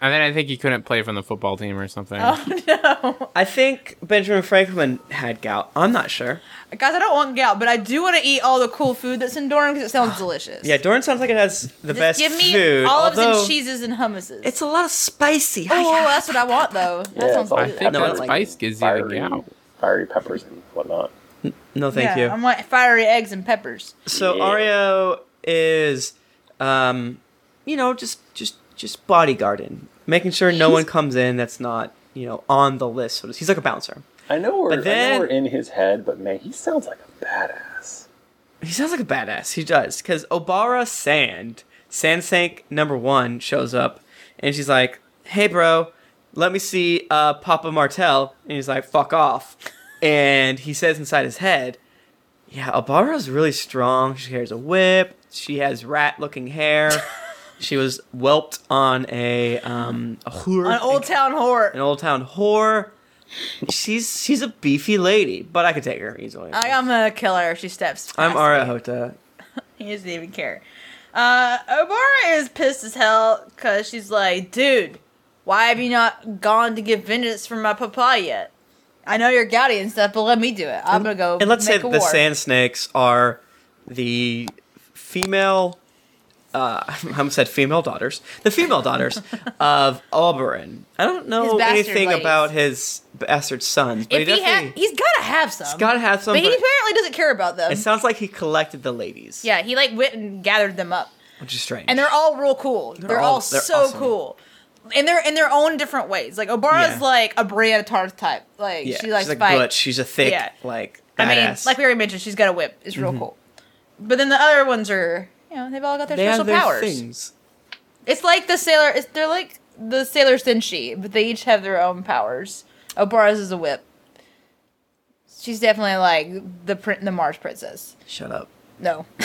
Speaker 3: And then I think he couldn't play from the football team or something.
Speaker 4: Oh no,
Speaker 1: I think Benjamin Franklin had gout. I'm not sure.
Speaker 4: guys, I don't want gout, but I do want to eat all the cool food that's in Doran because it sounds delicious.
Speaker 1: Yeah, Doran sounds like it has the
Speaker 4: Just
Speaker 1: best
Speaker 4: give me
Speaker 1: food.
Speaker 4: olives
Speaker 1: although
Speaker 4: and cheeses and hummuses.
Speaker 1: It's a lot of spicy.
Speaker 4: oh, that's what I want though. That
Speaker 2: Yeah,
Speaker 4: sounds
Speaker 2: it's all
Speaker 3: I
Speaker 4: good.
Speaker 3: think
Speaker 1: No,
Speaker 3: that
Speaker 1: it's like
Speaker 3: spice gives you the
Speaker 2: fiery,
Speaker 3: gout.
Speaker 2: fiery peppers and whatnot.
Speaker 1: no, thank
Speaker 4: yeah,
Speaker 1: you.
Speaker 4: I want fiery eggs and peppers.
Speaker 1: so
Speaker 2: Yeah.
Speaker 1: Ario is, um, you know, just just just bodyguarding, making sure no one comes in that's not you know on the list. So to- he's like a bouncer.
Speaker 2: I know we're
Speaker 1: But then-
Speaker 2: I know we're in his head, but man, he sounds like a badass.
Speaker 1: He sounds like a badass. He does. Because Obara Sand, Sandsank number one, shows up and she's like, hey, bro, let me see uh, Papa Martel. And he's like, fuck off. And he says inside his head, yeah, Obara's really strong. She carries a whip. She has rat looking hair. she was whelped on a, um, a hoor.
Speaker 4: An old town whore.
Speaker 1: an old town whore. She's she's a beefy lady, but I could take her easily.
Speaker 4: I, I'm gonna kill her if she steps.
Speaker 1: I'm
Speaker 4: past
Speaker 1: Aria
Speaker 4: me.
Speaker 1: Hota.
Speaker 4: He doesn't even care. Uh, Obara is pissed as hell because she's like, dude, why have you not gone to get vengeance for my papa yet? I know you're gouty and stuff, but let me do it. I'm gonna go.
Speaker 1: And let's say
Speaker 4: make
Speaker 1: that
Speaker 4: a
Speaker 1: the
Speaker 4: war.
Speaker 1: sand snakes are the female. Uh, I almost said female daughters. The female daughters of Oberon. I don't know
Speaker 4: His bastard
Speaker 1: anything
Speaker 4: ladies.
Speaker 1: about his bastard sons, but
Speaker 4: If
Speaker 1: he
Speaker 4: he ha-
Speaker 1: definitely
Speaker 4: he's gotta have some.
Speaker 1: has got to have some.
Speaker 4: but he
Speaker 1: but
Speaker 4: apparently doesn't care about them.
Speaker 1: it sounds like he collected the ladies.
Speaker 4: Yeah, he like went and gathered them up.
Speaker 1: which is strange.
Speaker 4: and they're all real cool. They're, all,
Speaker 1: all- they're
Speaker 4: so
Speaker 1: awesome.
Speaker 4: cool, and they're in their own different ways. Like Obara's
Speaker 1: Yeah.
Speaker 4: like a Brianna Tarth type. Like
Speaker 1: yeah,
Speaker 4: she likes
Speaker 1: she's like
Speaker 4: to fight.
Speaker 1: butch. She's a thick
Speaker 4: Yeah.
Speaker 1: like.
Speaker 4: I mean,
Speaker 1: badass. Mm-hmm.
Speaker 4: like we already mentioned, she's got a whip. It's real cool. But then the other ones are, you know, they've all got their
Speaker 1: they
Speaker 4: special
Speaker 1: have their
Speaker 4: powers.
Speaker 1: things.
Speaker 4: It's like the sailor. It's, they're like the sailor Senshi, but they each have their own powers. Obara's is a whip. She's definitely like the print, the Mars princess.
Speaker 1: Shut up.
Speaker 4: No,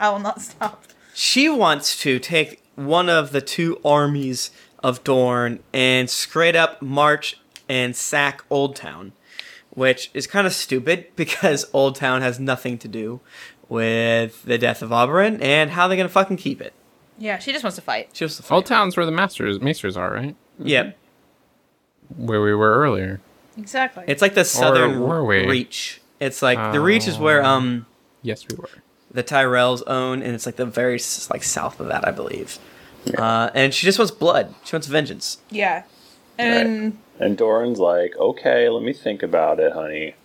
Speaker 4: I will not stop.
Speaker 1: she wants to take one of the two armies of Dorne and straight up march and sack Old Town, which is kind of stupid because Old Town has nothing to do with the death of Oberyn and how they're gonna fucking keep it.
Speaker 4: Yeah, she just wants to fight.
Speaker 1: She was the
Speaker 3: Old towns where the masters maesters are, right?
Speaker 1: Yep,
Speaker 3: Where we were earlier.
Speaker 4: Exactly.
Speaker 1: it's like the southern
Speaker 3: were we? Oh.
Speaker 1: reach. It's like the reach is where um
Speaker 3: Yes, we were.
Speaker 1: the Tyrells own, and it's like the very s- like south of that, I believe. Uh, and she just wants blood. She wants vengeance.
Speaker 4: Yeah. And
Speaker 2: And Doran's like, okay, let me think about it, honey.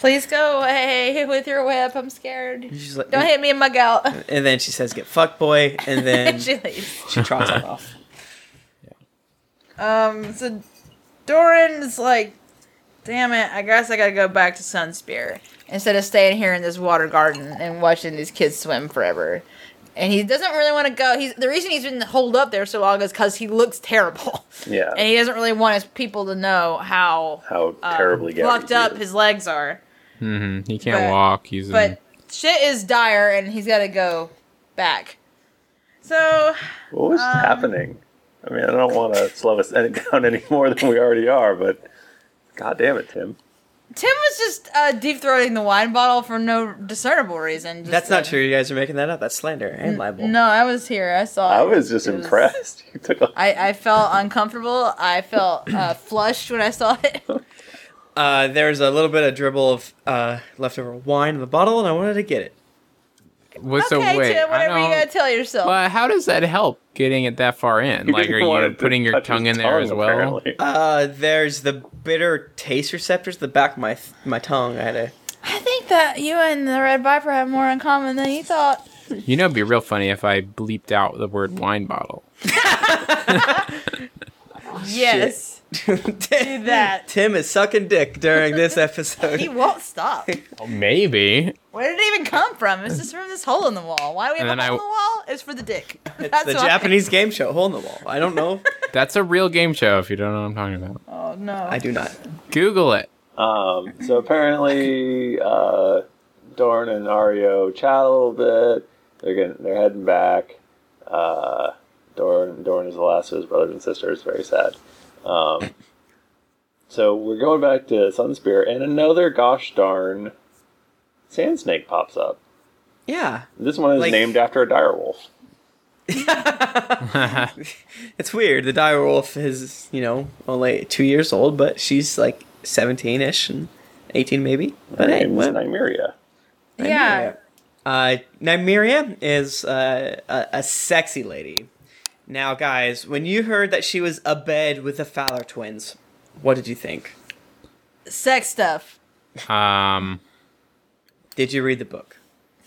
Speaker 4: please go away with your whip. I'm scared.
Speaker 1: She's like,
Speaker 4: Don't hit me in my gout.
Speaker 1: and then she says, "Get fucked, boy," and then
Speaker 4: and she leaves.
Speaker 1: She trots it off.
Speaker 4: Um, so Doran is like, damn it, I guess I gotta go back to Sunspear instead of staying here in this water garden and watching these kids swim forever. And he doesn't really want to go. He's the reason he's been holed up there so long is because he looks terrible,
Speaker 2: Yeah.
Speaker 4: and he doesn't really want his people to know how
Speaker 2: How
Speaker 4: um,
Speaker 2: terribly gouty
Speaker 4: locked
Speaker 2: he
Speaker 4: up
Speaker 2: is.
Speaker 4: his legs are.
Speaker 3: hmm He can't
Speaker 4: But-
Speaker 3: walk. He's in-
Speaker 4: But shit is dire, and he's got to go back. So
Speaker 2: What was happening? I mean, I don't want to slow us down any more than we already are, but god damn it, Tim.
Speaker 4: Tim was just uh, deep throating the wine bottle for no discernible reason. Just
Speaker 1: That's not
Speaker 4: like-
Speaker 1: true. You guys are making that up. That's slander and libel.
Speaker 4: No, I was here. I saw.
Speaker 2: I
Speaker 4: it.
Speaker 2: was just
Speaker 4: It
Speaker 2: impressed. You took a
Speaker 4: I, I felt uncomfortable. I felt uh, flushed when I saw it.
Speaker 1: Uh, there's a little bit of dribble of uh, leftover wine in the bottle, and I wanted to get it.
Speaker 3: Well,
Speaker 4: okay,
Speaker 3: so wait,
Speaker 4: Tim,
Speaker 3: I
Speaker 4: whatever you
Speaker 3: don't-
Speaker 4: gotta tell yourself.
Speaker 3: Well, how does that help getting it that far in?
Speaker 2: He
Speaker 3: Like, are
Speaker 2: didn't want it
Speaker 3: you
Speaker 2: to
Speaker 3: putting your
Speaker 2: touch his
Speaker 3: tongue in there as
Speaker 2: tongue,
Speaker 3: well?
Speaker 2: apparently.
Speaker 1: Uh, there's the bitter taste receptors at the back of my th- my tongue. I had a
Speaker 4: I think that you and the Red Viper have more in common than you thought.
Speaker 3: You know, it'd be real funny if I bleeped out the word wine bottle.
Speaker 4: Yes,
Speaker 1: Tim,
Speaker 4: that.
Speaker 1: Tim is sucking dick during this episode.
Speaker 4: he won't stop.
Speaker 3: Maybe.
Speaker 4: Where did it even come from? It's just from this hole in the wall. Why do we have
Speaker 3: And
Speaker 4: a
Speaker 3: then
Speaker 4: hole
Speaker 3: I-
Speaker 4: in the wall? It's for the dick.
Speaker 1: it's
Speaker 4: That's
Speaker 1: the
Speaker 4: why.
Speaker 1: Japanese game show, Hole in the Wall. I don't know.
Speaker 3: That's a real game show if you don't know what I'm talking about.
Speaker 4: Oh no.
Speaker 1: I do not.
Speaker 3: Google it.
Speaker 2: Um, so apparently, uh, Dorn and Ario chat a little bit. They're getting, they're heading back. Uh, Dorn, Dorn is the last of his brothers and sisters. Very sad. Um, so we're going back to Sunspear, and another gosh darn sand snake pops up.
Speaker 1: Yeah,
Speaker 2: This one is
Speaker 1: Like-
Speaker 2: named after a direwolf.
Speaker 1: it's weird. The dire wolf is you know only two years old, but she's like seventeen ish and eighteen maybe.
Speaker 2: Her
Speaker 1: But hey,
Speaker 2: name is
Speaker 1: what?
Speaker 2: Nymeria.
Speaker 4: Yeah.
Speaker 1: Uh, Nymeria is uh, a, a sexy lady. Now, guys, when you heard that she was abed with the Fowler twins, what did you think?
Speaker 4: Sex stuff.
Speaker 3: Um,
Speaker 1: Did you read the book?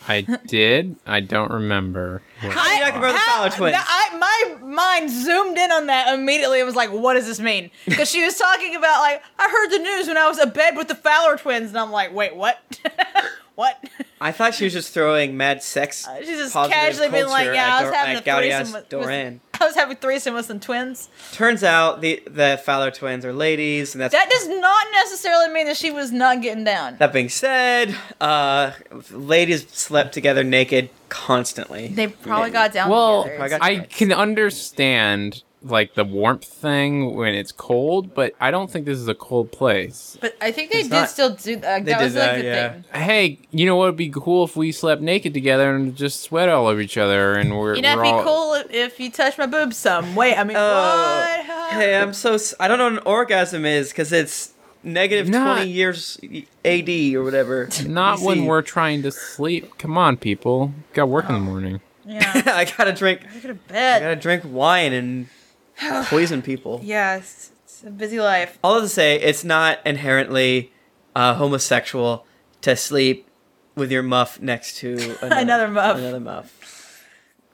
Speaker 3: I did. I don't remember. what-
Speaker 1: How do you talk about the Fowler twins?
Speaker 4: that- I, my mind zoomed in on that immediately and was like, what does this mean? Because she was talking about, like, I heard the news when I was abed with the Fowler twins, and I'm like, wait, what? what?
Speaker 1: I thought she was just throwing mad sex.
Speaker 4: Uh, She's just
Speaker 1: positive
Speaker 4: casually being like,
Speaker 1: culture
Speaker 4: yeah,
Speaker 1: at
Speaker 4: I was
Speaker 1: Dor-
Speaker 4: having a
Speaker 1: at Gaudia's
Speaker 4: threesome with, with-
Speaker 1: Doran.
Speaker 4: I was having a threesome with some twins.
Speaker 1: Turns out the the Fowler twins are ladies, and that's
Speaker 4: That does not necessarily mean that she was not getting down.
Speaker 1: That being said, uh, ladies slept together naked constantly.
Speaker 4: they probably got down
Speaker 3: Well,
Speaker 4: together.
Speaker 1: Probably got-
Speaker 3: I can understand like the warmth thing when it's cold, but I don't think this is a cold place.
Speaker 4: But I think they
Speaker 1: It's
Speaker 4: did
Speaker 1: not-
Speaker 4: still do that.
Speaker 1: They
Speaker 4: that
Speaker 1: did
Speaker 4: was like
Speaker 1: that,
Speaker 4: the
Speaker 1: yeah.
Speaker 4: thing.
Speaker 3: Hey, you know what would be cool if we slept naked together and just sweat all over each other and we're,
Speaker 4: You know, it'd
Speaker 3: we're
Speaker 4: be
Speaker 3: all
Speaker 4: cool if, if you touch my boobs some. Wait, I mean,
Speaker 1: Oh,
Speaker 4: what?
Speaker 1: Hey, I'm so s- I don't know what an orgasm is because it's negative
Speaker 3: Not-
Speaker 1: twenty years AD or whatever.
Speaker 3: Not
Speaker 1: BC.
Speaker 3: when we're trying to sleep. Come on, people. Got work in
Speaker 4: Oh,
Speaker 3: the morning.
Speaker 4: Yeah,
Speaker 1: I gotta drink.
Speaker 4: I could have
Speaker 1: I
Speaker 4: bet.
Speaker 1: gotta drink wine and poison people.
Speaker 4: Yes, it's a busy life.
Speaker 1: All to say, it's not inherently uh, homosexual to sleep with your muff next to another,
Speaker 4: Another muff.
Speaker 1: Another muff.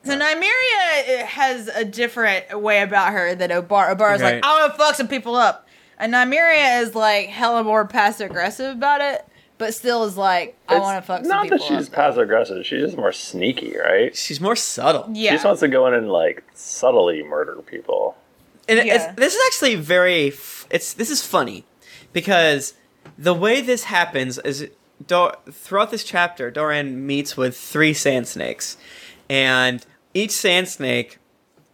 Speaker 4: So Nymeria uh, has a different way about her than Obara. Obara's
Speaker 1: Right.
Speaker 4: like, I want to fuck some people up. And Nymeria is like hella more passive aggressive about it, but still is like, I
Speaker 2: It's
Speaker 4: want to fuck some
Speaker 2: Not
Speaker 4: people
Speaker 2: that she's
Speaker 4: up.
Speaker 2: passive aggressive. She's just more sneaky, right?
Speaker 1: She's more subtle.
Speaker 4: yeah.
Speaker 2: She just wants to go in and like subtly murder people.
Speaker 1: and it-
Speaker 4: Yeah.
Speaker 1: it's, this is actually very f- it's this is funny because the way this happens is Do- throughout this chapter doran meets with three sand snakes and each sand snake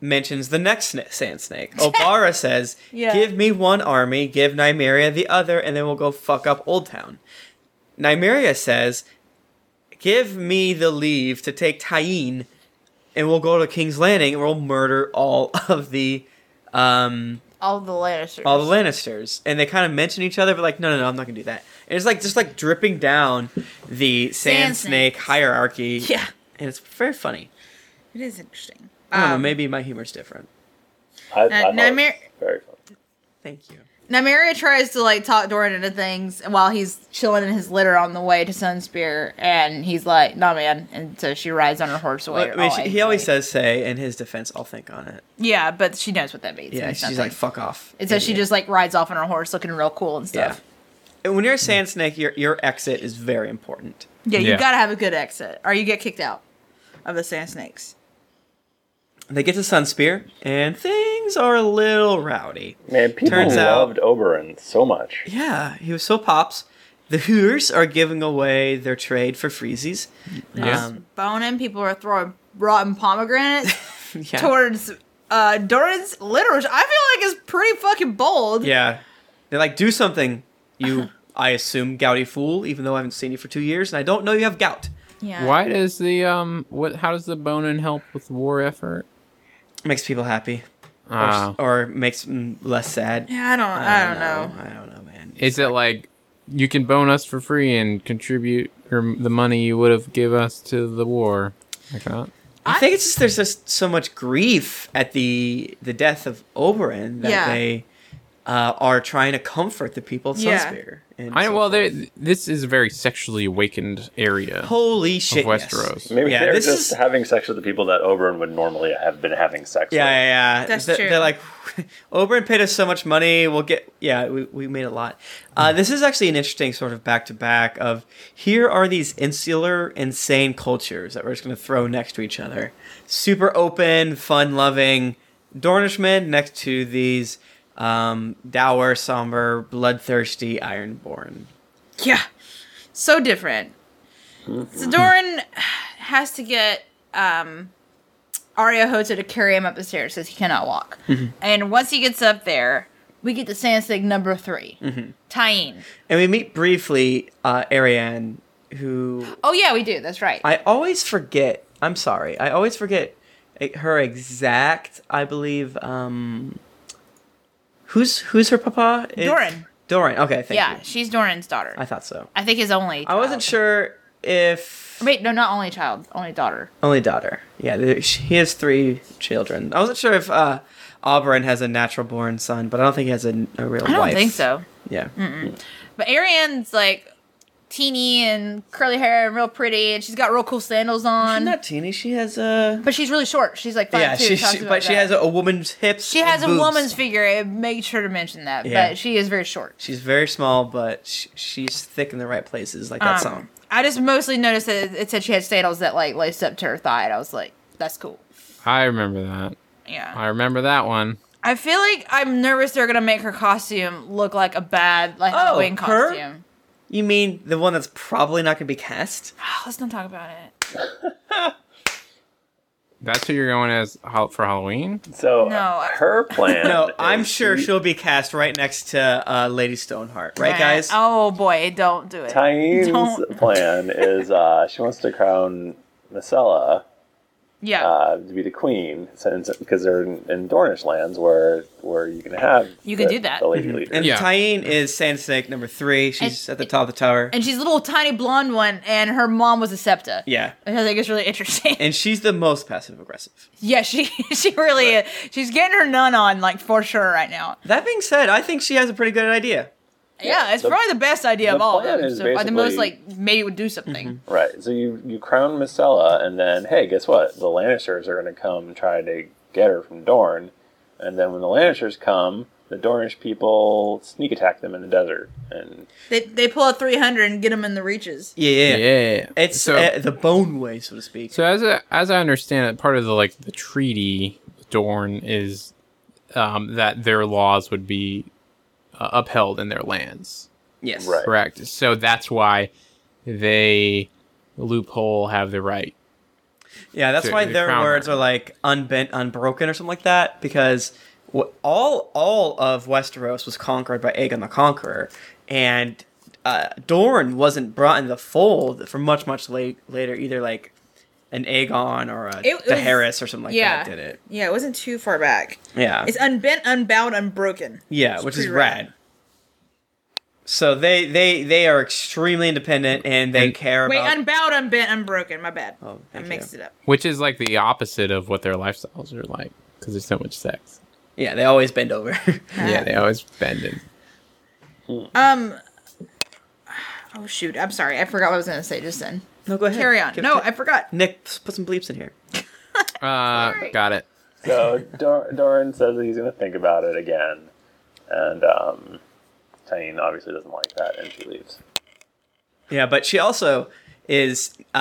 Speaker 1: mentions the next sna- sand snake obara says
Speaker 4: Yeah.
Speaker 1: give me one army give nymeria the other and then we'll go fuck up old town nymeria says give me the leave to take tyene and we'll go to king's landing and we'll murder all of the um,
Speaker 4: all the Lannisters.
Speaker 1: all the Lannisters, and they kind of mention each other, but like, no, no, no, I'm not gonna do that. And it's like just like dripping down the sand,
Speaker 4: Sand
Speaker 1: snake
Speaker 4: snakes.
Speaker 1: hierarchy.
Speaker 4: Yeah.
Speaker 1: and it's very funny.
Speaker 4: It is interesting.
Speaker 1: I don't know,
Speaker 4: Um,
Speaker 1: maybe my humor's different.
Speaker 2: I, I
Speaker 4: Now-
Speaker 2: thought
Speaker 4: now
Speaker 2: it was
Speaker 4: Mar-
Speaker 2: very fun.
Speaker 1: Thank you.
Speaker 4: Nymeria tries to like talk Doran into things while he's chilling in his litter on the way to Sunspear, and he's like, "Nah, man." And so she rides on her horse away.
Speaker 1: Well, I mean,
Speaker 4: all
Speaker 1: she- he always
Speaker 4: angry.
Speaker 1: says "say" in his defense. I'll think on it.
Speaker 4: "Yeah," but she knows what that means.
Speaker 1: Yeah,
Speaker 4: It means
Speaker 1: she's
Speaker 4: nothing.
Speaker 1: like, "Fuck off."
Speaker 4: And so she
Speaker 1: idiot."
Speaker 4: just like rides off on her horse, looking real cool and
Speaker 1: yeah.
Speaker 4: stuff.
Speaker 1: And when you're a sand snake, your your exit is very important.
Speaker 4: Yeah, you
Speaker 3: Yeah.
Speaker 4: gotta have a good exit, or you get kicked out of the sand snakes.
Speaker 1: They get to Sunspear, and things are a little rowdy.
Speaker 2: Man, people
Speaker 1: Turns out-
Speaker 2: loved Oberon so much.
Speaker 1: Yeah, he was so pops. The Hooters are giving away their trade for Freezies.
Speaker 3: Yeah.
Speaker 1: Um,
Speaker 4: Bonin, people are throwing rotten pomegranates
Speaker 1: yeah.
Speaker 4: towards uh Doran's litter, which I feel like is pretty fucking bold.
Speaker 1: Yeah. They're like, do something, you, I assume, gouty fool, even though I haven't seen you for two years and I don't know you have gout.
Speaker 4: yeah.
Speaker 3: Why does the um what how does the bonin help with the war effort?
Speaker 1: Makes people happy. Or,
Speaker 3: Uh,
Speaker 1: or makes them less sad.
Speaker 4: Yeah, I don't. I don't know.
Speaker 1: I don't know, man.
Speaker 3: is it like you can bone us for free and contribute your, the money you would have give us to the war. Like that.
Speaker 1: I think it's just there's just so much grief at the the death of Oberon that
Speaker 4: Yeah.
Speaker 1: they uh, are trying to comfort the people of
Speaker 4: Yeah.
Speaker 1: Sunspear. and
Speaker 3: I
Speaker 1: so
Speaker 3: well,
Speaker 1: forth.
Speaker 3: there- this is a very sexually awakened area
Speaker 1: holy shit,
Speaker 3: of
Speaker 1: yes.
Speaker 3: Westeros.
Speaker 2: Maybe
Speaker 1: Yeah,
Speaker 2: they're
Speaker 1: this
Speaker 2: just
Speaker 1: is-
Speaker 2: having sex with the people that Oberon would normally have been having sex
Speaker 1: Yeah,
Speaker 2: with.
Speaker 1: yeah, yeah.
Speaker 4: That's
Speaker 1: They-
Speaker 4: true.
Speaker 1: They're like, Oberon paid us so much money. We'll get. Yeah, we, we made a lot. Uh, this is actually an interesting sort of back to back of here are these insular, insane cultures that we're just going to throw next to each other. Super open, fun loving Dornishmen next to these um, dour, somber, bloodthirsty Ironborn.
Speaker 4: Yeah. So different.
Speaker 1: Mm-hmm.
Speaker 4: So Doran has to get um Arya Hota to carry him up the stairs because he cannot walk.
Speaker 1: Mm-hmm.
Speaker 4: And once he gets up there, we get to Sansig number 3
Speaker 1: Mm-hmm.
Speaker 4: Tyene.
Speaker 1: And we meet briefly uh, Arianne, who
Speaker 4: Oh yeah, we do. That's right.
Speaker 1: I always forget. I'm sorry. I always forget e- her exact. I believe. um Who's who's her papa? It's-
Speaker 4: Doran.
Speaker 1: Doran. Okay. Thank
Speaker 4: yeah,
Speaker 1: you.
Speaker 4: she's Doran's daughter.
Speaker 1: I
Speaker 4: I,
Speaker 1: thought so.
Speaker 4: think his only.
Speaker 1: I wasn't
Speaker 4: child.
Speaker 1: sure if
Speaker 4: Wait, no, not only child, only daughter.
Speaker 1: only daughter. Yeah, there- she he has three children. I wasn't sure if uh Auburn has a natural born son, but I don't think he has a, a real
Speaker 4: I don't
Speaker 1: wife.
Speaker 4: think so.
Speaker 1: Yeah.
Speaker 4: But Ariane's like teeny and curly hair and real pretty, and she's got real cool sandals on.
Speaker 1: She's not teeny. She has a.
Speaker 4: but she's really short. She's like five
Speaker 1: Yeah, she,
Speaker 4: two.
Speaker 1: she- but she has a, a woman's hips.
Speaker 4: She
Speaker 1: and
Speaker 4: has a
Speaker 1: boobs.
Speaker 4: woman's figure. It made sure to mention that,
Speaker 1: Yeah.
Speaker 4: but she is very short.
Speaker 1: She's very small, but sh she's thick in the right places, like that
Speaker 4: Um,
Speaker 1: song.
Speaker 4: I just mostly noticed that it said she had sandals that like laced up to her thigh, and I was like, "That's cool."
Speaker 3: I remember that.
Speaker 4: Yeah,
Speaker 3: I remember that one.
Speaker 4: I feel like I'm nervous they're gonna make her costume look like a bad like
Speaker 1: Oh,
Speaker 4: Halloween
Speaker 1: her?
Speaker 4: costume.
Speaker 1: You mean the one that's probably not going to be cast?
Speaker 4: Oh, Let's not talk about it.
Speaker 3: That's who you're going as hol- for Halloween.
Speaker 2: So uh,
Speaker 4: No.
Speaker 2: her plan.
Speaker 1: No,
Speaker 2: is
Speaker 1: I'm sure
Speaker 2: she-
Speaker 1: she'll be cast right next to uh, Lady Stoneheart, right, guys?
Speaker 4: Oh boy, don't do it.
Speaker 2: Tyne's
Speaker 4: Don't.
Speaker 2: plan is uh, she wants to crown Micella
Speaker 4: yeah,
Speaker 2: uh, to be the queen, since because they're in, in Dornish lands where where you can have
Speaker 4: You can
Speaker 2: the-
Speaker 4: do that.
Speaker 2: The lady leader.
Speaker 1: Mm-hmm. And
Speaker 3: Yeah.
Speaker 1: Tyene is Sand Snake number three. She's at the top of the tower.
Speaker 4: and she's a little tiny blonde one, and her mom was a septa.
Speaker 1: yeah,
Speaker 4: Which I think it's really interesting.
Speaker 1: and she's the most passive aggressive.
Speaker 4: yeah, she she really is. She's getting her nun on like for sure right now.
Speaker 1: That being said, I think she has a pretty good idea.
Speaker 4: Yeah, it's
Speaker 2: the-
Speaker 4: probably the best idea of
Speaker 2: the
Speaker 4: all of
Speaker 2: plan
Speaker 4: them.
Speaker 2: is
Speaker 4: So by the most
Speaker 2: basically-
Speaker 4: like maybe would do something.
Speaker 1: Mm-hmm.
Speaker 2: Right. So you you crown Micella, and then hey, guess what? The Lannisters are going to come try to get her from Dorne, and then when the Lannisters come, the Dornish people sneak attack them in the desert, and
Speaker 4: They they pull out three hundred and get them in the reaches.
Speaker 1: Yeah, yeah. yeah. It's
Speaker 3: It's so.
Speaker 1: uh, the bone way, so to speak.
Speaker 3: so as I, as I understand it, part of the like the treaty with Dorne is um, that their laws would be uh, upheld in their lands.
Speaker 1: yes.
Speaker 2: Right.
Speaker 3: Correct. So that's why they loophole have the right.
Speaker 1: Yeah, that's
Speaker 3: to-
Speaker 1: why
Speaker 3: to
Speaker 1: their
Speaker 3: crown
Speaker 1: words
Speaker 3: her.
Speaker 1: are like unbent, unbroken, or something like that, because wh- all all of Westeros was conquered by Aegon the Conqueror, and uh, Dorne wasn't brought in the fold for much, much late, later, either like an Aegon or a
Speaker 4: It was-
Speaker 1: Daenerys or something like
Speaker 4: yeah.
Speaker 1: that did it.
Speaker 4: Yeah, it wasn't too far back.
Speaker 1: Yeah,
Speaker 4: unbent, unbound, unbroken.
Speaker 1: yeah, which is
Speaker 4: pretty rad.
Speaker 1: rad. So they they they are extremely independent and they
Speaker 3: And-
Speaker 1: care
Speaker 4: Wait,
Speaker 1: about.
Speaker 4: unbound, unbent, unbroken. My bad.
Speaker 1: Oh,
Speaker 4: I
Speaker 1: thank
Speaker 4: mixed
Speaker 1: you.
Speaker 4: it up.
Speaker 3: Which is like the opposite of what their lifestyles are like because there's so much sex.
Speaker 1: yeah, they always bend over.
Speaker 4: Uh,
Speaker 3: Yeah, they always bend it.
Speaker 4: Um. Oh shoot! I'm sorry. I forgot what I was gonna say just then.
Speaker 1: no, go ahead.
Speaker 4: Carry on.
Speaker 1: Give-
Speaker 4: No, I forgot.
Speaker 1: Nick, put some bleeps in here.
Speaker 3: Uh, got it.
Speaker 2: So Dor- Doran says that he's going to think about it again, and um, Tyne obviously doesn't like that, and she leaves.
Speaker 1: Yeah, but she also is uh,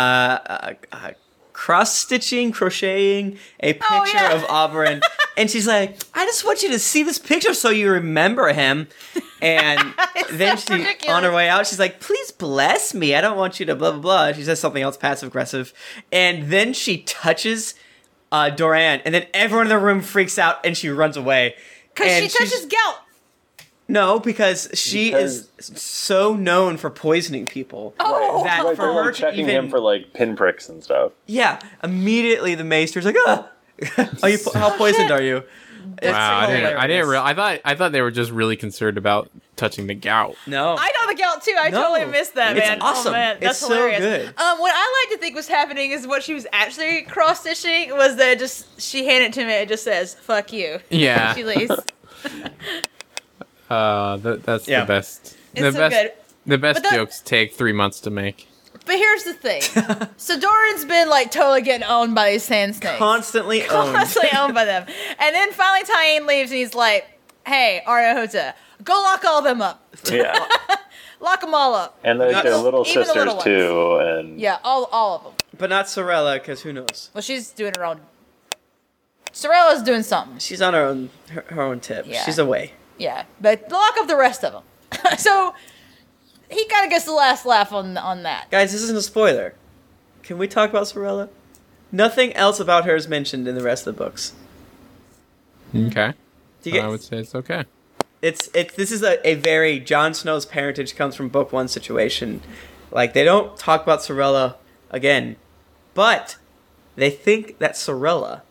Speaker 1: uh, uh, cross stitching, crocheting a picture
Speaker 4: Oh, yeah.
Speaker 1: of Auburn, and she's like, "I just want you to see this picture so you remember him." And then
Speaker 4: so
Speaker 1: she,
Speaker 4: ridiculous.
Speaker 1: on her way out, she's like, "Please bless me. I don't want you to blah blah blah." She says something else passive aggressive, and then she touches uh, Doran, and then everyone in the room freaks out, and she runs away.
Speaker 4: Cause she
Speaker 1: And she's-
Speaker 4: touches gout.
Speaker 1: no, because she
Speaker 2: Because-
Speaker 1: is so known for poisoning people.
Speaker 4: Oh,
Speaker 1: That
Speaker 2: Right,
Speaker 1: for
Speaker 2: they're
Speaker 1: her
Speaker 2: like
Speaker 1: to
Speaker 2: checking
Speaker 1: even-
Speaker 2: him for like pinpricks and stuff.
Speaker 1: Yeah, immediately the maester's like, ah, are you po- how poisoned
Speaker 4: Oh, shit.
Speaker 1: are you?
Speaker 4: That's
Speaker 3: Wow, I
Speaker 4: so
Speaker 3: didn't. I didn't
Speaker 1: hilarious.
Speaker 3: real. I thought. I thought they were just really concerned about touching the gout.
Speaker 1: No.
Speaker 4: I know the gout too. I
Speaker 1: No.
Speaker 4: totally missed that,
Speaker 1: It's
Speaker 4: man.
Speaker 1: awesome.
Speaker 4: Oh, man.
Speaker 1: It's
Speaker 4: That's
Speaker 1: so
Speaker 4: hilarious.
Speaker 1: good.
Speaker 4: Um, what I like to think was happening is what she was actually cross stitching was that it just she handed it to me. and It just says "fuck you."
Speaker 3: Yeah.
Speaker 4: she leaves.
Speaker 3: Uh, th- that's
Speaker 1: Yeah.
Speaker 3: the best.
Speaker 4: It's
Speaker 3: the
Speaker 4: so
Speaker 3: best.
Speaker 4: good.
Speaker 3: The best
Speaker 4: But that-
Speaker 3: jokes take three months to make.
Speaker 4: But here's the thing: so Doran's been like totally getting owned by these sand snakes,
Speaker 1: Constantly owned.
Speaker 4: constantly owned by them. And then finally, Tyane leaves, and he's like, "Hey, Arahota, go lock all them up.
Speaker 2: Yeah.
Speaker 4: Lock them all up.
Speaker 2: And their, their little
Speaker 4: Even the
Speaker 2: sisters,
Speaker 4: little
Speaker 2: too. And
Speaker 4: Yeah, all all of them.
Speaker 1: But not Sorella, because who knows?
Speaker 4: Well, she's doing her own. Sorella's doing something.
Speaker 1: She's on her own her, her own tip.
Speaker 4: Yeah.
Speaker 1: She's away.
Speaker 4: Yeah, but lock up the rest of them. so he kind of gets the last laugh on on that.
Speaker 1: Guys, this isn't a spoiler. Can we talk about Sorella? Nothing else about her is mentioned in the rest of the books.
Speaker 4: Hmm.
Speaker 3: Okay.
Speaker 1: Do you
Speaker 3: I
Speaker 1: get,
Speaker 3: would say it's okay.
Speaker 1: it's it's this is a, a very Jon Snow's parentage comes from book one situation. Like they don't talk about Sorella again, but they think that Sorella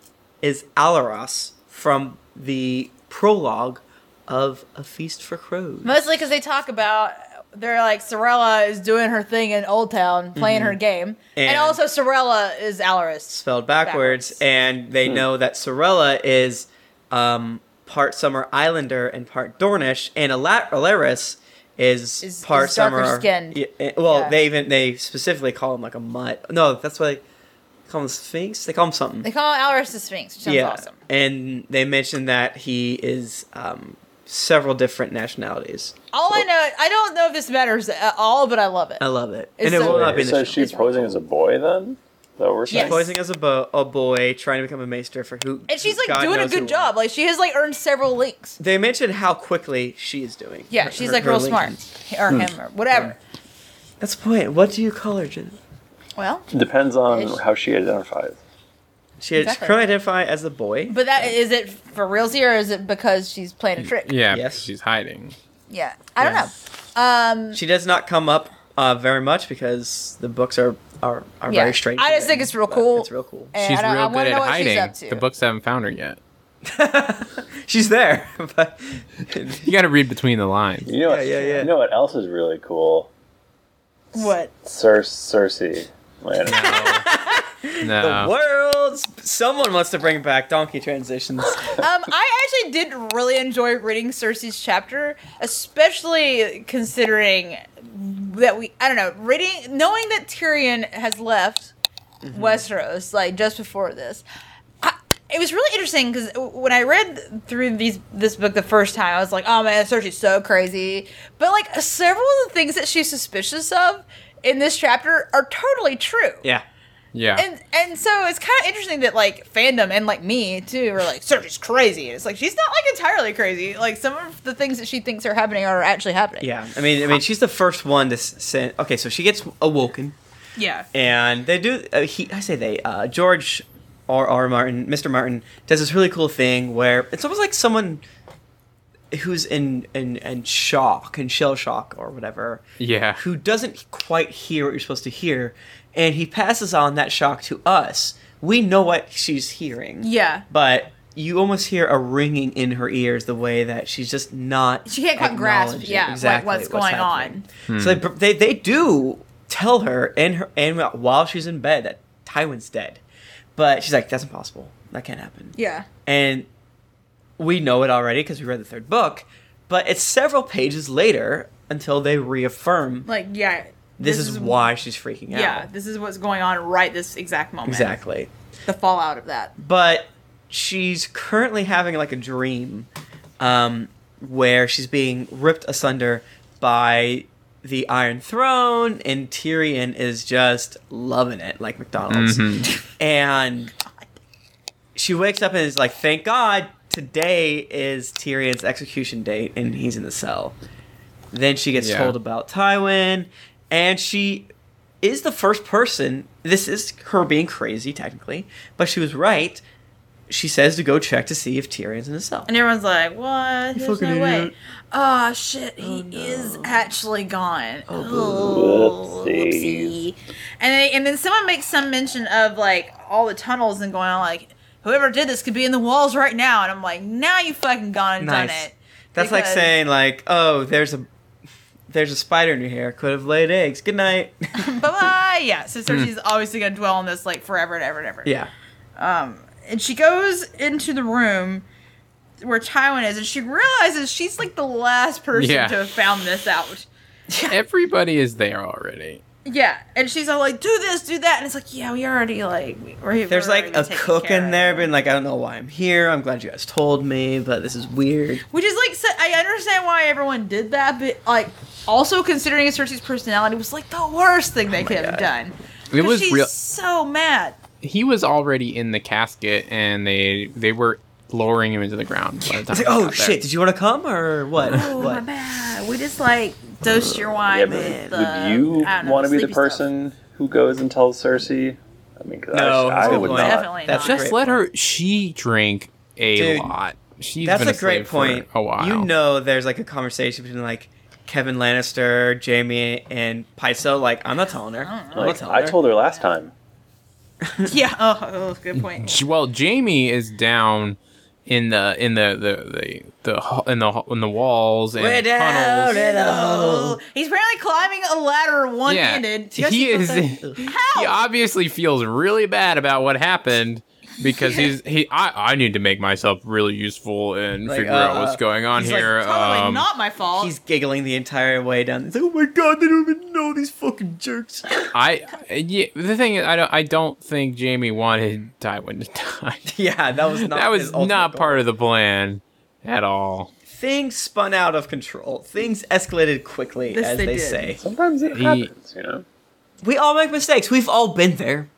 Speaker 1: is Alaros from the prologue of A Feast for Crows.
Speaker 4: Mostly because they talk about they're like Sorella is doing her thing in Old Town, playing her game, and,
Speaker 1: Mm-hmm. And-
Speaker 4: also Sorella is Alaris.
Speaker 1: spelled backwards,
Speaker 4: Backwards.
Speaker 1: and they know that Sorella is um, part Summer Islander and part Dornish, and Ala- Alaris is,
Speaker 4: Is-
Speaker 1: part
Speaker 4: is darker
Speaker 1: Summer.
Speaker 4: skinned.
Speaker 1: Yeah, eh, well,
Speaker 4: Yeah.
Speaker 1: they even they specifically call him like a mutt. No, that's why they call him Sphinx. They call him something.
Speaker 4: They call Alaris the Sphinx, which sounds
Speaker 1: yeah,
Speaker 4: awesome.
Speaker 1: and they mention that he is um, several different nationalities.
Speaker 4: All I know, I don't know if this matters at all, but I love it.
Speaker 1: I love it,
Speaker 4: It's
Speaker 1: and it
Speaker 4: so-
Speaker 1: will not be in the
Speaker 2: so
Speaker 1: show.
Speaker 2: she's posing as a boy then? Is that what we're
Speaker 4: Yes.
Speaker 2: saying?
Speaker 1: Posing as a, bo- a boy trying to become a maester for who
Speaker 4: and she's like
Speaker 1: God
Speaker 4: doing a
Speaker 1: knows who
Speaker 4: good
Speaker 1: will.
Speaker 4: job. Like she has like earned several links.
Speaker 1: They mentioned how quickly she is doing.
Speaker 4: Yeah,
Speaker 1: Her-
Speaker 4: she's
Speaker 1: her-
Speaker 4: like
Speaker 1: her Hmm.
Speaker 4: real
Speaker 1: Lincoln.
Speaker 4: smart, or him, or whatever.
Speaker 1: That's the point. What do you call her, Jen?
Speaker 4: Well,
Speaker 2: Depends on
Speaker 4: Ish.
Speaker 2: how she identifies.
Speaker 1: She is
Speaker 4: Exactly.
Speaker 1: currently identify as a boy.
Speaker 4: but that is it for realsy, or is it because she's playing a trick?
Speaker 3: Yeah.
Speaker 1: Yes.
Speaker 3: because She's hiding.
Speaker 4: Yeah, I don't
Speaker 1: Yeah.
Speaker 4: know. Um,
Speaker 1: She does not come up uh, very much because the books are are, are
Speaker 4: Yeah.
Speaker 1: very straight.
Speaker 4: I just think it's real cool.
Speaker 1: It's real cool.
Speaker 4: and
Speaker 3: she's
Speaker 4: I don't- I
Speaker 3: real
Speaker 4: wanna
Speaker 3: good at
Speaker 4: know what she's
Speaker 3: hiding.
Speaker 4: up to.
Speaker 3: The books haven't found her yet.
Speaker 1: She's there, but
Speaker 3: You got to read between the lines.
Speaker 2: You know, what,
Speaker 1: Yeah, yeah, yeah.
Speaker 2: you know what else is really cool?
Speaker 4: What?
Speaker 2: Cer- Cersei. Wait, no.
Speaker 1: the
Speaker 3: No.
Speaker 1: world. Someone wants to bring back donkey transitions.
Speaker 4: Um, I actually did really enjoy reading Cersei's chapter, especially considering that we I don't know reading knowing that Tyrion has left Westeros like just before this. I, it was really interesting because when I read through these this book the first time, I was like, "Oh man, Cersei's so crazy." But like several of the things that she's suspicious of in this chapter are totally true.
Speaker 1: yeah.
Speaker 3: Yeah.
Speaker 4: and and so it's kind of interesting that like fandom and like me too are like Sergi's crazy. And it's like she's not like entirely crazy. Like some of the things that she thinks are happening are actually happening.
Speaker 1: Yeah. I mean, I mean, she's the first one to s- send. Okay, so she gets awoken.
Speaker 4: yeah.
Speaker 1: and they do uh, he i say they uh, george r r martin mr martin does this really cool thing where it's almost like someone who's in in, in shock in shell shock or whatever
Speaker 3: Yeah.
Speaker 1: who doesn't quite hear what you're supposed to hear and he passes on that shock to us we know what she's hearing
Speaker 4: Yeah.
Speaker 1: but you almost hear a ringing in her ears the way that she's just not
Speaker 4: She can't quite grasp,
Speaker 1: acknowledging
Speaker 4: yeah, what- what's going
Speaker 1: happening. so they, they they do tell her and her and while she's in bed that Tywin's dead but she's like that's impossible that can't happen
Speaker 4: Yeah.
Speaker 1: and we know it already because we read the third book but it's several pages later until they reaffirm
Speaker 4: Like yeah.
Speaker 1: this, is, why she's freaking out
Speaker 4: This is what's going on right this exact moment.
Speaker 1: exactly
Speaker 4: The fallout of that.
Speaker 1: but she's currently having like a dream um, where she's being ripped asunder by the Iron Throne, and Tyrion is just loving it like McDonald's. And she wakes up and is like, "Thank God, today is Tyrion's execution date, and he's in the cell." Then she gets
Speaker 3: Yeah.
Speaker 1: told about Tywin, and she is the first person. This is her being crazy, technically, but she was right. She says to go check to see if Tyrion's in the cell.
Speaker 4: And everyone's like, "What? There's
Speaker 1: fucking
Speaker 4: no way."
Speaker 1: idiot.
Speaker 4: Oh shit, he is actually gone. Oh,
Speaker 2: boo.
Speaker 4: whoopsie. And they, and then someone makes some mention of like all the tunnels and going on like whoever did this could be in the walls right now. And I'm like, now you fucking gone and
Speaker 1: Nice.
Speaker 4: done it.
Speaker 1: That's like
Speaker 4: Because-
Speaker 1: saying like, oh, there's a there's a spider in your hair. Could have laid eggs. Good night.
Speaker 4: Bye bye. Yeah. So Cersei's obviously gonna dwell on this like forever and ever and ever.
Speaker 1: Mm. yeah.
Speaker 4: and she goes into the room where Tywin is, and she realizes she's like the last person
Speaker 3: Yeah.
Speaker 4: to have found this out.
Speaker 3: Everybody is there already.
Speaker 4: Yeah, and she's all like, "Do this, do that," and it's like, "Yeah, we already like we're
Speaker 1: There's
Speaker 4: we're
Speaker 1: like
Speaker 4: already
Speaker 1: a
Speaker 4: taken
Speaker 1: cook
Speaker 4: care
Speaker 1: in
Speaker 4: of."
Speaker 1: there, being like, I don't know why I'm here. I'm glad you guys told me, but this is weird.
Speaker 4: Which is like, so- I understand why everyone did that, but like, also considering Cersei's personality was like the worst thing they could have
Speaker 1: Oh God.
Speaker 4: done.
Speaker 3: It
Speaker 4: 'Cause
Speaker 3: was
Speaker 4: she's
Speaker 3: real.
Speaker 4: so mad.
Speaker 3: He was already in the casket, and they they were lowering him into the ground. By the time
Speaker 1: It's like,
Speaker 3: he
Speaker 1: oh
Speaker 3: got there.
Speaker 1: shit, did you want to come or what?
Speaker 4: Oh my
Speaker 1: what?
Speaker 4: bad. We just like dosed your wine
Speaker 2: Yeah, but
Speaker 4: with. uh,
Speaker 2: would you
Speaker 4: want to
Speaker 2: be the person who goes and tells Cersei? I mean, 'cause
Speaker 1: No,
Speaker 2: I, I
Speaker 1: that's a good
Speaker 2: would
Speaker 1: point.
Speaker 2: not.
Speaker 4: Definitely
Speaker 1: That's
Speaker 4: not.
Speaker 1: a
Speaker 3: Just
Speaker 1: great
Speaker 3: let
Speaker 1: point.
Speaker 3: her. She drank a
Speaker 1: Dude,
Speaker 3: lot. She's
Speaker 1: That's
Speaker 3: been
Speaker 1: a great
Speaker 3: slave for
Speaker 1: point.
Speaker 3: A while.
Speaker 1: You know, there's like a conversation between like Kevin Lannister, Jamie, and Pyso. Like, I'm not telling her. I'm not
Speaker 2: Like,
Speaker 1: telling
Speaker 2: I
Speaker 1: her.
Speaker 2: told her last time.
Speaker 4: Yeah. Oh, oh, good point.
Speaker 3: J- Well, Jamie is down in the in the the the, the hu- in the hu- in the walls and
Speaker 1: Way down
Speaker 3: tunnels.
Speaker 1: in a hole.
Speaker 4: Oh, he's apparently climbing a ladder one-handed.
Speaker 3: Yeah, he is. He obviously feels really bad about what happened because he's he. I, I need to make myself really useful and
Speaker 1: Like,
Speaker 3: figure out
Speaker 1: uh,
Speaker 3: what's going on
Speaker 1: he's like,
Speaker 3: here.
Speaker 4: Totally
Speaker 3: um,
Speaker 4: not my fault.
Speaker 1: He's giggling the entire way down. He's like, oh my god, they don't even know these fucking jerks.
Speaker 3: I yeah, the thing is, I don't I don't think Jamie wanted Tywin to die.
Speaker 1: yeah, that was not.
Speaker 3: that
Speaker 1: his
Speaker 3: was
Speaker 1: ultimate
Speaker 3: not
Speaker 1: goal.
Speaker 3: part of the plan at all.
Speaker 1: Things spun out of control. Things escalated quickly,
Speaker 4: This
Speaker 1: as
Speaker 4: they
Speaker 1: they
Speaker 4: did.
Speaker 1: say.
Speaker 2: Sometimes it
Speaker 3: He-
Speaker 2: happens, you know.
Speaker 1: We all make mistakes. We've all been there.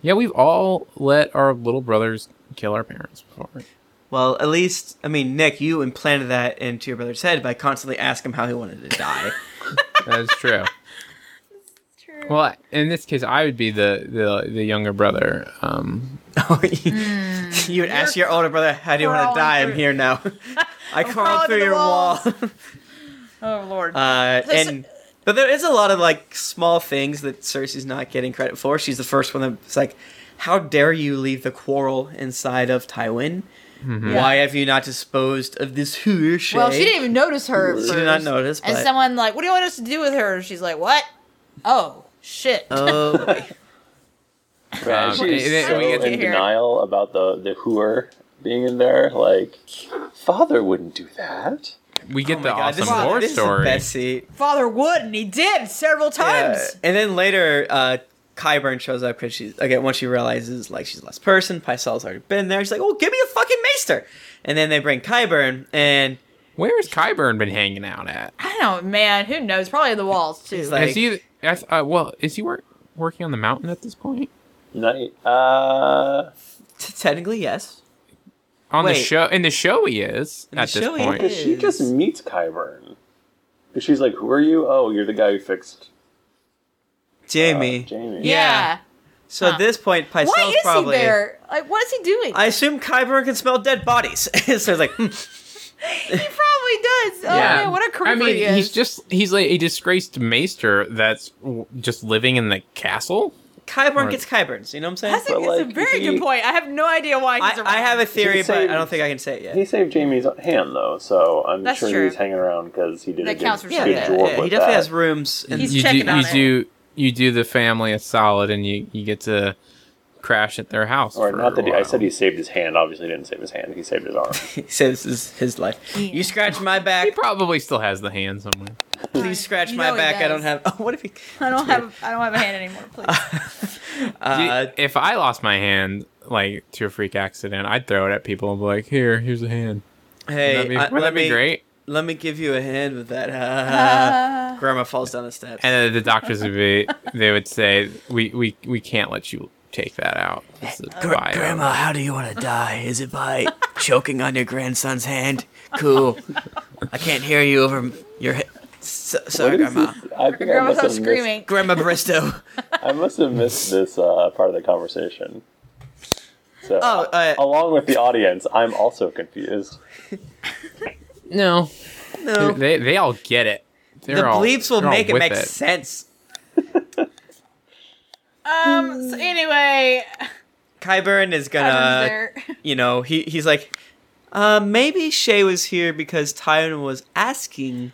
Speaker 3: Yeah, we've all let our little brothers kill our parents before.
Speaker 1: Well, at least, I mean, Nick, you implanted that into your brother's head by constantly asking him how he wanted to die.
Speaker 3: That's true. Well, in this case, I would be the the, the younger brother. Um,
Speaker 1: Oh, you, you would ask your older brother, "How do you want
Speaker 4: crawling
Speaker 1: to die?"
Speaker 4: Hmm. through-
Speaker 1: I'm here now. I crawled
Speaker 4: through
Speaker 1: through
Speaker 4: the
Speaker 1: your wall.
Speaker 4: walls. oh lord.
Speaker 1: uh,
Speaker 4: There's-
Speaker 1: and but there is a lot of like small things that Cersei's not getting credit for. She's the first one that's like, "How dare you leave the quarrel inside of Tywin? Why have you not disposed of this who
Speaker 4: well, she didn't even notice her. at
Speaker 1: She did not
Speaker 4: first.
Speaker 1: notice,
Speaker 4: And
Speaker 1: but-
Speaker 4: someone like, "What do you want us to do with her?" She's like, "What? Oh shit."
Speaker 1: Oh, boy.
Speaker 2: Man,
Speaker 3: Um,
Speaker 2: she's
Speaker 3: and then
Speaker 2: so
Speaker 3: we get
Speaker 4: to
Speaker 2: in
Speaker 4: hear-
Speaker 2: denial about the the whoer being in there. Like, father wouldn't do that.
Speaker 3: we get
Speaker 1: Oh
Speaker 3: the
Speaker 1: my God,
Speaker 3: awesome
Speaker 1: this is-
Speaker 3: war
Speaker 1: this is the
Speaker 3: story.
Speaker 1: best seat.
Speaker 4: Father would, and he did several times.
Speaker 1: Yeah. And then later, uh, Kyburn shows up because she's again once she realizes like she's the last person. Pycelle's already been there. She's like, "Oh, give me a fucking maester." And then they bring Kyburn, and
Speaker 3: Where's Kyburn been hanging out at?
Speaker 4: I don't, know, man. Who knows? Probably the walls too.
Speaker 1: He's like-
Speaker 3: is he? I th- uh, well, is he work, working on the mountain at this point?
Speaker 2: Night. Uh,
Speaker 1: t- technically, yes,
Speaker 3: On
Speaker 1: Wait.
Speaker 3: the show, in the show, he is
Speaker 1: In the
Speaker 3: at this
Speaker 1: show he
Speaker 3: point.
Speaker 1: is.
Speaker 2: because she just meets Kyburn. 'Cause she's like, "Who are you? Oh, you're the guy who fixed uh,
Speaker 1: Jamie.
Speaker 2: Jamie."
Speaker 4: yeah.
Speaker 3: Yeah.
Speaker 1: so at this point, Pycelle's
Speaker 4: Why is
Speaker 1: probably.
Speaker 4: he there? Like, what is he doing?
Speaker 1: I assume Kyburn can smell dead bodies. so it's like, hmm,
Speaker 4: he probably does. Oh
Speaker 3: Yeah.
Speaker 4: man, what a creeper
Speaker 3: I mean,
Speaker 4: he is.
Speaker 3: he's just he's like a disgraced maester that's w- just living in the castle.
Speaker 1: Kyburn
Speaker 3: Or-
Speaker 1: gets Kyburns. You know what I'm saying?
Speaker 4: That's a,
Speaker 2: But,
Speaker 4: it's a
Speaker 2: like,
Speaker 4: very
Speaker 2: he-
Speaker 4: good point. I have no idea why he's
Speaker 1: I,
Speaker 4: around.
Speaker 1: I have a theory,
Speaker 2: He
Speaker 1: but I
Speaker 2: saved-
Speaker 1: don't think I can say it yet.
Speaker 2: He saved Jamie's hand though, so I'm
Speaker 4: That's
Speaker 2: sure
Speaker 4: true.
Speaker 2: he's hanging around because he did
Speaker 4: That
Speaker 2: a good,
Speaker 4: counts for
Speaker 1: yeah,
Speaker 2: good
Speaker 4: something.
Speaker 1: yeah,
Speaker 2: job
Speaker 1: yeah,
Speaker 2: with
Speaker 1: he definitely
Speaker 2: that.
Speaker 1: has rooms. And
Speaker 4: He's
Speaker 3: you
Speaker 4: checking
Speaker 3: do,
Speaker 4: on
Speaker 3: you
Speaker 4: it.
Speaker 3: do you do the family a solid, and you you get to crash at their house.
Speaker 2: Or
Speaker 3: for
Speaker 2: not
Speaker 3: a
Speaker 2: that he, I
Speaker 3: while.
Speaker 2: said he saved his hand. Obviously, he didn't save his hand. He saved his arm.
Speaker 1: he says this is his life. You scratch my
Speaker 3: He
Speaker 1: back,
Speaker 3: probably still has the hand somewhere.
Speaker 1: please scratch
Speaker 4: You
Speaker 1: my
Speaker 4: know he
Speaker 1: back. I don't
Speaker 4: does.
Speaker 1: have. Oh, what if he?
Speaker 4: I don't have. I don't have a hand anymore. Please.
Speaker 1: Uh,
Speaker 3: Dude, if I lost my hand, like to a freak accident, I'd throw it at people and be like, "Here, here's a hand."
Speaker 1: hey,
Speaker 3: Wouldn't that be,
Speaker 1: uh,
Speaker 3: wouldn't
Speaker 1: let
Speaker 3: that be
Speaker 1: me,
Speaker 3: great?
Speaker 1: Let me give you a hand with that. uh, grandma falls down the steps.
Speaker 3: And then the doctors would be, they would say, "We we we can't let you take that out." This is
Speaker 1: Gr-
Speaker 3: bio."
Speaker 1: grandma, how do you want to die? Is it by choking on your grandson's hand? Cool. I can't hear you over m- your head. So, sorry,
Speaker 2: What is
Speaker 1: grandma.
Speaker 2: this? I think I
Speaker 4: Grandma
Speaker 2: must,
Speaker 4: starts
Speaker 2: have missed,
Speaker 4: screaming.
Speaker 1: Grandma Bristow.
Speaker 2: I must have missed this uh, part of the conversation. So,
Speaker 1: Oh, uh,
Speaker 2: along with the audience, I'm also confused.
Speaker 3: No,
Speaker 1: No, the
Speaker 3: they they all get it. They're all-
Speaker 1: bleeps will
Speaker 3: they're all
Speaker 1: make it
Speaker 3: with
Speaker 1: make sense.
Speaker 4: Um. So anyway,
Speaker 1: Kyburn is
Speaker 4: Adam's
Speaker 1: gonna,
Speaker 4: there.
Speaker 1: you know, he he's like, Uh, maybe Shay was here because Tyron was asking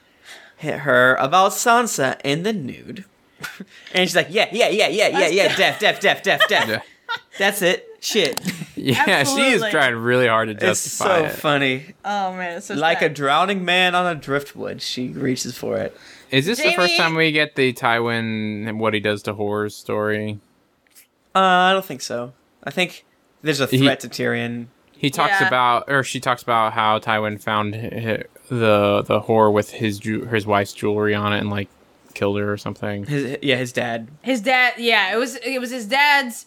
Speaker 1: he- her about Sansa and the nude. and she's like, yeah, yeah, yeah, yeah, yeah, yeah, def, def, def, def,
Speaker 3: Yeah.
Speaker 1: def. That's it. Shit.
Speaker 3: Yeah, she is
Speaker 4: Absolutely.
Speaker 3: trying really hard to
Speaker 1: It's
Speaker 3: justify
Speaker 1: so
Speaker 3: it.
Speaker 1: funny.
Speaker 4: Oh man, it's so
Speaker 1: Like a
Speaker 4: sad.
Speaker 1: drowning man on a driftwood, she reaches for it.
Speaker 3: Is this the first
Speaker 4: Jamie-
Speaker 3: time we get the Tywin and what he does to whores story?
Speaker 1: Uh, I don't think so. I think there's a
Speaker 3: He-
Speaker 1: threat to Tyrion.
Speaker 3: He talks
Speaker 4: Yeah.
Speaker 3: about, or she talks about how Tywin found hi- the the whore with his ju- his wife's jewelry on it and like killed her or something.
Speaker 1: His, yeah, his dad.
Speaker 4: his dad. Yeah, it was it was his dad's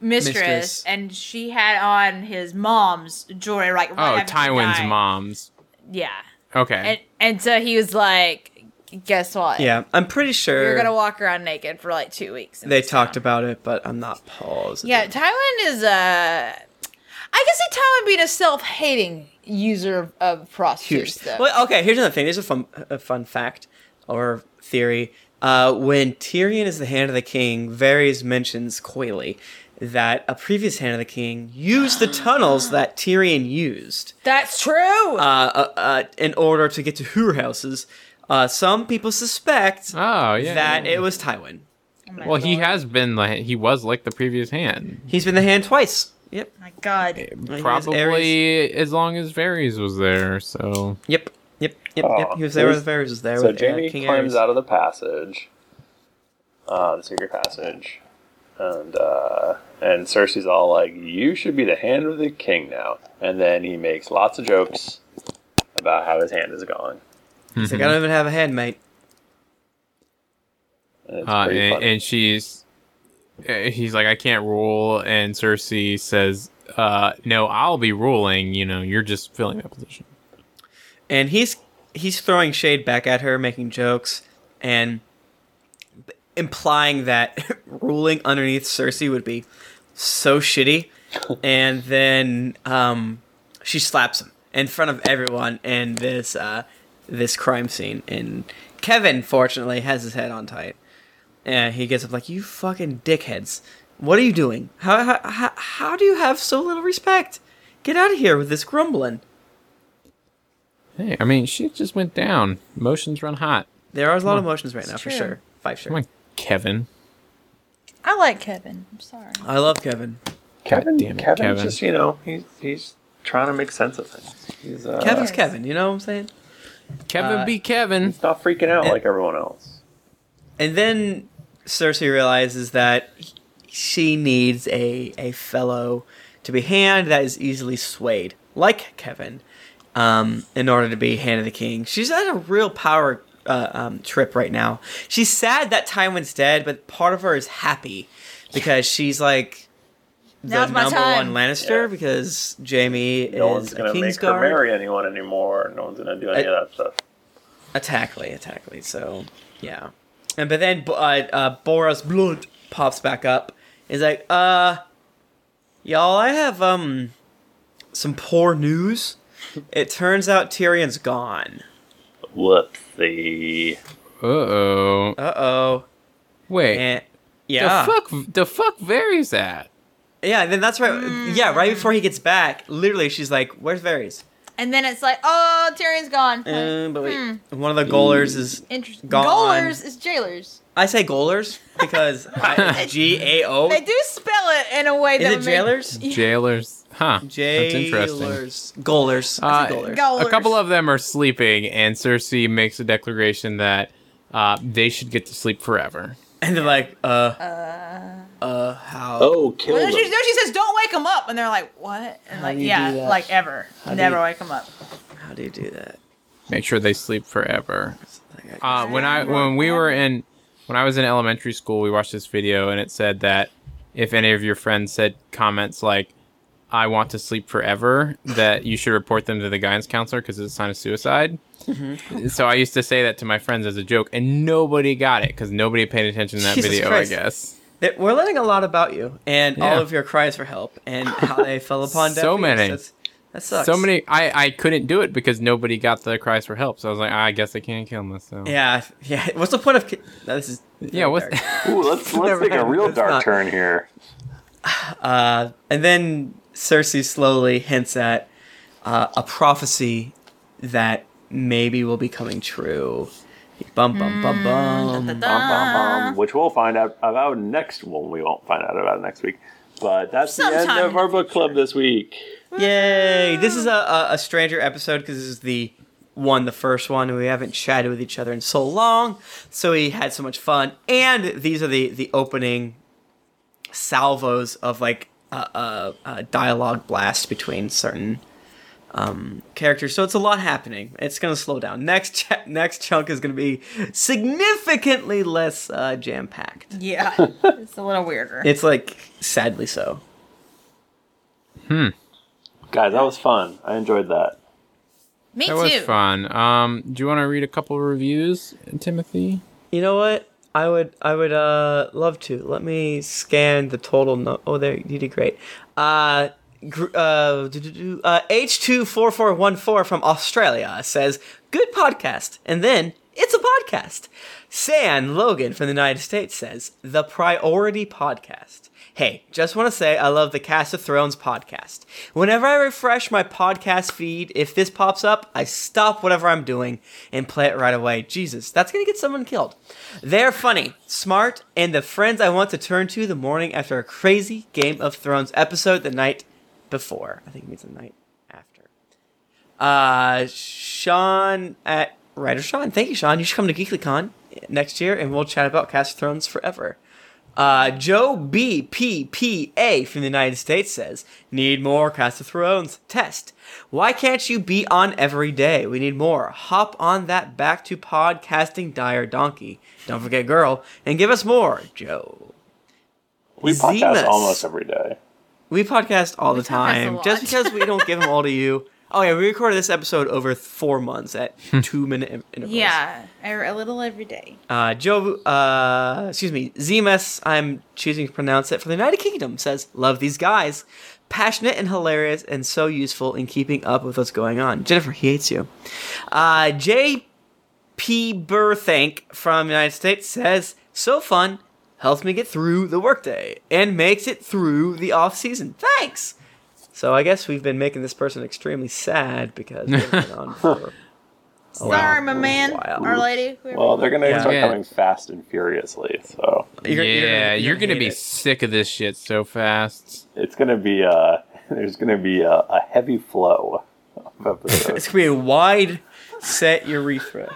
Speaker 4: mistress,
Speaker 1: Mistress.
Speaker 4: and she had on his mom's jewelry. Like right
Speaker 3: Oh,
Speaker 4: after he
Speaker 3: Tywin's
Speaker 4: died.
Speaker 3: mom's.
Speaker 4: Yeah, and
Speaker 3: Okay.
Speaker 4: and so he was like, guess what?
Speaker 1: Yeah, I'm pretty sure
Speaker 4: you're gonna walk around naked for like two weeks. in
Speaker 1: they
Speaker 4: this
Speaker 1: talked
Speaker 4: town."
Speaker 1: about it, but I'm not positive.
Speaker 4: Yeah, Tywin is Uh, I can see Tywin being a self-hating user of, of prostitutes.
Speaker 1: Here's-
Speaker 4: Though.
Speaker 1: Well, okay. Here's another thing. There's a fun, a fun fact or theory. Uh, when Tyrion is the hand of the king, Varys mentions coyly that a previous hand of the king used the tunnels that Tyrion used
Speaker 4: That's true.
Speaker 1: uh, uh, uh, in order to get to her houses. Uh, some people suspect
Speaker 3: oh yeah.
Speaker 1: that
Speaker 3: yeah, yeah.
Speaker 1: it was Tywin.
Speaker 4: Oh
Speaker 3: well, he has been like he was like the previous hand,
Speaker 1: He's been the hand twice. Yep.
Speaker 4: Oh my God.
Speaker 1: was
Speaker 3: probably as long as Varys was there. So
Speaker 1: Yep. Yep. Yep. yep.
Speaker 2: Aw.
Speaker 1: He was there when
Speaker 2: There's-
Speaker 1: Varys was there.
Speaker 2: So
Speaker 1: with, uh,
Speaker 2: Jamie
Speaker 1: King
Speaker 2: climbs
Speaker 1: Aerys.
Speaker 2: out of the passage, uh, the secret passage, and uh, and Cersei's all like, "You should be the hand of the king now." And then he makes lots of jokes about how his hand is gone.
Speaker 1: He's like, I don't even have a hand, mate.
Speaker 2: And it's
Speaker 3: uh,
Speaker 2: pretty
Speaker 3: and,
Speaker 2: funny.
Speaker 3: and she's uh, he's like i can't rule and cersei says uh no i'll be ruling you know you're just filling that position
Speaker 1: and he's he's throwing shade back at her, making jokes and implying that ruling underneath Cersei would be so shitty. and then um, she slaps him in front of everyone in this uh, this crime scene. And Kevin, fortunately, has his head on tight, and he gets up like, "You fucking dickheads! What are you doing? How how how, how do you have so little respect? Get out of here with this grumbling."
Speaker 3: hey i mean shit just went down emotions run hot
Speaker 1: There are a lot of emotions right now, for
Speaker 4: true.
Speaker 1: sure. Five sure.
Speaker 3: come on kevin
Speaker 4: I like Kevin. I'm sorry.
Speaker 1: I love Kevin.
Speaker 2: Kevin,
Speaker 3: damn it,
Speaker 2: Kevin's
Speaker 3: Kevin.
Speaker 2: just you know he's he's trying to make sense of things. He's uh,
Speaker 1: Kevin's
Speaker 4: Yes.
Speaker 1: Kevin. You know what I'm saying?
Speaker 3: kevin
Speaker 1: Uh,
Speaker 3: be kevin
Speaker 2: he's not freaking out
Speaker 1: Yeah.
Speaker 2: like everyone else.
Speaker 1: And then Cersei realizes that she needs a a fellow to be hand that is easily swayed, like Kevin, um, in order to be hand of the king. She's at a real power uh, um, trip right now. She's sad that Tywin's dead, but part of her is happy because she's like the
Speaker 4: Now's my
Speaker 1: number
Speaker 4: time.
Speaker 1: one Lannister
Speaker 2: Yeah.
Speaker 1: because Jamie
Speaker 2: No
Speaker 1: is
Speaker 2: one's
Speaker 1: a
Speaker 2: gonna make
Speaker 1: Kingsguard.
Speaker 2: her marry anyone anymore. No one's gonna do any
Speaker 1: I-
Speaker 2: of that stuff.
Speaker 1: Attackly, attackly. So, yeah. And but then uh, uh, Boris Blunt pops back up. He's like, "Uh, y'all, I have um some poor news. It turns out Tyrion's gone.
Speaker 2: Whoops. The
Speaker 3: uh-oh
Speaker 1: Uh oh.
Speaker 3: wait
Speaker 1: And
Speaker 3: the
Speaker 1: yeah,
Speaker 3: fuck the fuck varies at
Speaker 1: yeah. And then that's right. Yeah, right before he gets back, literally, she's like, "Where's Varys?
Speaker 4: And then it's like, oh, Tyrion's gone. Like,
Speaker 1: Uh, but wait, one of the goalers is
Speaker 4: Interesting.
Speaker 1: Gone.
Speaker 4: Goalers is jailers.
Speaker 1: I say goalers because I- G A O.
Speaker 4: They do spell it in a way that
Speaker 1: Is it
Speaker 4: would make-
Speaker 1: jailers?
Speaker 3: jailers huh that's interesting
Speaker 1: Jailers. Goalers. I
Speaker 3: Uh,
Speaker 1: said goalers.
Speaker 4: Goal- Goalers.
Speaker 3: A couple of them are sleeping, and Cersei makes a declaration that uh, they should get to sleep forever.
Speaker 1: and they're like, uh, uh, how?
Speaker 2: oh, kill
Speaker 4: Well, no,
Speaker 2: them.
Speaker 4: she, no, she says, don't wake him up. And they're like, what? And like,
Speaker 1: do you
Speaker 4: yeah,
Speaker 1: do that?
Speaker 4: like ever.
Speaker 1: do
Speaker 4: Never
Speaker 1: you-
Speaker 4: wake him up.
Speaker 1: How do you do that?
Speaker 3: Make sure they sleep forever.
Speaker 1: Like, I-
Speaker 3: Uh, when I when we were in when I was in elementary school, we watched this video, and it said that if any of your friends said comments like "I want to sleep forever," that you should report them to the guidance counselor because it's a sign of suicide.
Speaker 1: Mm-hmm.
Speaker 3: So I used to say that to my friends as a joke, and nobody got it because nobody paid attention to that
Speaker 1: Jesus
Speaker 3: video.
Speaker 1: Christ.
Speaker 3: I guess
Speaker 1: that we're learning a lot about you and all
Speaker 3: Yeah.
Speaker 1: of your cries for help and how they fell upon deaf
Speaker 3: So
Speaker 1: ears.
Speaker 3: many.
Speaker 1: That's, that sucks.
Speaker 3: so many. I I couldn't do it because nobody got the cries for help. So I was like, "Ah, I guess I can't kill myself.
Speaker 1: Yeah, yeah. What's the point of? ki- No, this is
Speaker 3: Yeah, what's
Speaker 2: Ooh, let's
Speaker 1: Never
Speaker 2: let's take a
Speaker 1: happened.
Speaker 2: real
Speaker 1: It's
Speaker 2: dark
Speaker 1: not-
Speaker 2: turn here.
Speaker 1: And then Cersei slowly hints at, uh, a prophecy that maybe will be coming true. Bum bum bum Mm-hmm. bum.
Speaker 2: Bum, bum,
Speaker 4: Ah.
Speaker 2: bum, which we'll find out about next. Well, we won't find out about next week, but that's the
Speaker 4: Sometime
Speaker 2: end
Speaker 4: in
Speaker 2: of
Speaker 4: the
Speaker 2: our book club this week.
Speaker 1: Yay! This is a, a, a stranger episode because this is the one, the first one. and We haven't chatted with each other in so long, so we had so much fun. And these are the the opening salvos of like a uh, uh, uh, dialogue blast between certain um, characters. So it's a lot happening. It's gonna slow down. Next cha- next chunk is gonna be significantly less uh, jam packed.
Speaker 4: Yeah, it's a little weirder.
Speaker 1: It's like sadly so.
Speaker 2: Guys, that was fun. I enjoyed that.
Speaker 4: Me
Speaker 3: That
Speaker 4: too.
Speaker 3: was fun. Um, do you want to read a couple reviews, Timothy?
Speaker 1: You know what? I would I would uh love to. Let me scan the total no Oh there you did great. Uh gr- uh, doo-doo-doo. uh H24414 from Australia says, "Good podcast." And then, "It's a podcast." San Logan from the United States says, "The Priority Podcast." Hey, just want to say I love the Cast of Thrones podcast. Whenever I refresh my podcast feed, if this pops up, I stop whatever I'm doing and play it right away. Jesus, that's going to get someone killed. They're funny, smart, and the friends I want to turn to the morning after a crazy Game of Thrones episode the night before. I think it means the night after. Uh, Sean at writer Sean, thank you, Sean. You should come to GeeklyCon next year, and we'll chat about Cast of Thrones forever. Uh, Joe B P P A from the United States says, "Need more Cast of Thrones test. Why can't you be on every day? We need more. Hop on that back to podcasting dire donkey. Don't forget, girl, and give us more, Joe.
Speaker 2: We podcast
Speaker 1: Zemus.
Speaker 2: almost every day.
Speaker 1: We podcast all the
Speaker 4: podcast a
Speaker 1: time.
Speaker 4: lot.
Speaker 1: Just because we don't give them all to you. Oh yeah, we recorded this episode over th- four months at two minute in- intervals.
Speaker 4: Hmm. Yeah, I- a little every day.
Speaker 1: Uh, Joe, uh, excuse me, Zemus, I'm choosing to pronounce it, from the United Kingdom, says, Love these guys. Passionate and hilarious and so useful in keeping up with what's going on. Jennifer, he hates you. Uh, J.P. Burthank from the United States says, So fun. Helps me get through the workday and makes it through the off season. Thanks. So I guess we've been making this person extremely sad because they've been on for a while.
Speaker 4: Sorry, my man,
Speaker 1: Wow.
Speaker 4: our lady. whoever
Speaker 2: Well, they're gonna
Speaker 1: Yeah.
Speaker 2: start
Speaker 3: Yeah.
Speaker 2: coming fast and furiously, so
Speaker 1: You're- you're gonna-
Speaker 3: yeah, you're gonna,
Speaker 1: hate
Speaker 3: be
Speaker 1: it.
Speaker 3: sick of this shit so fast.
Speaker 2: it's gonna be uh there's gonna be a, a heavy flow of episodes.
Speaker 1: It's gonna be a wide set urethra.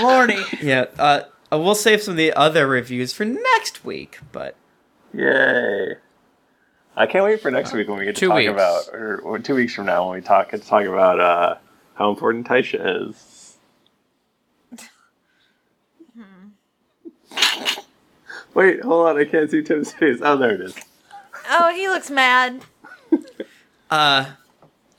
Speaker 4: Lordy.
Speaker 1: yeah, uh, I will save some of the other reviews for next week, but
Speaker 2: Yay! I can't wait for next week when we get to
Speaker 3: Two
Speaker 2: talk
Speaker 3: weeks.
Speaker 2: about, or, or two weeks from now when we talk get to talk about uh, how important Taisha is.
Speaker 3: Hmm.
Speaker 2: wait, hold on! I can't see Tim's face. Oh, there it is.
Speaker 4: Oh, he looks mad.
Speaker 1: uh,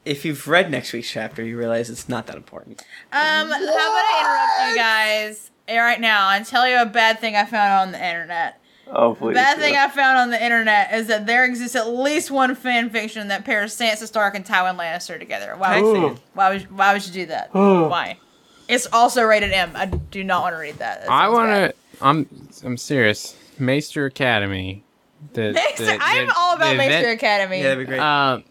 Speaker 1: if you've read next week's chapter, you realize it's not that important.
Speaker 4: Um, how about I interrupt you guys Eh, right now and tell you a bad thing I found on the internet?
Speaker 2: Oh, please.
Speaker 4: Bad
Speaker 2: do.
Speaker 4: thing I found on the internet is that there exists at least one fan fiction that pairs Sansa Stark and Tywin Lannister together. Why would,
Speaker 2: Ooh.
Speaker 4: why would, why would you do that? why? It's also rated M. I do not want to read that. That
Speaker 3: I
Speaker 4: sounds
Speaker 3: want
Speaker 4: bad.
Speaker 3: to. I'm. I'm serious. Maester Academy. The,
Speaker 4: Maester-
Speaker 3: the-
Speaker 4: I'm
Speaker 3: the-
Speaker 4: all about
Speaker 3: the
Speaker 4: Maester
Speaker 3: event-
Speaker 4: Academy.
Speaker 1: Yeah, that'd be great.
Speaker 3: Uh,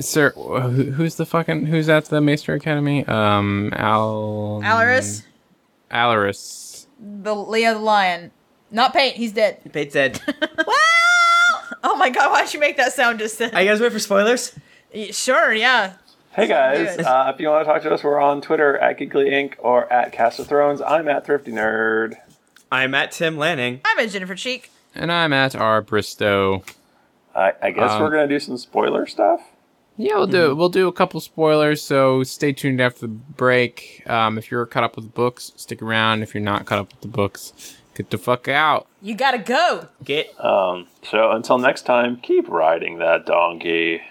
Speaker 3: sir, wh- who- who's the fucking who's at the Maester Academy? Um, Al
Speaker 4: Alaris,
Speaker 3: Alaris.
Speaker 4: the Leo the Lion. Not paint, he's dead.
Speaker 1: Bates said,
Speaker 4: Well, oh my god, why'd you make that sound just then?
Speaker 1: "Are you guys ready for spoilers?"
Speaker 4: Y- sure, yeah.
Speaker 2: Hey guys,
Speaker 4: Good.
Speaker 2: uh, if you want to talk to us, we're on Twitter at Geekly Inc. or at Cast of Thrones. I'm at Thrifty Nerd.
Speaker 1: I'm at Tim Lanning.
Speaker 4: I'm at Jennifer Cheek.
Speaker 3: And I'm at R Bristow.
Speaker 2: I, I guess
Speaker 3: Um,
Speaker 2: we're gonna do some spoiler stuff.
Speaker 3: Yeah, we'll
Speaker 4: Mm-hmm.
Speaker 3: do we'll do a couple spoilers, so stay tuned after the break. Um, if you're caught up with the books, stick around. If you're not caught up with the books, get the fuck out.
Speaker 4: You gotta go.
Speaker 1: Get
Speaker 2: Um, so until next time, keep riding that donkey.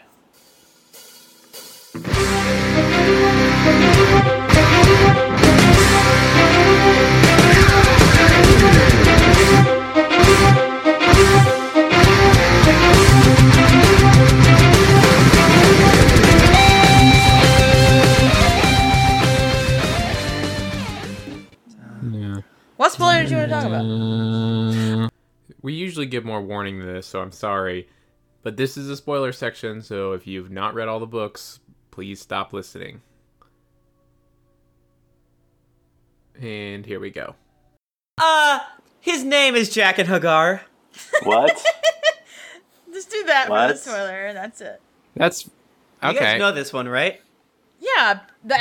Speaker 3: Yeah.
Speaker 4: What spoiler
Speaker 3: Mm.
Speaker 4: did you want to talk about?
Speaker 3: we usually give more warning than this, so I'm sorry. But this is a spoiler section, so if you've not read all the books, please stop listening. And here we go.
Speaker 1: Uh, his name is Jack and Hagar.
Speaker 2: What?
Speaker 4: Just do that for
Speaker 2: What?
Speaker 4: the spoiler, and that's it.
Speaker 3: That's
Speaker 1: You guys
Speaker 3: okay.
Speaker 1: know this one, right?
Speaker 4: Yeah, the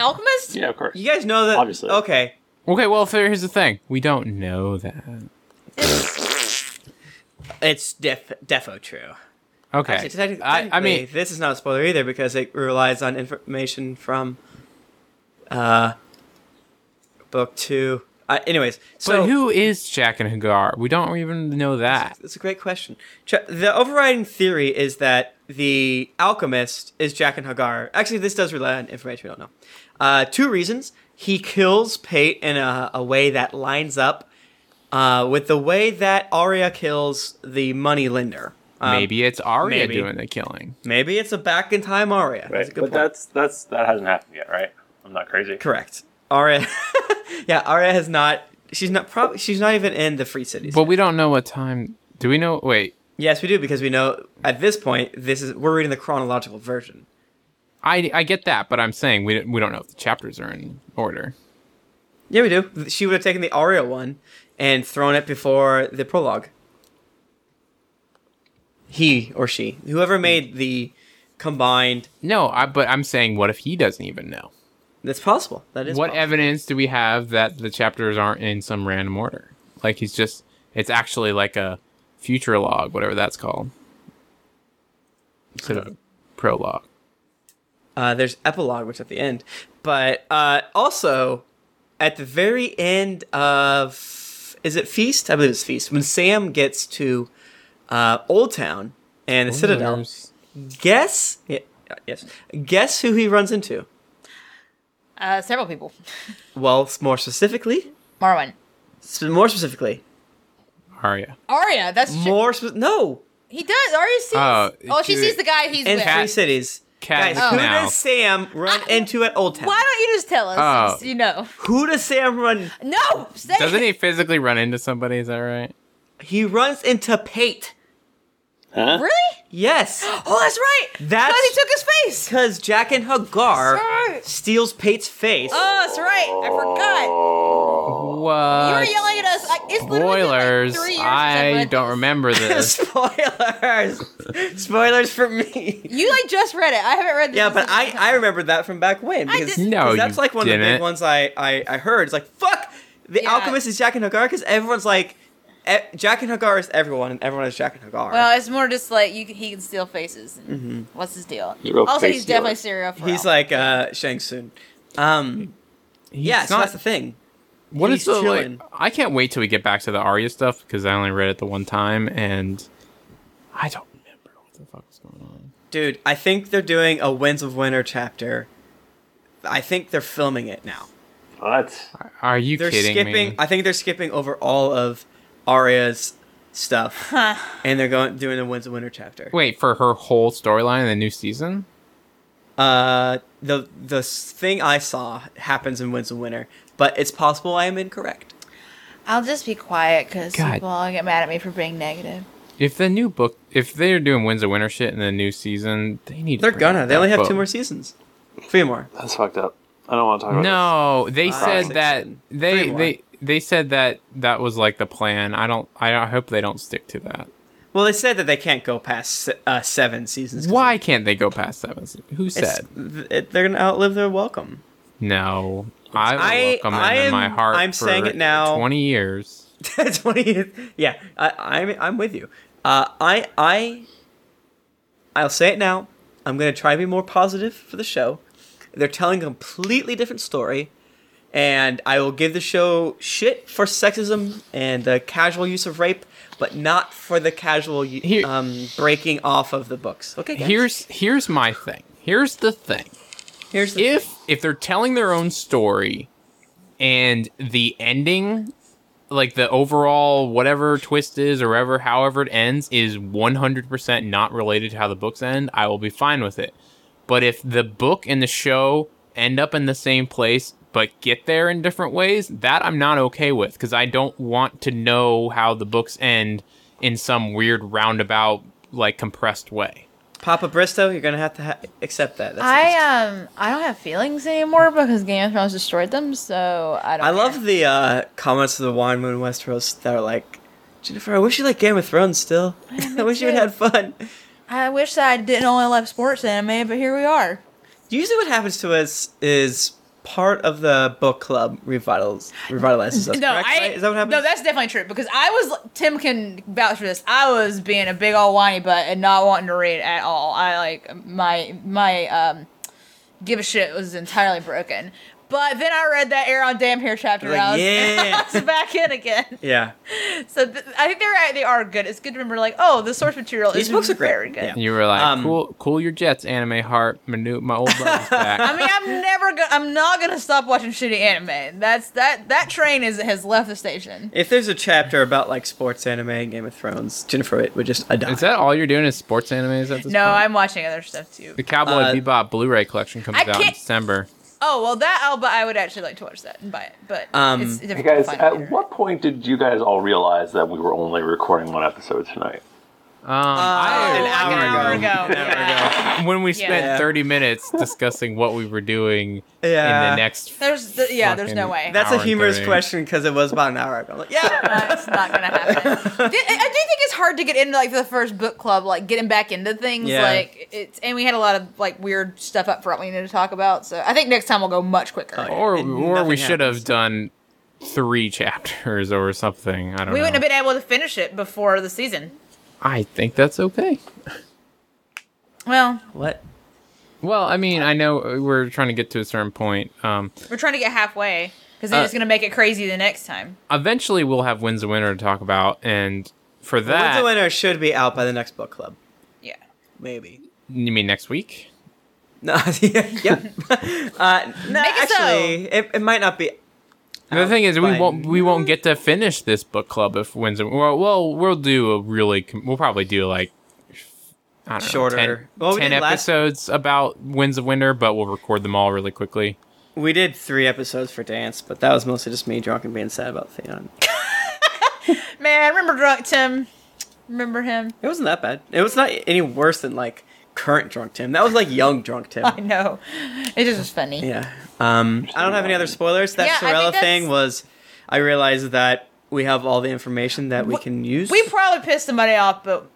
Speaker 4: alchemist.
Speaker 2: yeah, of course.
Speaker 1: You guys know that.
Speaker 2: Obviously.
Speaker 1: Okay.
Speaker 3: okay, well, fair- here's the thing: we don't know that.
Speaker 1: It's def- defo true.
Speaker 3: Okay,
Speaker 1: Actually, technic-
Speaker 3: I, I mean,
Speaker 1: technically, this is not a spoiler either because it relies on information from uh, book two. Uh, anyways, so
Speaker 3: but who is Jack and Hagar? We don't even know that.
Speaker 1: That's a great question. Ch- The overriding theory is that the alchemist is Jack and Hagar. Actually, this does rely on information we don't know. Uh, two reasons: he kills Pate in a, a way that lines up uh, with the way that Arya kills the money lender. Um,
Speaker 3: maybe it's Arya
Speaker 1: maybe.
Speaker 3: doing the killing.
Speaker 1: maybe it's a back in time Arya.
Speaker 2: Right,
Speaker 1: That's a
Speaker 2: but
Speaker 1: good point.
Speaker 2: that's that's that hasn't happened yet, right? I'm not crazy.
Speaker 1: Correct. Arya. yeah, Arya has not. She's not. Probably. She's not even in the Free Cities.
Speaker 3: But we don't know what time. Do we know? Wait,
Speaker 1: yes, we do because we know at this point this is we're reading the chronological version.
Speaker 3: I I get that, but I'm saying we don't- we don't know if the chapters are in order.
Speaker 1: Yeah, we do. She would have taken the Arya one and thrown it before the prologue. He or she, whoever made the combined,
Speaker 3: No, I, but I'm saying, what if he doesn't even know?
Speaker 1: that's possible. That is
Speaker 3: what
Speaker 1: possible.
Speaker 3: evidence do we have that the chapters aren't in some random order? Like he's just it's actually like a future log, whatever that's called. Instead of prologue.
Speaker 1: Uh, there's epilogue, which is at the end, but uh, also at the very end of is it feast? I believe it's feast when Sam gets to uh, Old Town and the Citadel. Guess yeah, uh, yes, guess who he runs into?
Speaker 4: Uh, several people.
Speaker 1: Well, s- more specifically,
Speaker 4: Marwan.
Speaker 1: s- more specifically,
Speaker 3: Arya.
Speaker 4: Arya. That's she-
Speaker 1: more spe- no
Speaker 4: he does. Arya sees.
Speaker 3: Oh,
Speaker 4: oh, she
Speaker 3: dude.
Speaker 4: sees the guy he's
Speaker 1: in
Speaker 4: with.
Speaker 1: three cities.
Speaker 3: Cat in
Speaker 1: Guys,
Speaker 3: the
Speaker 1: who
Speaker 3: canal.
Speaker 1: does Sam run
Speaker 4: I-
Speaker 1: into at Old Town?
Speaker 4: Why don't you just tell us?
Speaker 3: Oh.
Speaker 4: since You know.
Speaker 1: Who does Sam run?
Speaker 4: No. Say
Speaker 3: Doesn't
Speaker 4: it.
Speaker 3: he physically run into somebody, is that right?
Speaker 1: He runs into Pate.
Speaker 2: Huh?
Speaker 4: Really?
Speaker 1: Yes.
Speaker 4: Oh, that's right.
Speaker 1: That's-
Speaker 4: because he took his face.
Speaker 1: Because Jack and Hagar
Speaker 4: Sorry.
Speaker 1: steals Pate's face.
Speaker 4: Oh, that's right. I forgot.
Speaker 3: What?
Speaker 4: you were yelling at us. Like, it's literally been, like,
Speaker 3: Uh, Spoilers.
Speaker 4: three years since I've
Speaker 3: I
Speaker 4: read
Speaker 3: don't
Speaker 4: this.
Speaker 3: remember this.
Speaker 1: Spoilers! Spoilers for me.
Speaker 4: You like just read it. I haven't read. This
Speaker 1: Yeah,
Speaker 4: in
Speaker 1: but
Speaker 4: such a long
Speaker 1: I,
Speaker 4: time.
Speaker 1: I remember that from back when.
Speaker 4: I
Speaker 1: Because,
Speaker 4: didn't-
Speaker 3: No,
Speaker 1: because that's
Speaker 3: you
Speaker 1: like one of the big
Speaker 3: didn't.
Speaker 1: ones I, I, I heard. It's like, fuck! The
Speaker 4: Yeah.
Speaker 1: Alchemist is Jack and Hagar because everyone's like, e- Jack and Hagar is everyone and everyone is Jack and Hagar.
Speaker 4: Well, it's more just like you. He can steal faces. What's his deal?
Speaker 2: He's a real
Speaker 4: also,
Speaker 2: face
Speaker 4: he's
Speaker 2: stealer.
Speaker 4: definitely serial. For
Speaker 1: Mm-hmm. He's like uh, Shang Tsung. Um,
Speaker 3: He's
Speaker 1: yeah, so
Speaker 3: not-
Speaker 1: that's the thing.
Speaker 3: What is
Speaker 1: He's
Speaker 3: the like-
Speaker 1: chilling.
Speaker 3: I can't wait till we get back to the Arya stuff because I only read it the one time and I don't remember what the fuck was going on.
Speaker 1: Dude, I think they're doing a Winds of Winter chapter. I think they're filming it now.
Speaker 2: What?
Speaker 3: Are- Are you
Speaker 1: they're
Speaker 3: kidding
Speaker 1: skipping.
Speaker 3: me?
Speaker 1: I think they're skipping over all of Arya's stuff, and they're going doing the Winds of Winter chapter.
Speaker 3: Wait for her whole storyline in the new season.
Speaker 1: Uh, the the s- thing I saw happens in Winds of Winter, but it's possible I am incorrect.
Speaker 4: I'll just be quiet because
Speaker 3: God.
Speaker 4: people all get mad at me for being negative.
Speaker 3: If the new book, if they're doing Winds of Winter shit in the new season, they need. to
Speaker 1: They're
Speaker 3: bring
Speaker 1: gonna.
Speaker 3: out
Speaker 1: They
Speaker 3: that
Speaker 1: only have
Speaker 3: book.
Speaker 1: two more seasons. Three more.
Speaker 2: That's fucked up. I don't want to talk about
Speaker 3: No, they
Speaker 1: Five,
Speaker 3: said
Speaker 1: six,
Speaker 3: that
Speaker 1: seven. Three
Speaker 3: they
Speaker 1: more.
Speaker 3: they they said that that was like the plan. I don't. I, I hope they don't stick to that.
Speaker 1: Well, they said that they can't go past se- uh, seven seasons. 'cause
Speaker 3: Why can't they go past seven? se- Who
Speaker 1: It's,
Speaker 3: said?
Speaker 1: th- it- they're gonna outlive their welcome.
Speaker 3: No, I,
Speaker 1: I-
Speaker 3: welcome
Speaker 1: I
Speaker 3: them in my
Speaker 1: am-
Speaker 3: heart.
Speaker 1: I'm
Speaker 3: for
Speaker 1: saying it now.
Speaker 3: Twenty years.
Speaker 1: Twenty. Yeah, I, I'm. I'm with you. Uh, I. I. I'll say it now. I'm gonna try to be more positive for the show. They're telling a completely different story, and I will give the show shit for sexism and the casual use of rape, but not for the casual u-
Speaker 3: Here-
Speaker 1: um, breaking off of the books. Okay, guys?
Speaker 3: Here's here's my thing. Here's the thing.
Speaker 1: here's the
Speaker 3: if if they're telling their own story and the ending like the overall whatever twist is or ever however it ends is 100% not related to how the books end i will be fine with it but if the book and the show end up in the same place but get there in different ways that i'm not okay with because i don't want to know how the books end in some weird roundabout like compressed way.
Speaker 1: Papa Bristow, you're gonna have to ha- accept that. That's
Speaker 4: I um I don't have feelings anymore because Game of Thrones destroyed them, so I don't.
Speaker 1: I
Speaker 4: care.
Speaker 1: love the uh, comments of the Wine Moon Westeros that are like, Jennifer, I wish you liked Game of Thrones still.
Speaker 4: me
Speaker 1: I wish you
Speaker 4: too."
Speaker 1: had had fun.
Speaker 4: I wish that I didn't only love sports anime, but here we are.
Speaker 1: Usually, what happens to us is part of the book club revitals revitalizes us.
Speaker 4: No,
Speaker 1: correct?
Speaker 4: I.
Speaker 1: Right? Is that what happens?
Speaker 4: No, that's definitely true because I was. Tim can vouch for this. I was being a big old whiny butt and not wanting to read at all. I like my my um, give a shit was entirely broken. But then I read that Air on Damn Hair chapter. and
Speaker 1: Like,
Speaker 4: I was,
Speaker 1: yeah.
Speaker 4: I was back in again.
Speaker 1: yeah.
Speaker 4: So th- I think they're they are good. It's good to remember like oh the source material
Speaker 1: These
Speaker 4: is
Speaker 1: books are great.
Speaker 4: very good.
Speaker 1: Yeah.
Speaker 3: And you were like,
Speaker 1: Um,
Speaker 3: cool, cool your jets, anime heart. My new, my old buddy's back.
Speaker 4: I mean, I'm never gonna. I'm not gonna stop watching shitty anime. That's that. That train is has left the station.
Speaker 1: If there's a chapter about like sports anime and Game of Thrones, Jennifer would would just uh, adopt.
Speaker 3: is that all you're doing is sports animes at this point?
Speaker 4: No, I'm watching other stuff too.
Speaker 3: The Cowboy
Speaker 1: uh,
Speaker 3: Bebop Blu-ray collection comes
Speaker 4: I
Speaker 3: out in
Speaker 4: can't-
Speaker 3: December.
Speaker 4: Oh well, that I'll. But I would actually like to watch that and buy it. But
Speaker 1: Um,
Speaker 4: it's difficult
Speaker 2: Hey guys,
Speaker 4: to find it
Speaker 2: at
Speaker 4: later.
Speaker 2: what point did you guys all realize that we were only recording one episode tonight?
Speaker 3: Um, I-
Speaker 1: Uh, an hour
Speaker 4: Uh, an hour ago.
Speaker 1: ago. An hour
Speaker 4: Yeah.
Speaker 3: when we
Speaker 4: Yeah.
Speaker 3: spent
Speaker 1: Yeah.
Speaker 3: 30 minutes discussing what we were doing in
Speaker 1: Yeah.
Speaker 3: the next
Speaker 4: There's the, yeah. There's no
Speaker 3: Fucking-
Speaker 4: way.
Speaker 1: That's
Speaker 3: Hour
Speaker 1: a
Speaker 3: and
Speaker 1: humorous
Speaker 3: 30.
Speaker 1: question because it was about an hour ago. I'm like, yeah.
Speaker 4: That's not gonna happen. I I do think it's hard to get into like the first book club, like getting back into things.
Speaker 1: Yeah.
Speaker 4: Like it's and we had a lot of like weird stuff up front we needed to talk about. So I think next time we'll go much quicker.
Speaker 1: Oh, yeah.
Speaker 3: or
Speaker 1: and
Speaker 3: or we
Speaker 1: nothing
Speaker 3: should
Speaker 1: happens.
Speaker 3: have done three chapters or something. I don't know.
Speaker 4: We wouldn't have been able to finish it before the season.
Speaker 3: I think that's okay.
Speaker 4: Well,
Speaker 1: What?
Speaker 3: Well, I mean, I know we're trying to get to a certain point. Um,
Speaker 4: We're trying to get halfway because they're
Speaker 3: Uh,
Speaker 4: just gonna make it crazy the next time.
Speaker 3: eventually, we'll have Wins the Winner to talk about, and for
Speaker 1: Winds
Speaker 3: that,
Speaker 1: of Winter should be out by the next book club.
Speaker 4: Yeah.
Speaker 1: Maybe.
Speaker 3: you mean next week?
Speaker 1: No, yeah, yep. uh, no,
Speaker 4: Make it so.
Speaker 1: actually, it, it might not be.
Speaker 3: The thing is, we
Speaker 1: fine.
Speaker 3: won't we won't get to finish this book club if Wins the Well, well, we'll do a really com- we'll probably do like. I don't
Speaker 1: Shorter.
Speaker 3: know, 10,
Speaker 1: Well, we
Speaker 3: 10
Speaker 1: did last-
Speaker 3: episodes about Winds of Winter, but we'll record them all really quickly.
Speaker 1: We did three episodes for dance, but that was mostly just me drunk and being sad about Theon.
Speaker 4: Man, remember drunk Tim? Remember him?
Speaker 1: It wasn't that bad. It was not any worse than like current drunk Tim. That was like young drunk Tim.
Speaker 4: I know. It just was funny.
Speaker 1: Yeah. Um, I don't have any other spoilers. That
Speaker 4: Yeah, I think
Speaker 1: Sorella
Speaker 4: that's-
Speaker 1: thing was. I realized that we have all the information that we
Speaker 4: Wh-
Speaker 1: can use.
Speaker 4: We probably pissed somebody off, but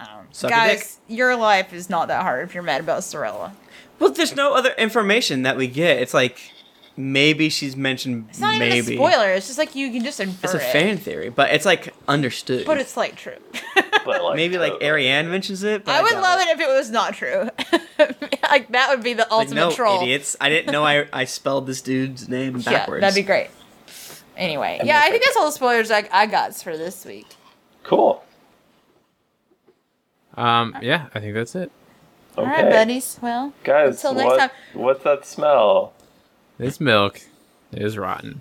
Speaker 4: um,
Speaker 1: Suck a dick.
Speaker 4: guys, your life is not that hard if you're mad about Sorella.
Speaker 1: Well, there's no other information that we get. It's like maybe she's mentioned.
Speaker 4: It's not
Speaker 1: maybe.
Speaker 4: even a spoiler. It's just like you can just infer
Speaker 1: It's a
Speaker 4: it.
Speaker 1: fan theory, but it's like understood.
Speaker 4: but it's like true.
Speaker 2: But like, uh,
Speaker 1: maybe like Ariane mentions it. But
Speaker 4: I would
Speaker 1: doubt
Speaker 4: love it if it was not true. like that would be the
Speaker 1: Like,
Speaker 4: ultimate
Speaker 1: no,
Speaker 4: troll.
Speaker 1: idiots! I didn't know I, I spelled this dude's name backwards.
Speaker 4: Yeah, that'd be great. Anyway, yeah, I think that's all the spoilers I, I got for this week.
Speaker 2: cool.
Speaker 3: Um, yeah, I think that's it.
Speaker 2: Okay.
Speaker 4: All right, buddies. Well,
Speaker 2: Guys,
Speaker 4: Until next
Speaker 2: what-
Speaker 4: time.
Speaker 2: what's that smell?
Speaker 3: This milk is rotten.